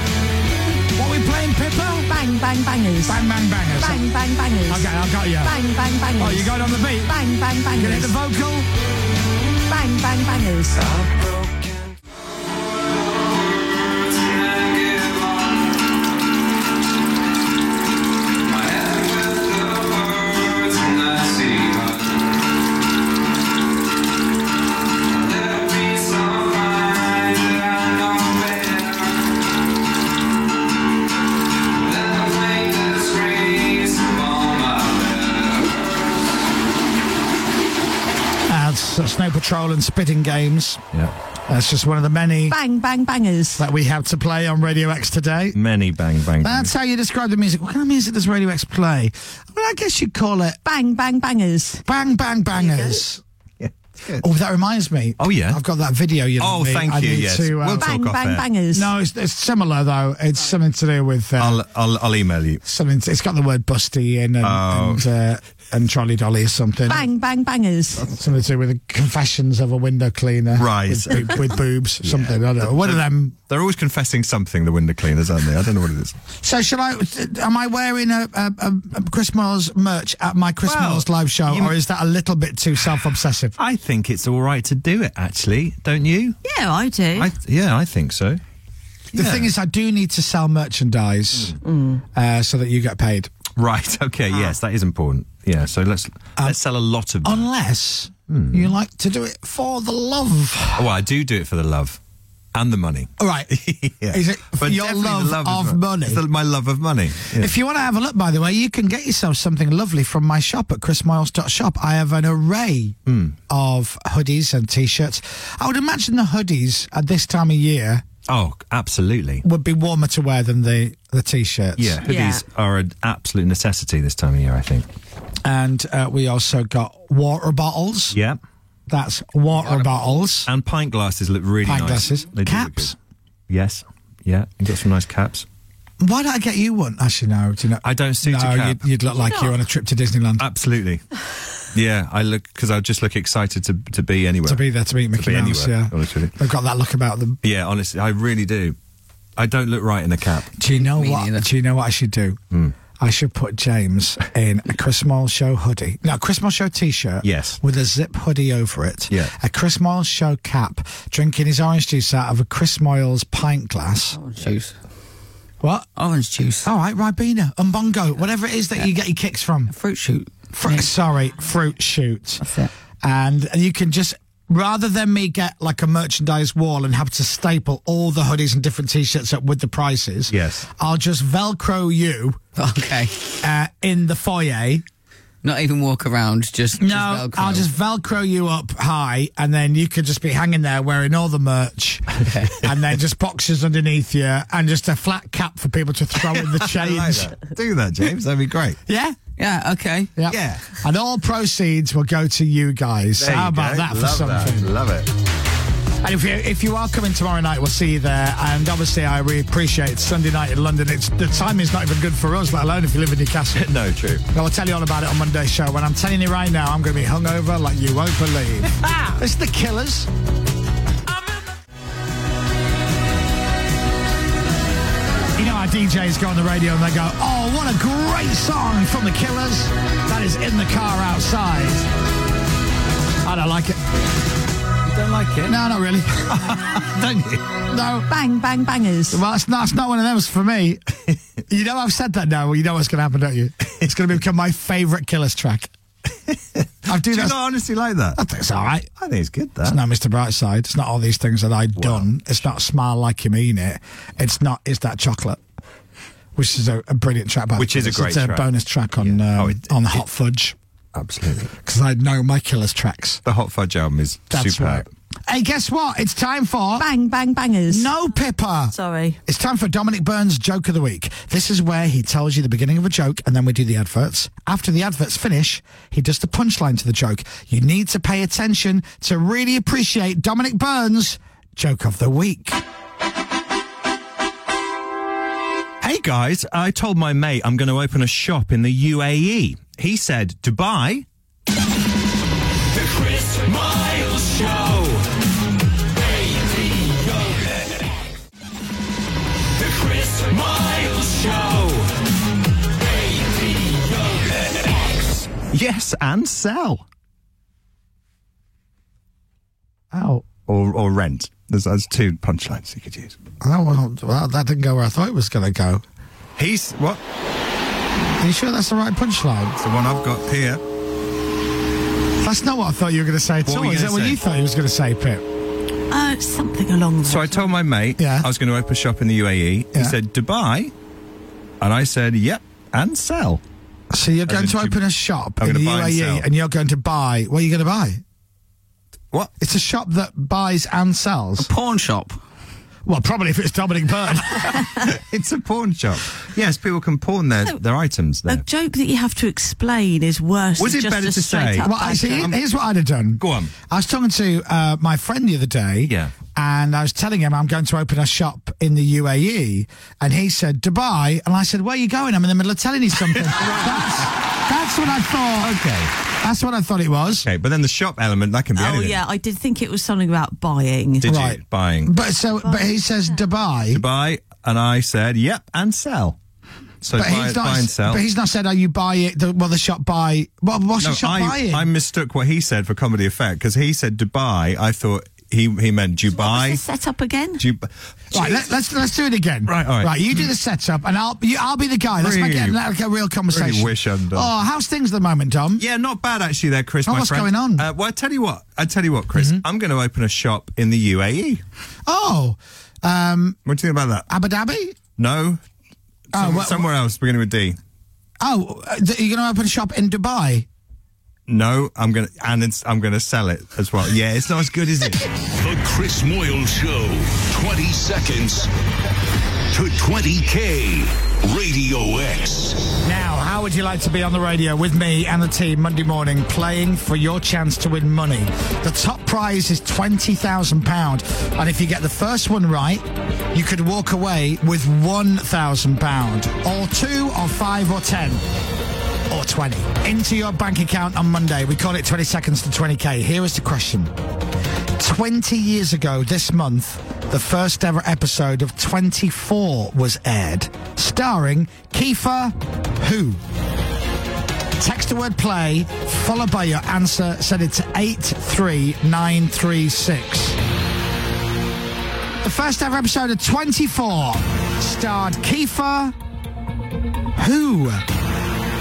Speaker 3: What are we playing, Pippa?
Speaker 7: Bang, bang, bangers.
Speaker 3: Bang, bang, bangers.
Speaker 7: Bang, bang, bangers.
Speaker 3: Okay, I got you.
Speaker 7: Bang, bang, bangers.
Speaker 3: Oh, you got it on the beat?
Speaker 7: Bang, bang, bangers.
Speaker 3: Can I hit the vocal?
Speaker 7: Bang, bang, bangers.
Speaker 4: Uh-huh.
Speaker 3: That's uh, Snow Patrol and Spitting Games.
Speaker 4: Yeah.
Speaker 3: That's just one of the many
Speaker 7: bang, bang, bangers
Speaker 3: that we have to play on Radio X today.
Speaker 4: Many bang bang.
Speaker 3: That's how you describe the music. What kind of music does Radio X play? Well, I guess you'd call it
Speaker 7: Bang, bang, bangers.
Speaker 3: bang, bang, bangers. Oh, that reminds me.
Speaker 4: Oh, yeah.
Speaker 3: I've got that video. You.
Speaker 4: Oh,
Speaker 3: lent me.
Speaker 4: thank
Speaker 3: I
Speaker 4: you,
Speaker 3: need
Speaker 4: yes.
Speaker 3: To, um,
Speaker 4: We'll Bang, talk off bang, air.
Speaker 7: bangers.
Speaker 3: No, it's, it's similar though. It's something to do with uh,
Speaker 4: I'll, I'll, I'll email you.
Speaker 3: something. It's got the word busty in and
Speaker 4: Oh.
Speaker 3: and, uh, and trolley dolly or something.
Speaker 7: Bang, bang, bangers.
Speaker 3: Something to do with the confessions of a window cleaner.
Speaker 4: Right.
Speaker 3: With, boob- with boobs,
Speaker 4: (laughs)
Speaker 3: something. I don't know. One of them.
Speaker 4: They're always confessing something, the window cleaners, aren't they? I don't know what it is.
Speaker 3: So, shall I? Am I wearing a, a, a, a Chris Miles merch at my Chris
Speaker 4: Well,
Speaker 3: Miles live show,
Speaker 4: you-
Speaker 3: or is that a little bit too self obsessive?
Speaker 4: I think it's all right to do it, actually, don't you?
Speaker 7: Yeah, I do.
Speaker 4: I, yeah, I think so.
Speaker 3: The
Speaker 4: Yeah.
Speaker 3: thing is, I do need to sell merchandise uh, so that you get paid.
Speaker 4: Right. (laughs) Okay.
Speaker 7: Ah.
Speaker 4: Yes, that is important. Yeah. So let's let's sell a lot of. Them.
Speaker 3: Unless
Speaker 4: Mm.
Speaker 3: you like to do it for the love.
Speaker 4: well, Oh, I do do it for the love and the money.
Speaker 3: All right.
Speaker 4: (laughs) Yeah.
Speaker 3: Is it for
Speaker 4: But
Speaker 3: your
Speaker 4: definitely the
Speaker 3: love,
Speaker 4: is
Speaker 3: of
Speaker 4: right.
Speaker 3: money?
Speaker 4: It's the- my love of money. Yeah.
Speaker 3: If you want to have a look, by the way, you can get yourself something lovely from my shop at chrismiles.shop. I have an array
Speaker 4: Mm.
Speaker 3: of hoodies and t shirts. I would imagine the hoodies at this time of year
Speaker 4: Oh, absolutely.
Speaker 3: would be warmer to wear than the the t-shirts.
Speaker 4: Yeah, hoodies are an absolute necessity this time of year, I think.
Speaker 3: And uh, we also got water bottles.
Speaker 4: Yeah.
Speaker 3: That's water bottles.
Speaker 4: And pint glasses look really
Speaker 3: Pint
Speaker 4: nice.
Speaker 3: glasses.
Speaker 4: They do look
Speaker 3: Caps.
Speaker 4: good. Yes. Yeah. You got some nice caps.
Speaker 3: Why don't I get you one? Actually, no. Do you know?
Speaker 4: I don't suit
Speaker 3: no,
Speaker 4: a cap.
Speaker 3: You'd, you'd look like you're on a trip to Disneyland.
Speaker 4: Absolutely. Yeah, I look because I just look excited to to be anywhere.
Speaker 3: To be there to meet Mickey
Speaker 4: be
Speaker 3: Mouse,
Speaker 4: anywhere,
Speaker 3: yeah.
Speaker 4: honestly.
Speaker 3: They've got that look about them.
Speaker 4: Yeah, honestly, I really do. I don't look right in a cap.
Speaker 3: Do you know what? Do you know what I should do?
Speaker 4: Hmm.
Speaker 3: I should put James in a Chris Mall Show hoodie. No, Chris Mall Show t-shirt.
Speaker 4: Yes.
Speaker 3: With a zip hoodie over it.
Speaker 4: Yeah.
Speaker 3: A Chris Moyle Show cap, drinking his orange juice out of a Chris Moyle's pint glass. Orange
Speaker 26: juice.
Speaker 3: What?
Speaker 26: Orange juice.
Speaker 3: All right, Ribena, umbongo, whatever it is that you get your kicks from.
Speaker 26: Fruit shoot.
Speaker 3: Fr- Sorry, fruit shoot. That's it. And you can just, rather than me get like a merchandise wall and have to staple all the hoodies and different t-shirts up with the prices.
Speaker 4: Yes.
Speaker 3: I'll just Velcro you.
Speaker 26: Okay.
Speaker 3: Uh, in the foyer.
Speaker 26: Not even walk around, just.
Speaker 3: No, I'll just Velcro you up high, and then you could just be hanging there wearing all the merch, (laughs) and then just boxes underneath you, and just a flat cap for people to throw
Speaker 26: (laughs)
Speaker 4: (laughs)
Speaker 3: in the
Speaker 4: I
Speaker 3: change.
Speaker 4: like that. Do that, James. (laughs) That'd be great.
Speaker 3: Yeah.
Speaker 26: Yeah, okay.
Speaker 4: Yeah.
Speaker 3: And all proceeds will go to you guys.
Speaker 4: There
Speaker 3: How
Speaker 4: you
Speaker 3: about
Speaker 4: go.
Speaker 3: that for
Speaker 4: Love
Speaker 3: something?
Speaker 4: Love it.
Speaker 3: And if you if you are coming tomorrow night, we'll see you there. And obviously, I really appreciate it's Sunday night in London. It's the timing's not even good for us, let alone if you live in Newcastle.
Speaker 4: (laughs) No, true.
Speaker 3: I'll tell you all about it on Monday's show. When I'm telling you right now, I'm going to be hungover like you won't believe. it's the Killers. You know, our DJs go on the radio and they go, "Oh, what a great song from the Killers! That is in the car outside." I don't like it.
Speaker 4: You don't like it?
Speaker 3: No, not really.
Speaker 4: (laughs) don't you?
Speaker 3: No. Bang, bang, bangers. Well, it's not, it's not one of those for
Speaker 4: (laughs)
Speaker 3: me. you know, I've said that now. Well, you know what's going to happen, don't you? It's going to become my favourite Killers
Speaker 4: (laughs)
Speaker 3: track. I do,
Speaker 4: Do you
Speaker 3: that.
Speaker 4: not honestly like that?
Speaker 3: I think it's all right.
Speaker 4: I think it's good.
Speaker 3: It's
Speaker 4: That.
Speaker 3: not Mr. Brightside. It's not all these things that I'd done. It's not smile like you mean it. It's not. It's that chocolate, which is a, a brilliant track. By the
Speaker 4: Which is a
Speaker 3: Killers.
Speaker 4: great
Speaker 3: it's
Speaker 4: track. Oh,
Speaker 3: a bonus track on um, on Hot Fudge
Speaker 4: Absolutely.
Speaker 3: because I know my Killers tracks.
Speaker 4: The Hot Fudge album is
Speaker 3: That's
Speaker 4: superb.
Speaker 3: Hey, guess what? It's time for Bang Bang Bangers. No, Pippa. Sorry. It's time for Dominic Burns' Joke of the Week. This is where he tells you the beginning of a joke and then we do the adverts. After the adverts finish, he does the punchline to the joke. You need to pay attention to really appreciate Dominic Burns' Joke of the Week.
Speaker 4: Hey guys, I told my mate I'm going to open a shop in the UAE. He said Dubai.
Speaker 7: The Chris Miles Show. Radio. The Chris Miles Show. Radio.
Speaker 4: Yes, and sell.
Speaker 3: Ow.
Speaker 4: Or, or rent. There's, there's two punchlines you could use.
Speaker 3: That, well, that didn't go where I thought it was going to go.
Speaker 4: He's what?
Speaker 3: Are you sure that's the right punchline?
Speaker 4: It's the one I've got here.
Speaker 3: That's not what I thought you were going to say at
Speaker 4: What
Speaker 3: all.
Speaker 4: were you
Speaker 3: Is that
Speaker 4: gonna
Speaker 3: what
Speaker 4: say?
Speaker 3: you thought he was going to say, Pip?
Speaker 5: Uh, something along those
Speaker 4: So I told my mate I was going to open shop in the UAE. He said Dubai, and I said yep, and sell.
Speaker 3: So you're
Speaker 4: As
Speaker 3: going
Speaker 4: in
Speaker 3: to
Speaker 4: Dub-
Speaker 3: open a shop
Speaker 4: I'm
Speaker 3: in the E?
Speaker 4: gonna buy and
Speaker 3: UAE
Speaker 4: sell.
Speaker 3: and, you're going to buy. What are you going to buy?
Speaker 4: What?
Speaker 3: It's a shop that buys and sells. A
Speaker 26: pawn shop.
Speaker 3: Well, probably if it's Dominic Byrne.
Speaker 4: it's a pawn shop. Yes, people can pawn their, their items
Speaker 5: A
Speaker 4: there.
Speaker 5: joke that you have to explain is worse.
Speaker 4: Was
Speaker 5: than
Speaker 4: it
Speaker 5: just
Speaker 4: better
Speaker 5: a
Speaker 4: to (laughs) say-
Speaker 5: straight Up
Speaker 3: Well, I
Speaker 5: bad
Speaker 3: see,
Speaker 5: joke.
Speaker 3: here's what I'd have done. Go
Speaker 4: on.
Speaker 3: I was talking to uh, my friend the other day.
Speaker 4: Yeah.
Speaker 3: And I was telling him I'm going to open a shop in the UAE. And he said, Dubai. And I said, Where are you going? I'm in the middle of telling you
Speaker 4: (laughs)
Speaker 3: something. that's, that's what I thought. Uh,
Speaker 4: Okay.
Speaker 3: That's what I thought it was.
Speaker 4: Okay, but then the shop element that can be
Speaker 5: Oh
Speaker 4: anything.
Speaker 5: yeah, I did think it was something about buying.
Speaker 4: Did you buying
Speaker 3: But so, but he says Dubai.
Speaker 4: Dubai? And I said yep, and sell. So
Speaker 3: but
Speaker 4: buy,
Speaker 3: he's not.
Speaker 4: buy and sell.
Speaker 3: But he's not said, "Are you buy it?" The, well, the shop buy. Well, what's the shop
Speaker 4: I,
Speaker 3: buying?
Speaker 4: I mistook what he said for comedy effect because he said Dubai. I thought he he meant Dubai.
Speaker 5: Set up again.
Speaker 4: Dubai.
Speaker 3: Right, let, us let's do it again.
Speaker 4: Right, all right.
Speaker 3: right. You do the setup, and I'll you, I'll be the guy. Let's make
Speaker 4: Really-
Speaker 3: it like a real conversation.
Speaker 4: really wish I'd done.
Speaker 3: Oh, how's things at the moment, Dom?
Speaker 4: Yeah, not bad actually there, Chris.
Speaker 3: Oh,
Speaker 4: my
Speaker 3: what's
Speaker 4: friend.
Speaker 3: going on? Mm-hmm.
Speaker 4: Uh, well, I tell you what. I tell you what, Chris. I'm going to open a shop in the UAE.
Speaker 3: Oh, um,
Speaker 4: What do you think about that?
Speaker 3: Abu Dhabi.
Speaker 4: No,
Speaker 3: Oh,
Speaker 4: Some-
Speaker 3: well-
Speaker 4: somewhere else beginning with D.
Speaker 3: Oh, uh, th- you're going to open a shop in Dubai.
Speaker 4: No, I'm gonna and it's, I'm gonna sell it as well. Yeah, it's not as good, is it?
Speaker 7: The
Speaker 1: Chris Moyle Show. 20 seconds to 20K Radio X.
Speaker 3: Now, how would you like to be on the radio with me and the team Monday morning playing for your chance to win money? The top prize is £20,000. And if you get the first one right, you could walk away with £1,000 or two or five or ten or 20 into your bank account on Monday. We call it 20 seconds to 20k. Here is the question 20 years ago this month, the first ever episode of 24 was aired, starring Kiefer Who? Text the word play, followed by your answer. Send it to 83936. The first ever episode of 24 starred Kiefer who?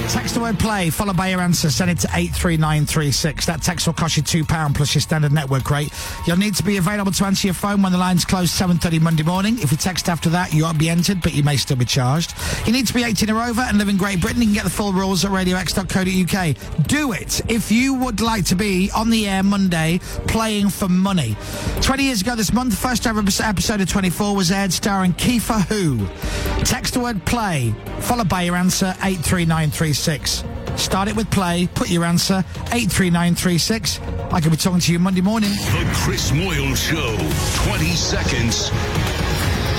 Speaker 3: Text the word play, followed by your answer. Send it to 83936. That text will cost you £2 plus your standard network rate. You'll need to be available to answer your phone when the lines close 7.30 Monday morning. If you text after that, you won't be entered, but you may still be charged. You need to be 18 or over and live in Great Britain. You can get the full rules at radiox.co.uk. Do it if you would like to be on the air Monday playing for money. 20 years ago this month, the first ever episode of 24 was aired starring Kiefer Who. Text the word play, followed by your answer 83936. Start it with play, put your answer 83936. I could be talking to you Monday morning.
Speaker 1: The Chris Moyle Show. 20 seconds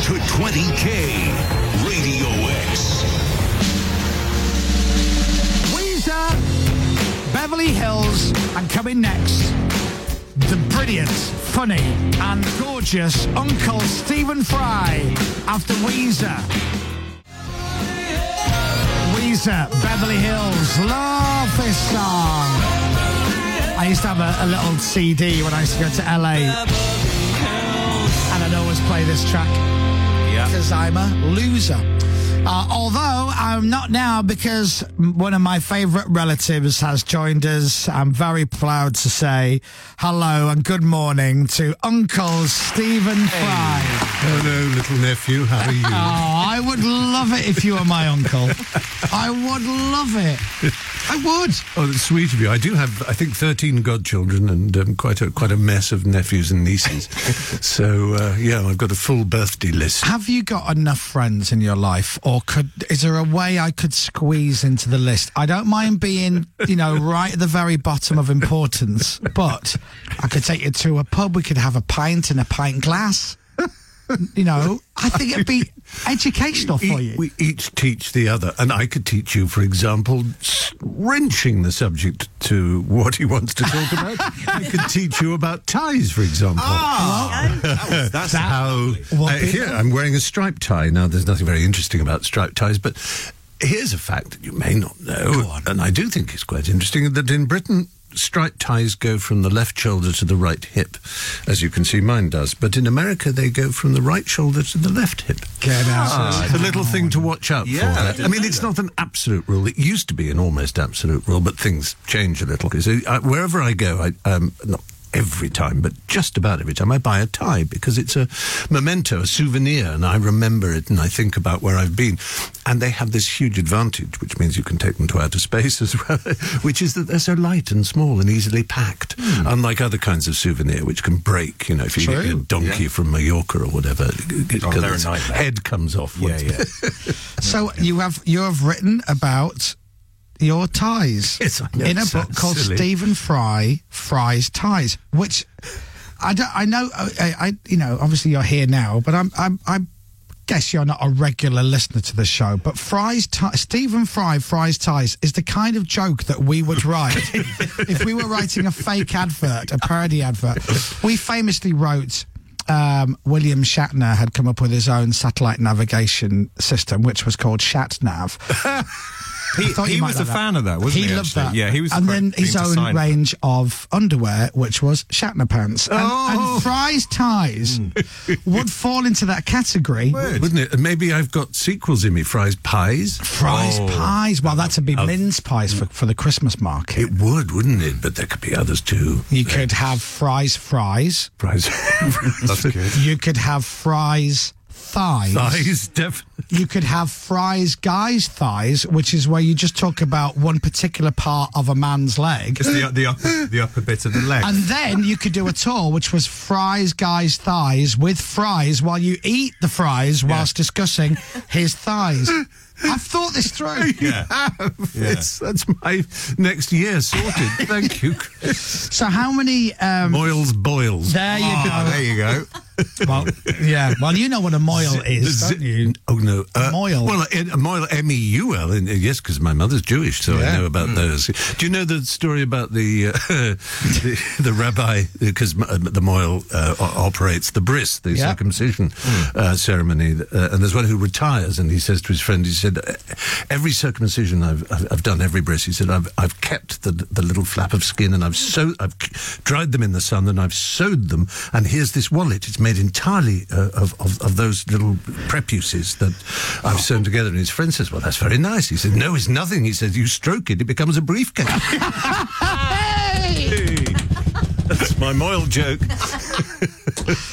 Speaker 1: to 20K Radio X.
Speaker 3: Weezer, Beverly Hills, and coming next, the brilliant, funny, and gorgeous Uncle Stephen Fry after Weezer. Weezer, Beverly Hills, love this song. I used to have a, a little CD when I used to go to LA, and I'd always play this track because I'm a loser. Uh, although I'm not now because one of my favourite relatives has joined us. I'm very proud to say hello and good morning to Uncle Stephen Fry.
Speaker 8: Hello, little nephew.
Speaker 3: (laughs)
Speaker 8: How are you?
Speaker 3: Oh, I would love it if you were my uncle. I would love it. I would.
Speaker 8: Oh, that's sweet of you. I do have, I think, thirteen godchildren and um, quite a quite a mess of nephews
Speaker 3: (laughs)
Speaker 8: and nieces. so uh, yeah, I've got a full birthday list.
Speaker 3: Have you got enough friends in your life, or could is there a way I could squeeze into the list? I don't mind being, you know, (laughs) right at the very bottom of importance, but I could take you to a pub. We could have a pint in a pint glass. You know, I think it'd be educational for you.
Speaker 8: We each teach the other, and I could teach you, for example, s- wrenching the subject to what he wants to talk about. I could teach you about ties, for example.
Speaker 1: Ah, okay.
Speaker 8: that's how. uh, here, I'm wearing a striped tie. Now, there's nothing very interesting about striped ties, but here's a fact that you may not know, and I do think it's quite interesting that in Britain. Striped ties go from the left shoulder to the right hip, as you can see mine does. But in America, they go from the right shoulder to the left hip.
Speaker 3: Get out.
Speaker 8: Ah, it's a little thing to watch out
Speaker 3: Yeah, I
Speaker 8: for.
Speaker 3: didn't
Speaker 8: I mean,
Speaker 3: know
Speaker 8: it's
Speaker 3: that.
Speaker 8: not an absolute rule. It used to be an almost absolute rule, but things change a little. 'Cause, uh, wherever I go, I, um, not every time, but just about every time, I buy a tie because it's a memento, a souvenir, and I remember it and I think about where I've been. And they have this huge advantage, which means you can take them to outer space (laughs) as well, which is that they're so light and (laughs) small and easily packed, unlike other kinds of souvenir, which can break, you know, if you get
Speaker 3: Hmm. True.
Speaker 8: a donkey from Mallorca or whatever, it,
Speaker 3: Oh, they're a
Speaker 8: its
Speaker 3: nightmare.
Speaker 8: head comes off. Yeah, yeah.
Speaker 3: So you have you have written about your ties
Speaker 8: know,
Speaker 3: in a
Speaker 8: it
Speaker 3: book
Speaker 8: sounds
Speaker 3: called
Speaker 8: silly.
Speaker 3: Stephen Fry Fry's Ties, which I don't, I know I, I I- you know obviously you're here now, but I'm I'm I guess you're not a regular listener to the show, but Fry's Ti- Stephen Fry Fry's Ties is the kind of joke that we would write (laughs) if we were writing a fake advert, a parody advert. We famously wrote um, William Shatner had come up with his own satellite navigation system, which was called ShatNav.
Speaker 4: He-
Speaker 3: I thought you
Speaker 4: he
Speaker 3: might
Speaker 4: was
Speaker 3: like
Speaker 4: a
Speaker 3: that.
Speaker 4: fan of that, wasn't he,
Speaker 3: He loved
Speaker 4: actually?
Speaker 3: that.
Speaker 4: Yeah, he was
Speaker 3: And
Speaker 4: quite
Speaker 3: then
Speaker 4: keen
Speaker 3: his
Speaker 4: to
Speaker 3: own
Speaker 4: sign that.
Speaker 3: range of underwear, which was Shatner pants. And,
Speaker 4: Oh!
Speaker 3: and Fry's ties
Speaker 4: Hmm.
Speaker 3: would fall into that category.
Speaker 8: Wouldn't it? And Maybe I've got sequels in me. Fries pies.
Speaker 3: Fries
Speaker 4: Oh.
Speaker 3: pies. Well, that'd be
Speaker 8: Oh.
Speaker 3: mince pies for, for the Christmas market.
Speaker 8: It would, wouldn't it? But there could be
Speaker 3: (laughs)
Speaker 8: others too.
Speaker 3: You could have fries, fries. (laughs)
Speaker 8: Fries. That's
Speaker 3: You could have fries, thighs.
Speaker 8: Thighs, definitely.
Speaker 3: You could have fries guys thighs, which is where you just talk about one particular part of a man's leg.
Speaker 4: Just the, the, upper, the upper bit of the leg.
Speaker 3: (laughs) And then you could do a tour, which was fries guys thighs with fries while you eat the fries whilst discussing his thighs. I've thought this through.
Speaker 8: (laughs) Yeah. It's, that's my next year sorted.
Speaker 3: (laughs)
Speaker 8: Thank you.
Speaker 3: So how many um,
Speaker 8: Moyles boils.
Speaker 3: There you
Speaker 8: Ah,
Speaker 3: go.
Speaker 8: There you go.
Speaker 3: Well, yeah. Well, you know what a moil is.
Speaker 8: Z-
Speaker 3: don't you?
Speaker 8: Oh no, uh,
Speaker 3: Moil.
Speaker 8: Well, it, a moil, M E U L. in- uh, Yes, because my mother's Jewish, so
Speaker 3: Yeah. Hmm.
Speaker 8: I know about those. Do you know the story about the uh, (laughs) the, the rabbi? Because the moil uh, o- operates the bris, the
Speaker 3: Yeah. Hmm.
Speaker 8: circumcision uh, ceremony, uh, and there's one who retires, and he says to his friend, he said, uh, "Every circumcision I've I've, I've done, every bris, he said, I've I've kept the the little flap of skin, and I've so I've dried them in the sun, and I've sewed them, and here's this wallet. It's made entirely uh, of, of of those little prepuces that I've sewn together." And his friend says, "Well, that's very nice." He said, "No, it's nothing." He says, "You stroke it, it becomes a briefcase." (laughs) that's my moil joke.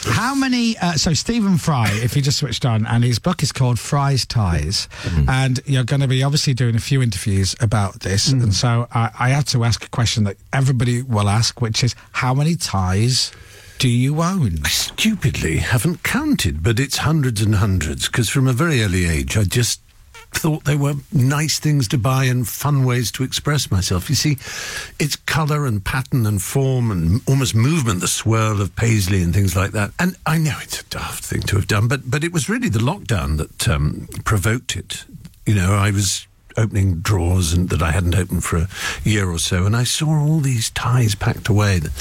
Speaker 3: How many? Uh, so Stephen Fry, if you just switched on, and his book is called Fry's Ties,
Speaker 8: Mm-hmm.
Speaker 3: and you're going to be obviously doing a few interviews about this,
Speaker 8: Mm.
Speaker 3: and so I, I had to ask a question that everybody will ask, which is how many ties do you own?
Speaker 8: stupidly haven't counted, but it's hundreds and hundreds because from a very early age I just thought they were nice things to buy and fun ways to express myself. You see, it's colour and pattern and form and m- almost movement, the swirl of paisley and things like that. And I know it's a daft thing to have done, but but it was really the lockdown that um, provoked it. You know, I was opening drawers and that I hadn't opened for a year or so, and I saw all these ties packed away, that,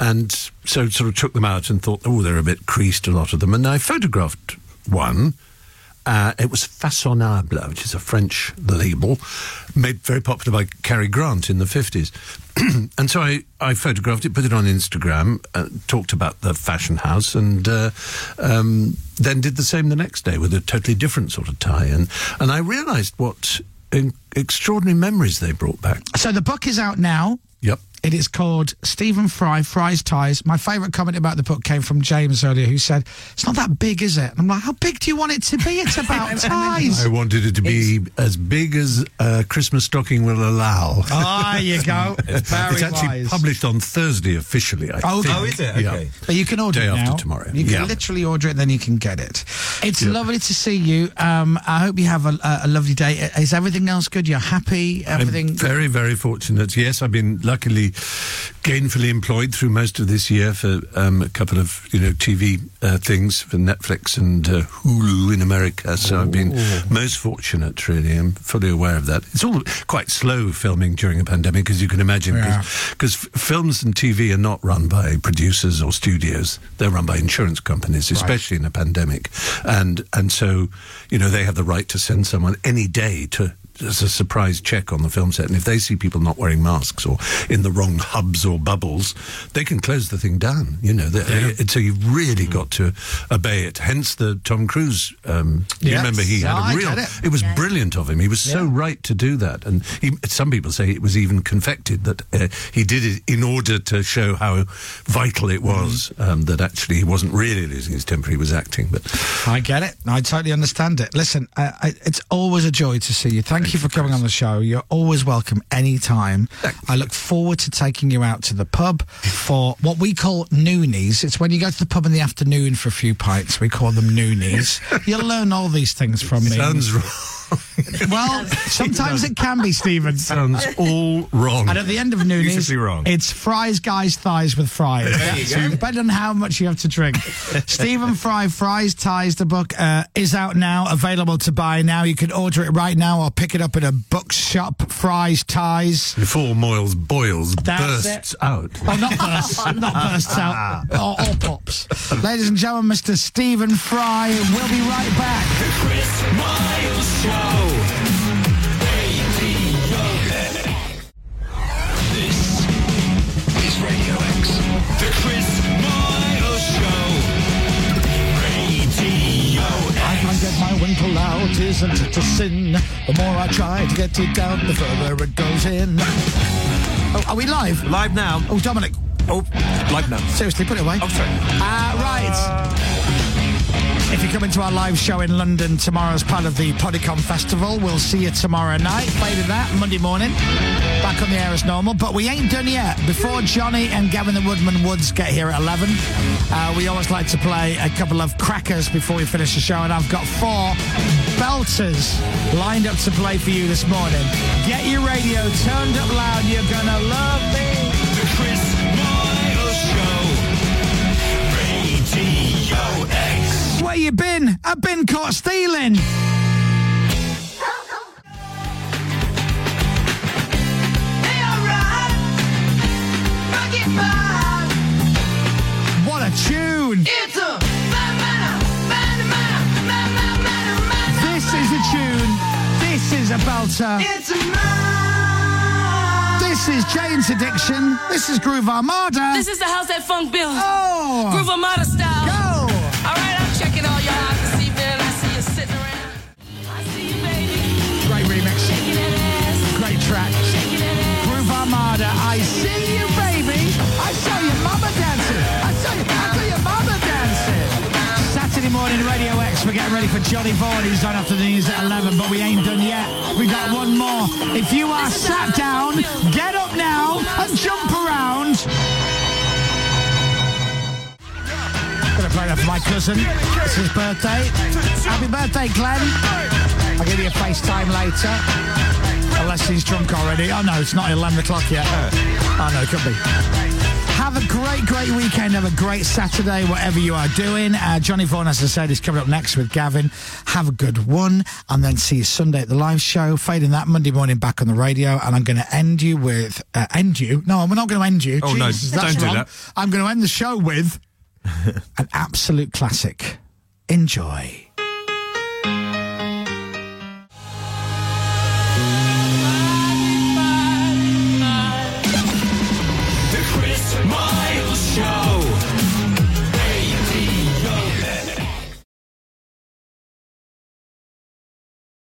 Speaker 8: and so sort of took them out and thought, oh, they're a bit creased, a lot of them, and I photographed one. Uh, it was Façonnable, which is a French label, made very popular by Cary Grant in the 50s. (clears throat) and so I, I photographed it, put it on Instagram, uh, talked about the fashion house, and uh, um, then did the same the next day with a totally different sort of tie. And, and I realised what in- extraordinary memories they brought back.
Speaker 3: So the book is out now.
Speaker 8: Yep.
Speaker 3: It is called Stephen Fry, Fry's Ties. My favourite comment about the book came from James earlier, who said, It's not that big, is it? And I'm like, How big do you want it to be?
Speaker 8: (laughs)
Speaker 3: It's about ties.
Speaker 8: I wanted it to be as big as a Christmas stocking will allow. (laughs)
Speaker 3: Ah, you go.
Speaker 8: it's
Speaker 3: Very
Speaker 8: actually
Speaker 3: wise.
Speaker 8: published on Thursday officially. I
Speaker 3: Oh, okay.
Speaker 8: think.
Speaker 3: Oh, is it?
Speaker 8: Yeah.
Speaker 3: Okay. But you can order
Speaker 8: Day
Speaker 3: it
Speaker 8: after
Speaker 3: now.
Speaker 8: tomorrow.
Speaker 3: You can
Speaker 8: Yeah.
Speaker 3: literally order it, then you can get it. It's
Speaker 8: Yeah.
Speaker 3: lovely to see you. Um, I hope you have a, a a lovely day. Is everything else good? You're happy? Everything?
Speaker 8: I'm very, very fortunate. Yes, I've been luckily gainfully employed through most of this year for um, a couple of you know TV uh, things for Netflix and uh, Hulu in America. So I've been most fortunate, really. I'm fully aware of that. It's all quite slow filming during a pandemic, as you can imagine, because films and TV are not run by producers or studios. They're run by insurance companies, especially in a pandemic, and and so you know they have the right to send someone any day to as a surprise check on the film set. And if they see people not wearing masks or in the wrong hubs or bubbles, they can close the thing down. You know, They- uh, so you've
Speaker 3: Mm.
Speaker 8: really got to obey it. Hence the Tom Cruise. Um, You
Speaker 3: Yes.
Speaker 8: remember he had
Speaker 3: Yeah, I
Speaker 8: a real.
Speaker 3: get it.
Speaker 8: It. was brilliant of him. He was so right to do that. And he, some people say it was even confected that uh, he did it in order to show how vital it was. Um, that actually he wasn't really losing his temper; he was acting. But
Speaker 3: I get it. I totally understand it. Listen, I, I, it's always a joy to see you. Thank, you for coming on the show. You're always welcome anytime. I look forward to taking you out to the pub for what we call noonies. It's when you go to the pub in the afternoon for a few pints. We call them noonies. You'll learn all these things from me.
Speaker 8: Sounds wrong.
Speaker 3: (laughs) Well, sometimes it can be, Stephen.
Speaker 8: Sounds all wrong.
Speaker 3: And at the end of noonies,
Speaker 8: Beautifully wrong.
Speaker 3: it's fries, guys, thighs with fries.
Speaker 8: There you
Speaker 3: So
Speaker 8: go.
Speaker 3: Depending on how much you have to
Speaker 8: (laughs)
Speaker 3: drink. Stephen Fry, Fries Ties, the book uh, is out now, available to buy now. You can order it right now or pick it up at a bookshop. Fries Ties.
Speaker 8: before Moyle's boils
Speaker 3: That's
Speaker 8: bursts
Speaker 3: it.
Speaker 8: out.
Speaker 3: Oh, not bursts,
Speaker 8: (laughs)
Speaker 3: not bursts out. Or, or pops. Ladies and gentlemen, Mr. Stephen Fry will be right back.
Speaker 7: The Chris Miles Show. Radio X. This is Radio X. The Chris Miles Show. Radio
Speaker 3: I can't get my winkle out, isn't it a sin? The more I try to get it down, the further it goes in. Oh, are we live?
Speaker 4: Live now.
Speaker 3: Oh, Dominic.
Speaker 4: Oh, live now.
Speaker 3: Seriously, put it away.
Speaker 4: Oh, sorry.
Speaker 3: Uh, right. Uh, If you come into our live show in London tomorrow as part of the Podicon Festival, we'll see you tomorrow night. Play with that Monday morning. Back on the air as normal, but we ain't done yet. Before Johnny and Gavin the Woodman Woods get here at 11, uh, we always like to play a couple of crackers before we finish the show, and I've got four belters lined up to play for you this morning. Get your radio turned up loud. You're going to love this. The Chris Miles Show. Radio X. Where you been? I've been caught stealing. What a tune! It's a This is a tune. This is a belter. It's a This is Jane's Addiction. This is Groove Armada.
Speaker 7: This is the house that funk built.
Speaker 3: Oh.
Speaker 7: Groove Armada style.
Speaker 3: Go.
Speaker 7: All right, I'm checking all y'all out this evening. I see you sitting around.
Speaker 3: Great remix. Great track. Groove Armada. I see you, baby. I saw your mama dancing. I saw your, I saw your mama dancing. Saturday morning, Radio X. We're getting ready for Johnny Vaughan, who's on after the news at 11, but we ain't done yet. We've got one more. If you are sat down, get up now and jump around. Gonna play that for my cousin. It's his birthday. Happy birthday, Glenn. I'll give you a FaceTime later. Unless he's drunk already. Oh no, it's not 11 o'clock yet. Oh no, it could be. Have a great, great weekend. Have a great Saturday, whatever you are doing. Uh, Johnny Vaughan, as I said, is coming up next with Gavin. Have a good one, and then see you Sunday at the live show. Fading that Monday morning back on the radio, and I'm going to end you with uh, end you. No, we're not going to end you.
Speaker 4: Oh, no,
Speaker 3: Jesus,
Speaker 4: don't
Speaker 3: that's
Speaker 4: do
Speaker 3: wrong.
Speaker 4: that. (laughs)
Speaker 3: I'm going to end the show with an absolute classic. Enjoy.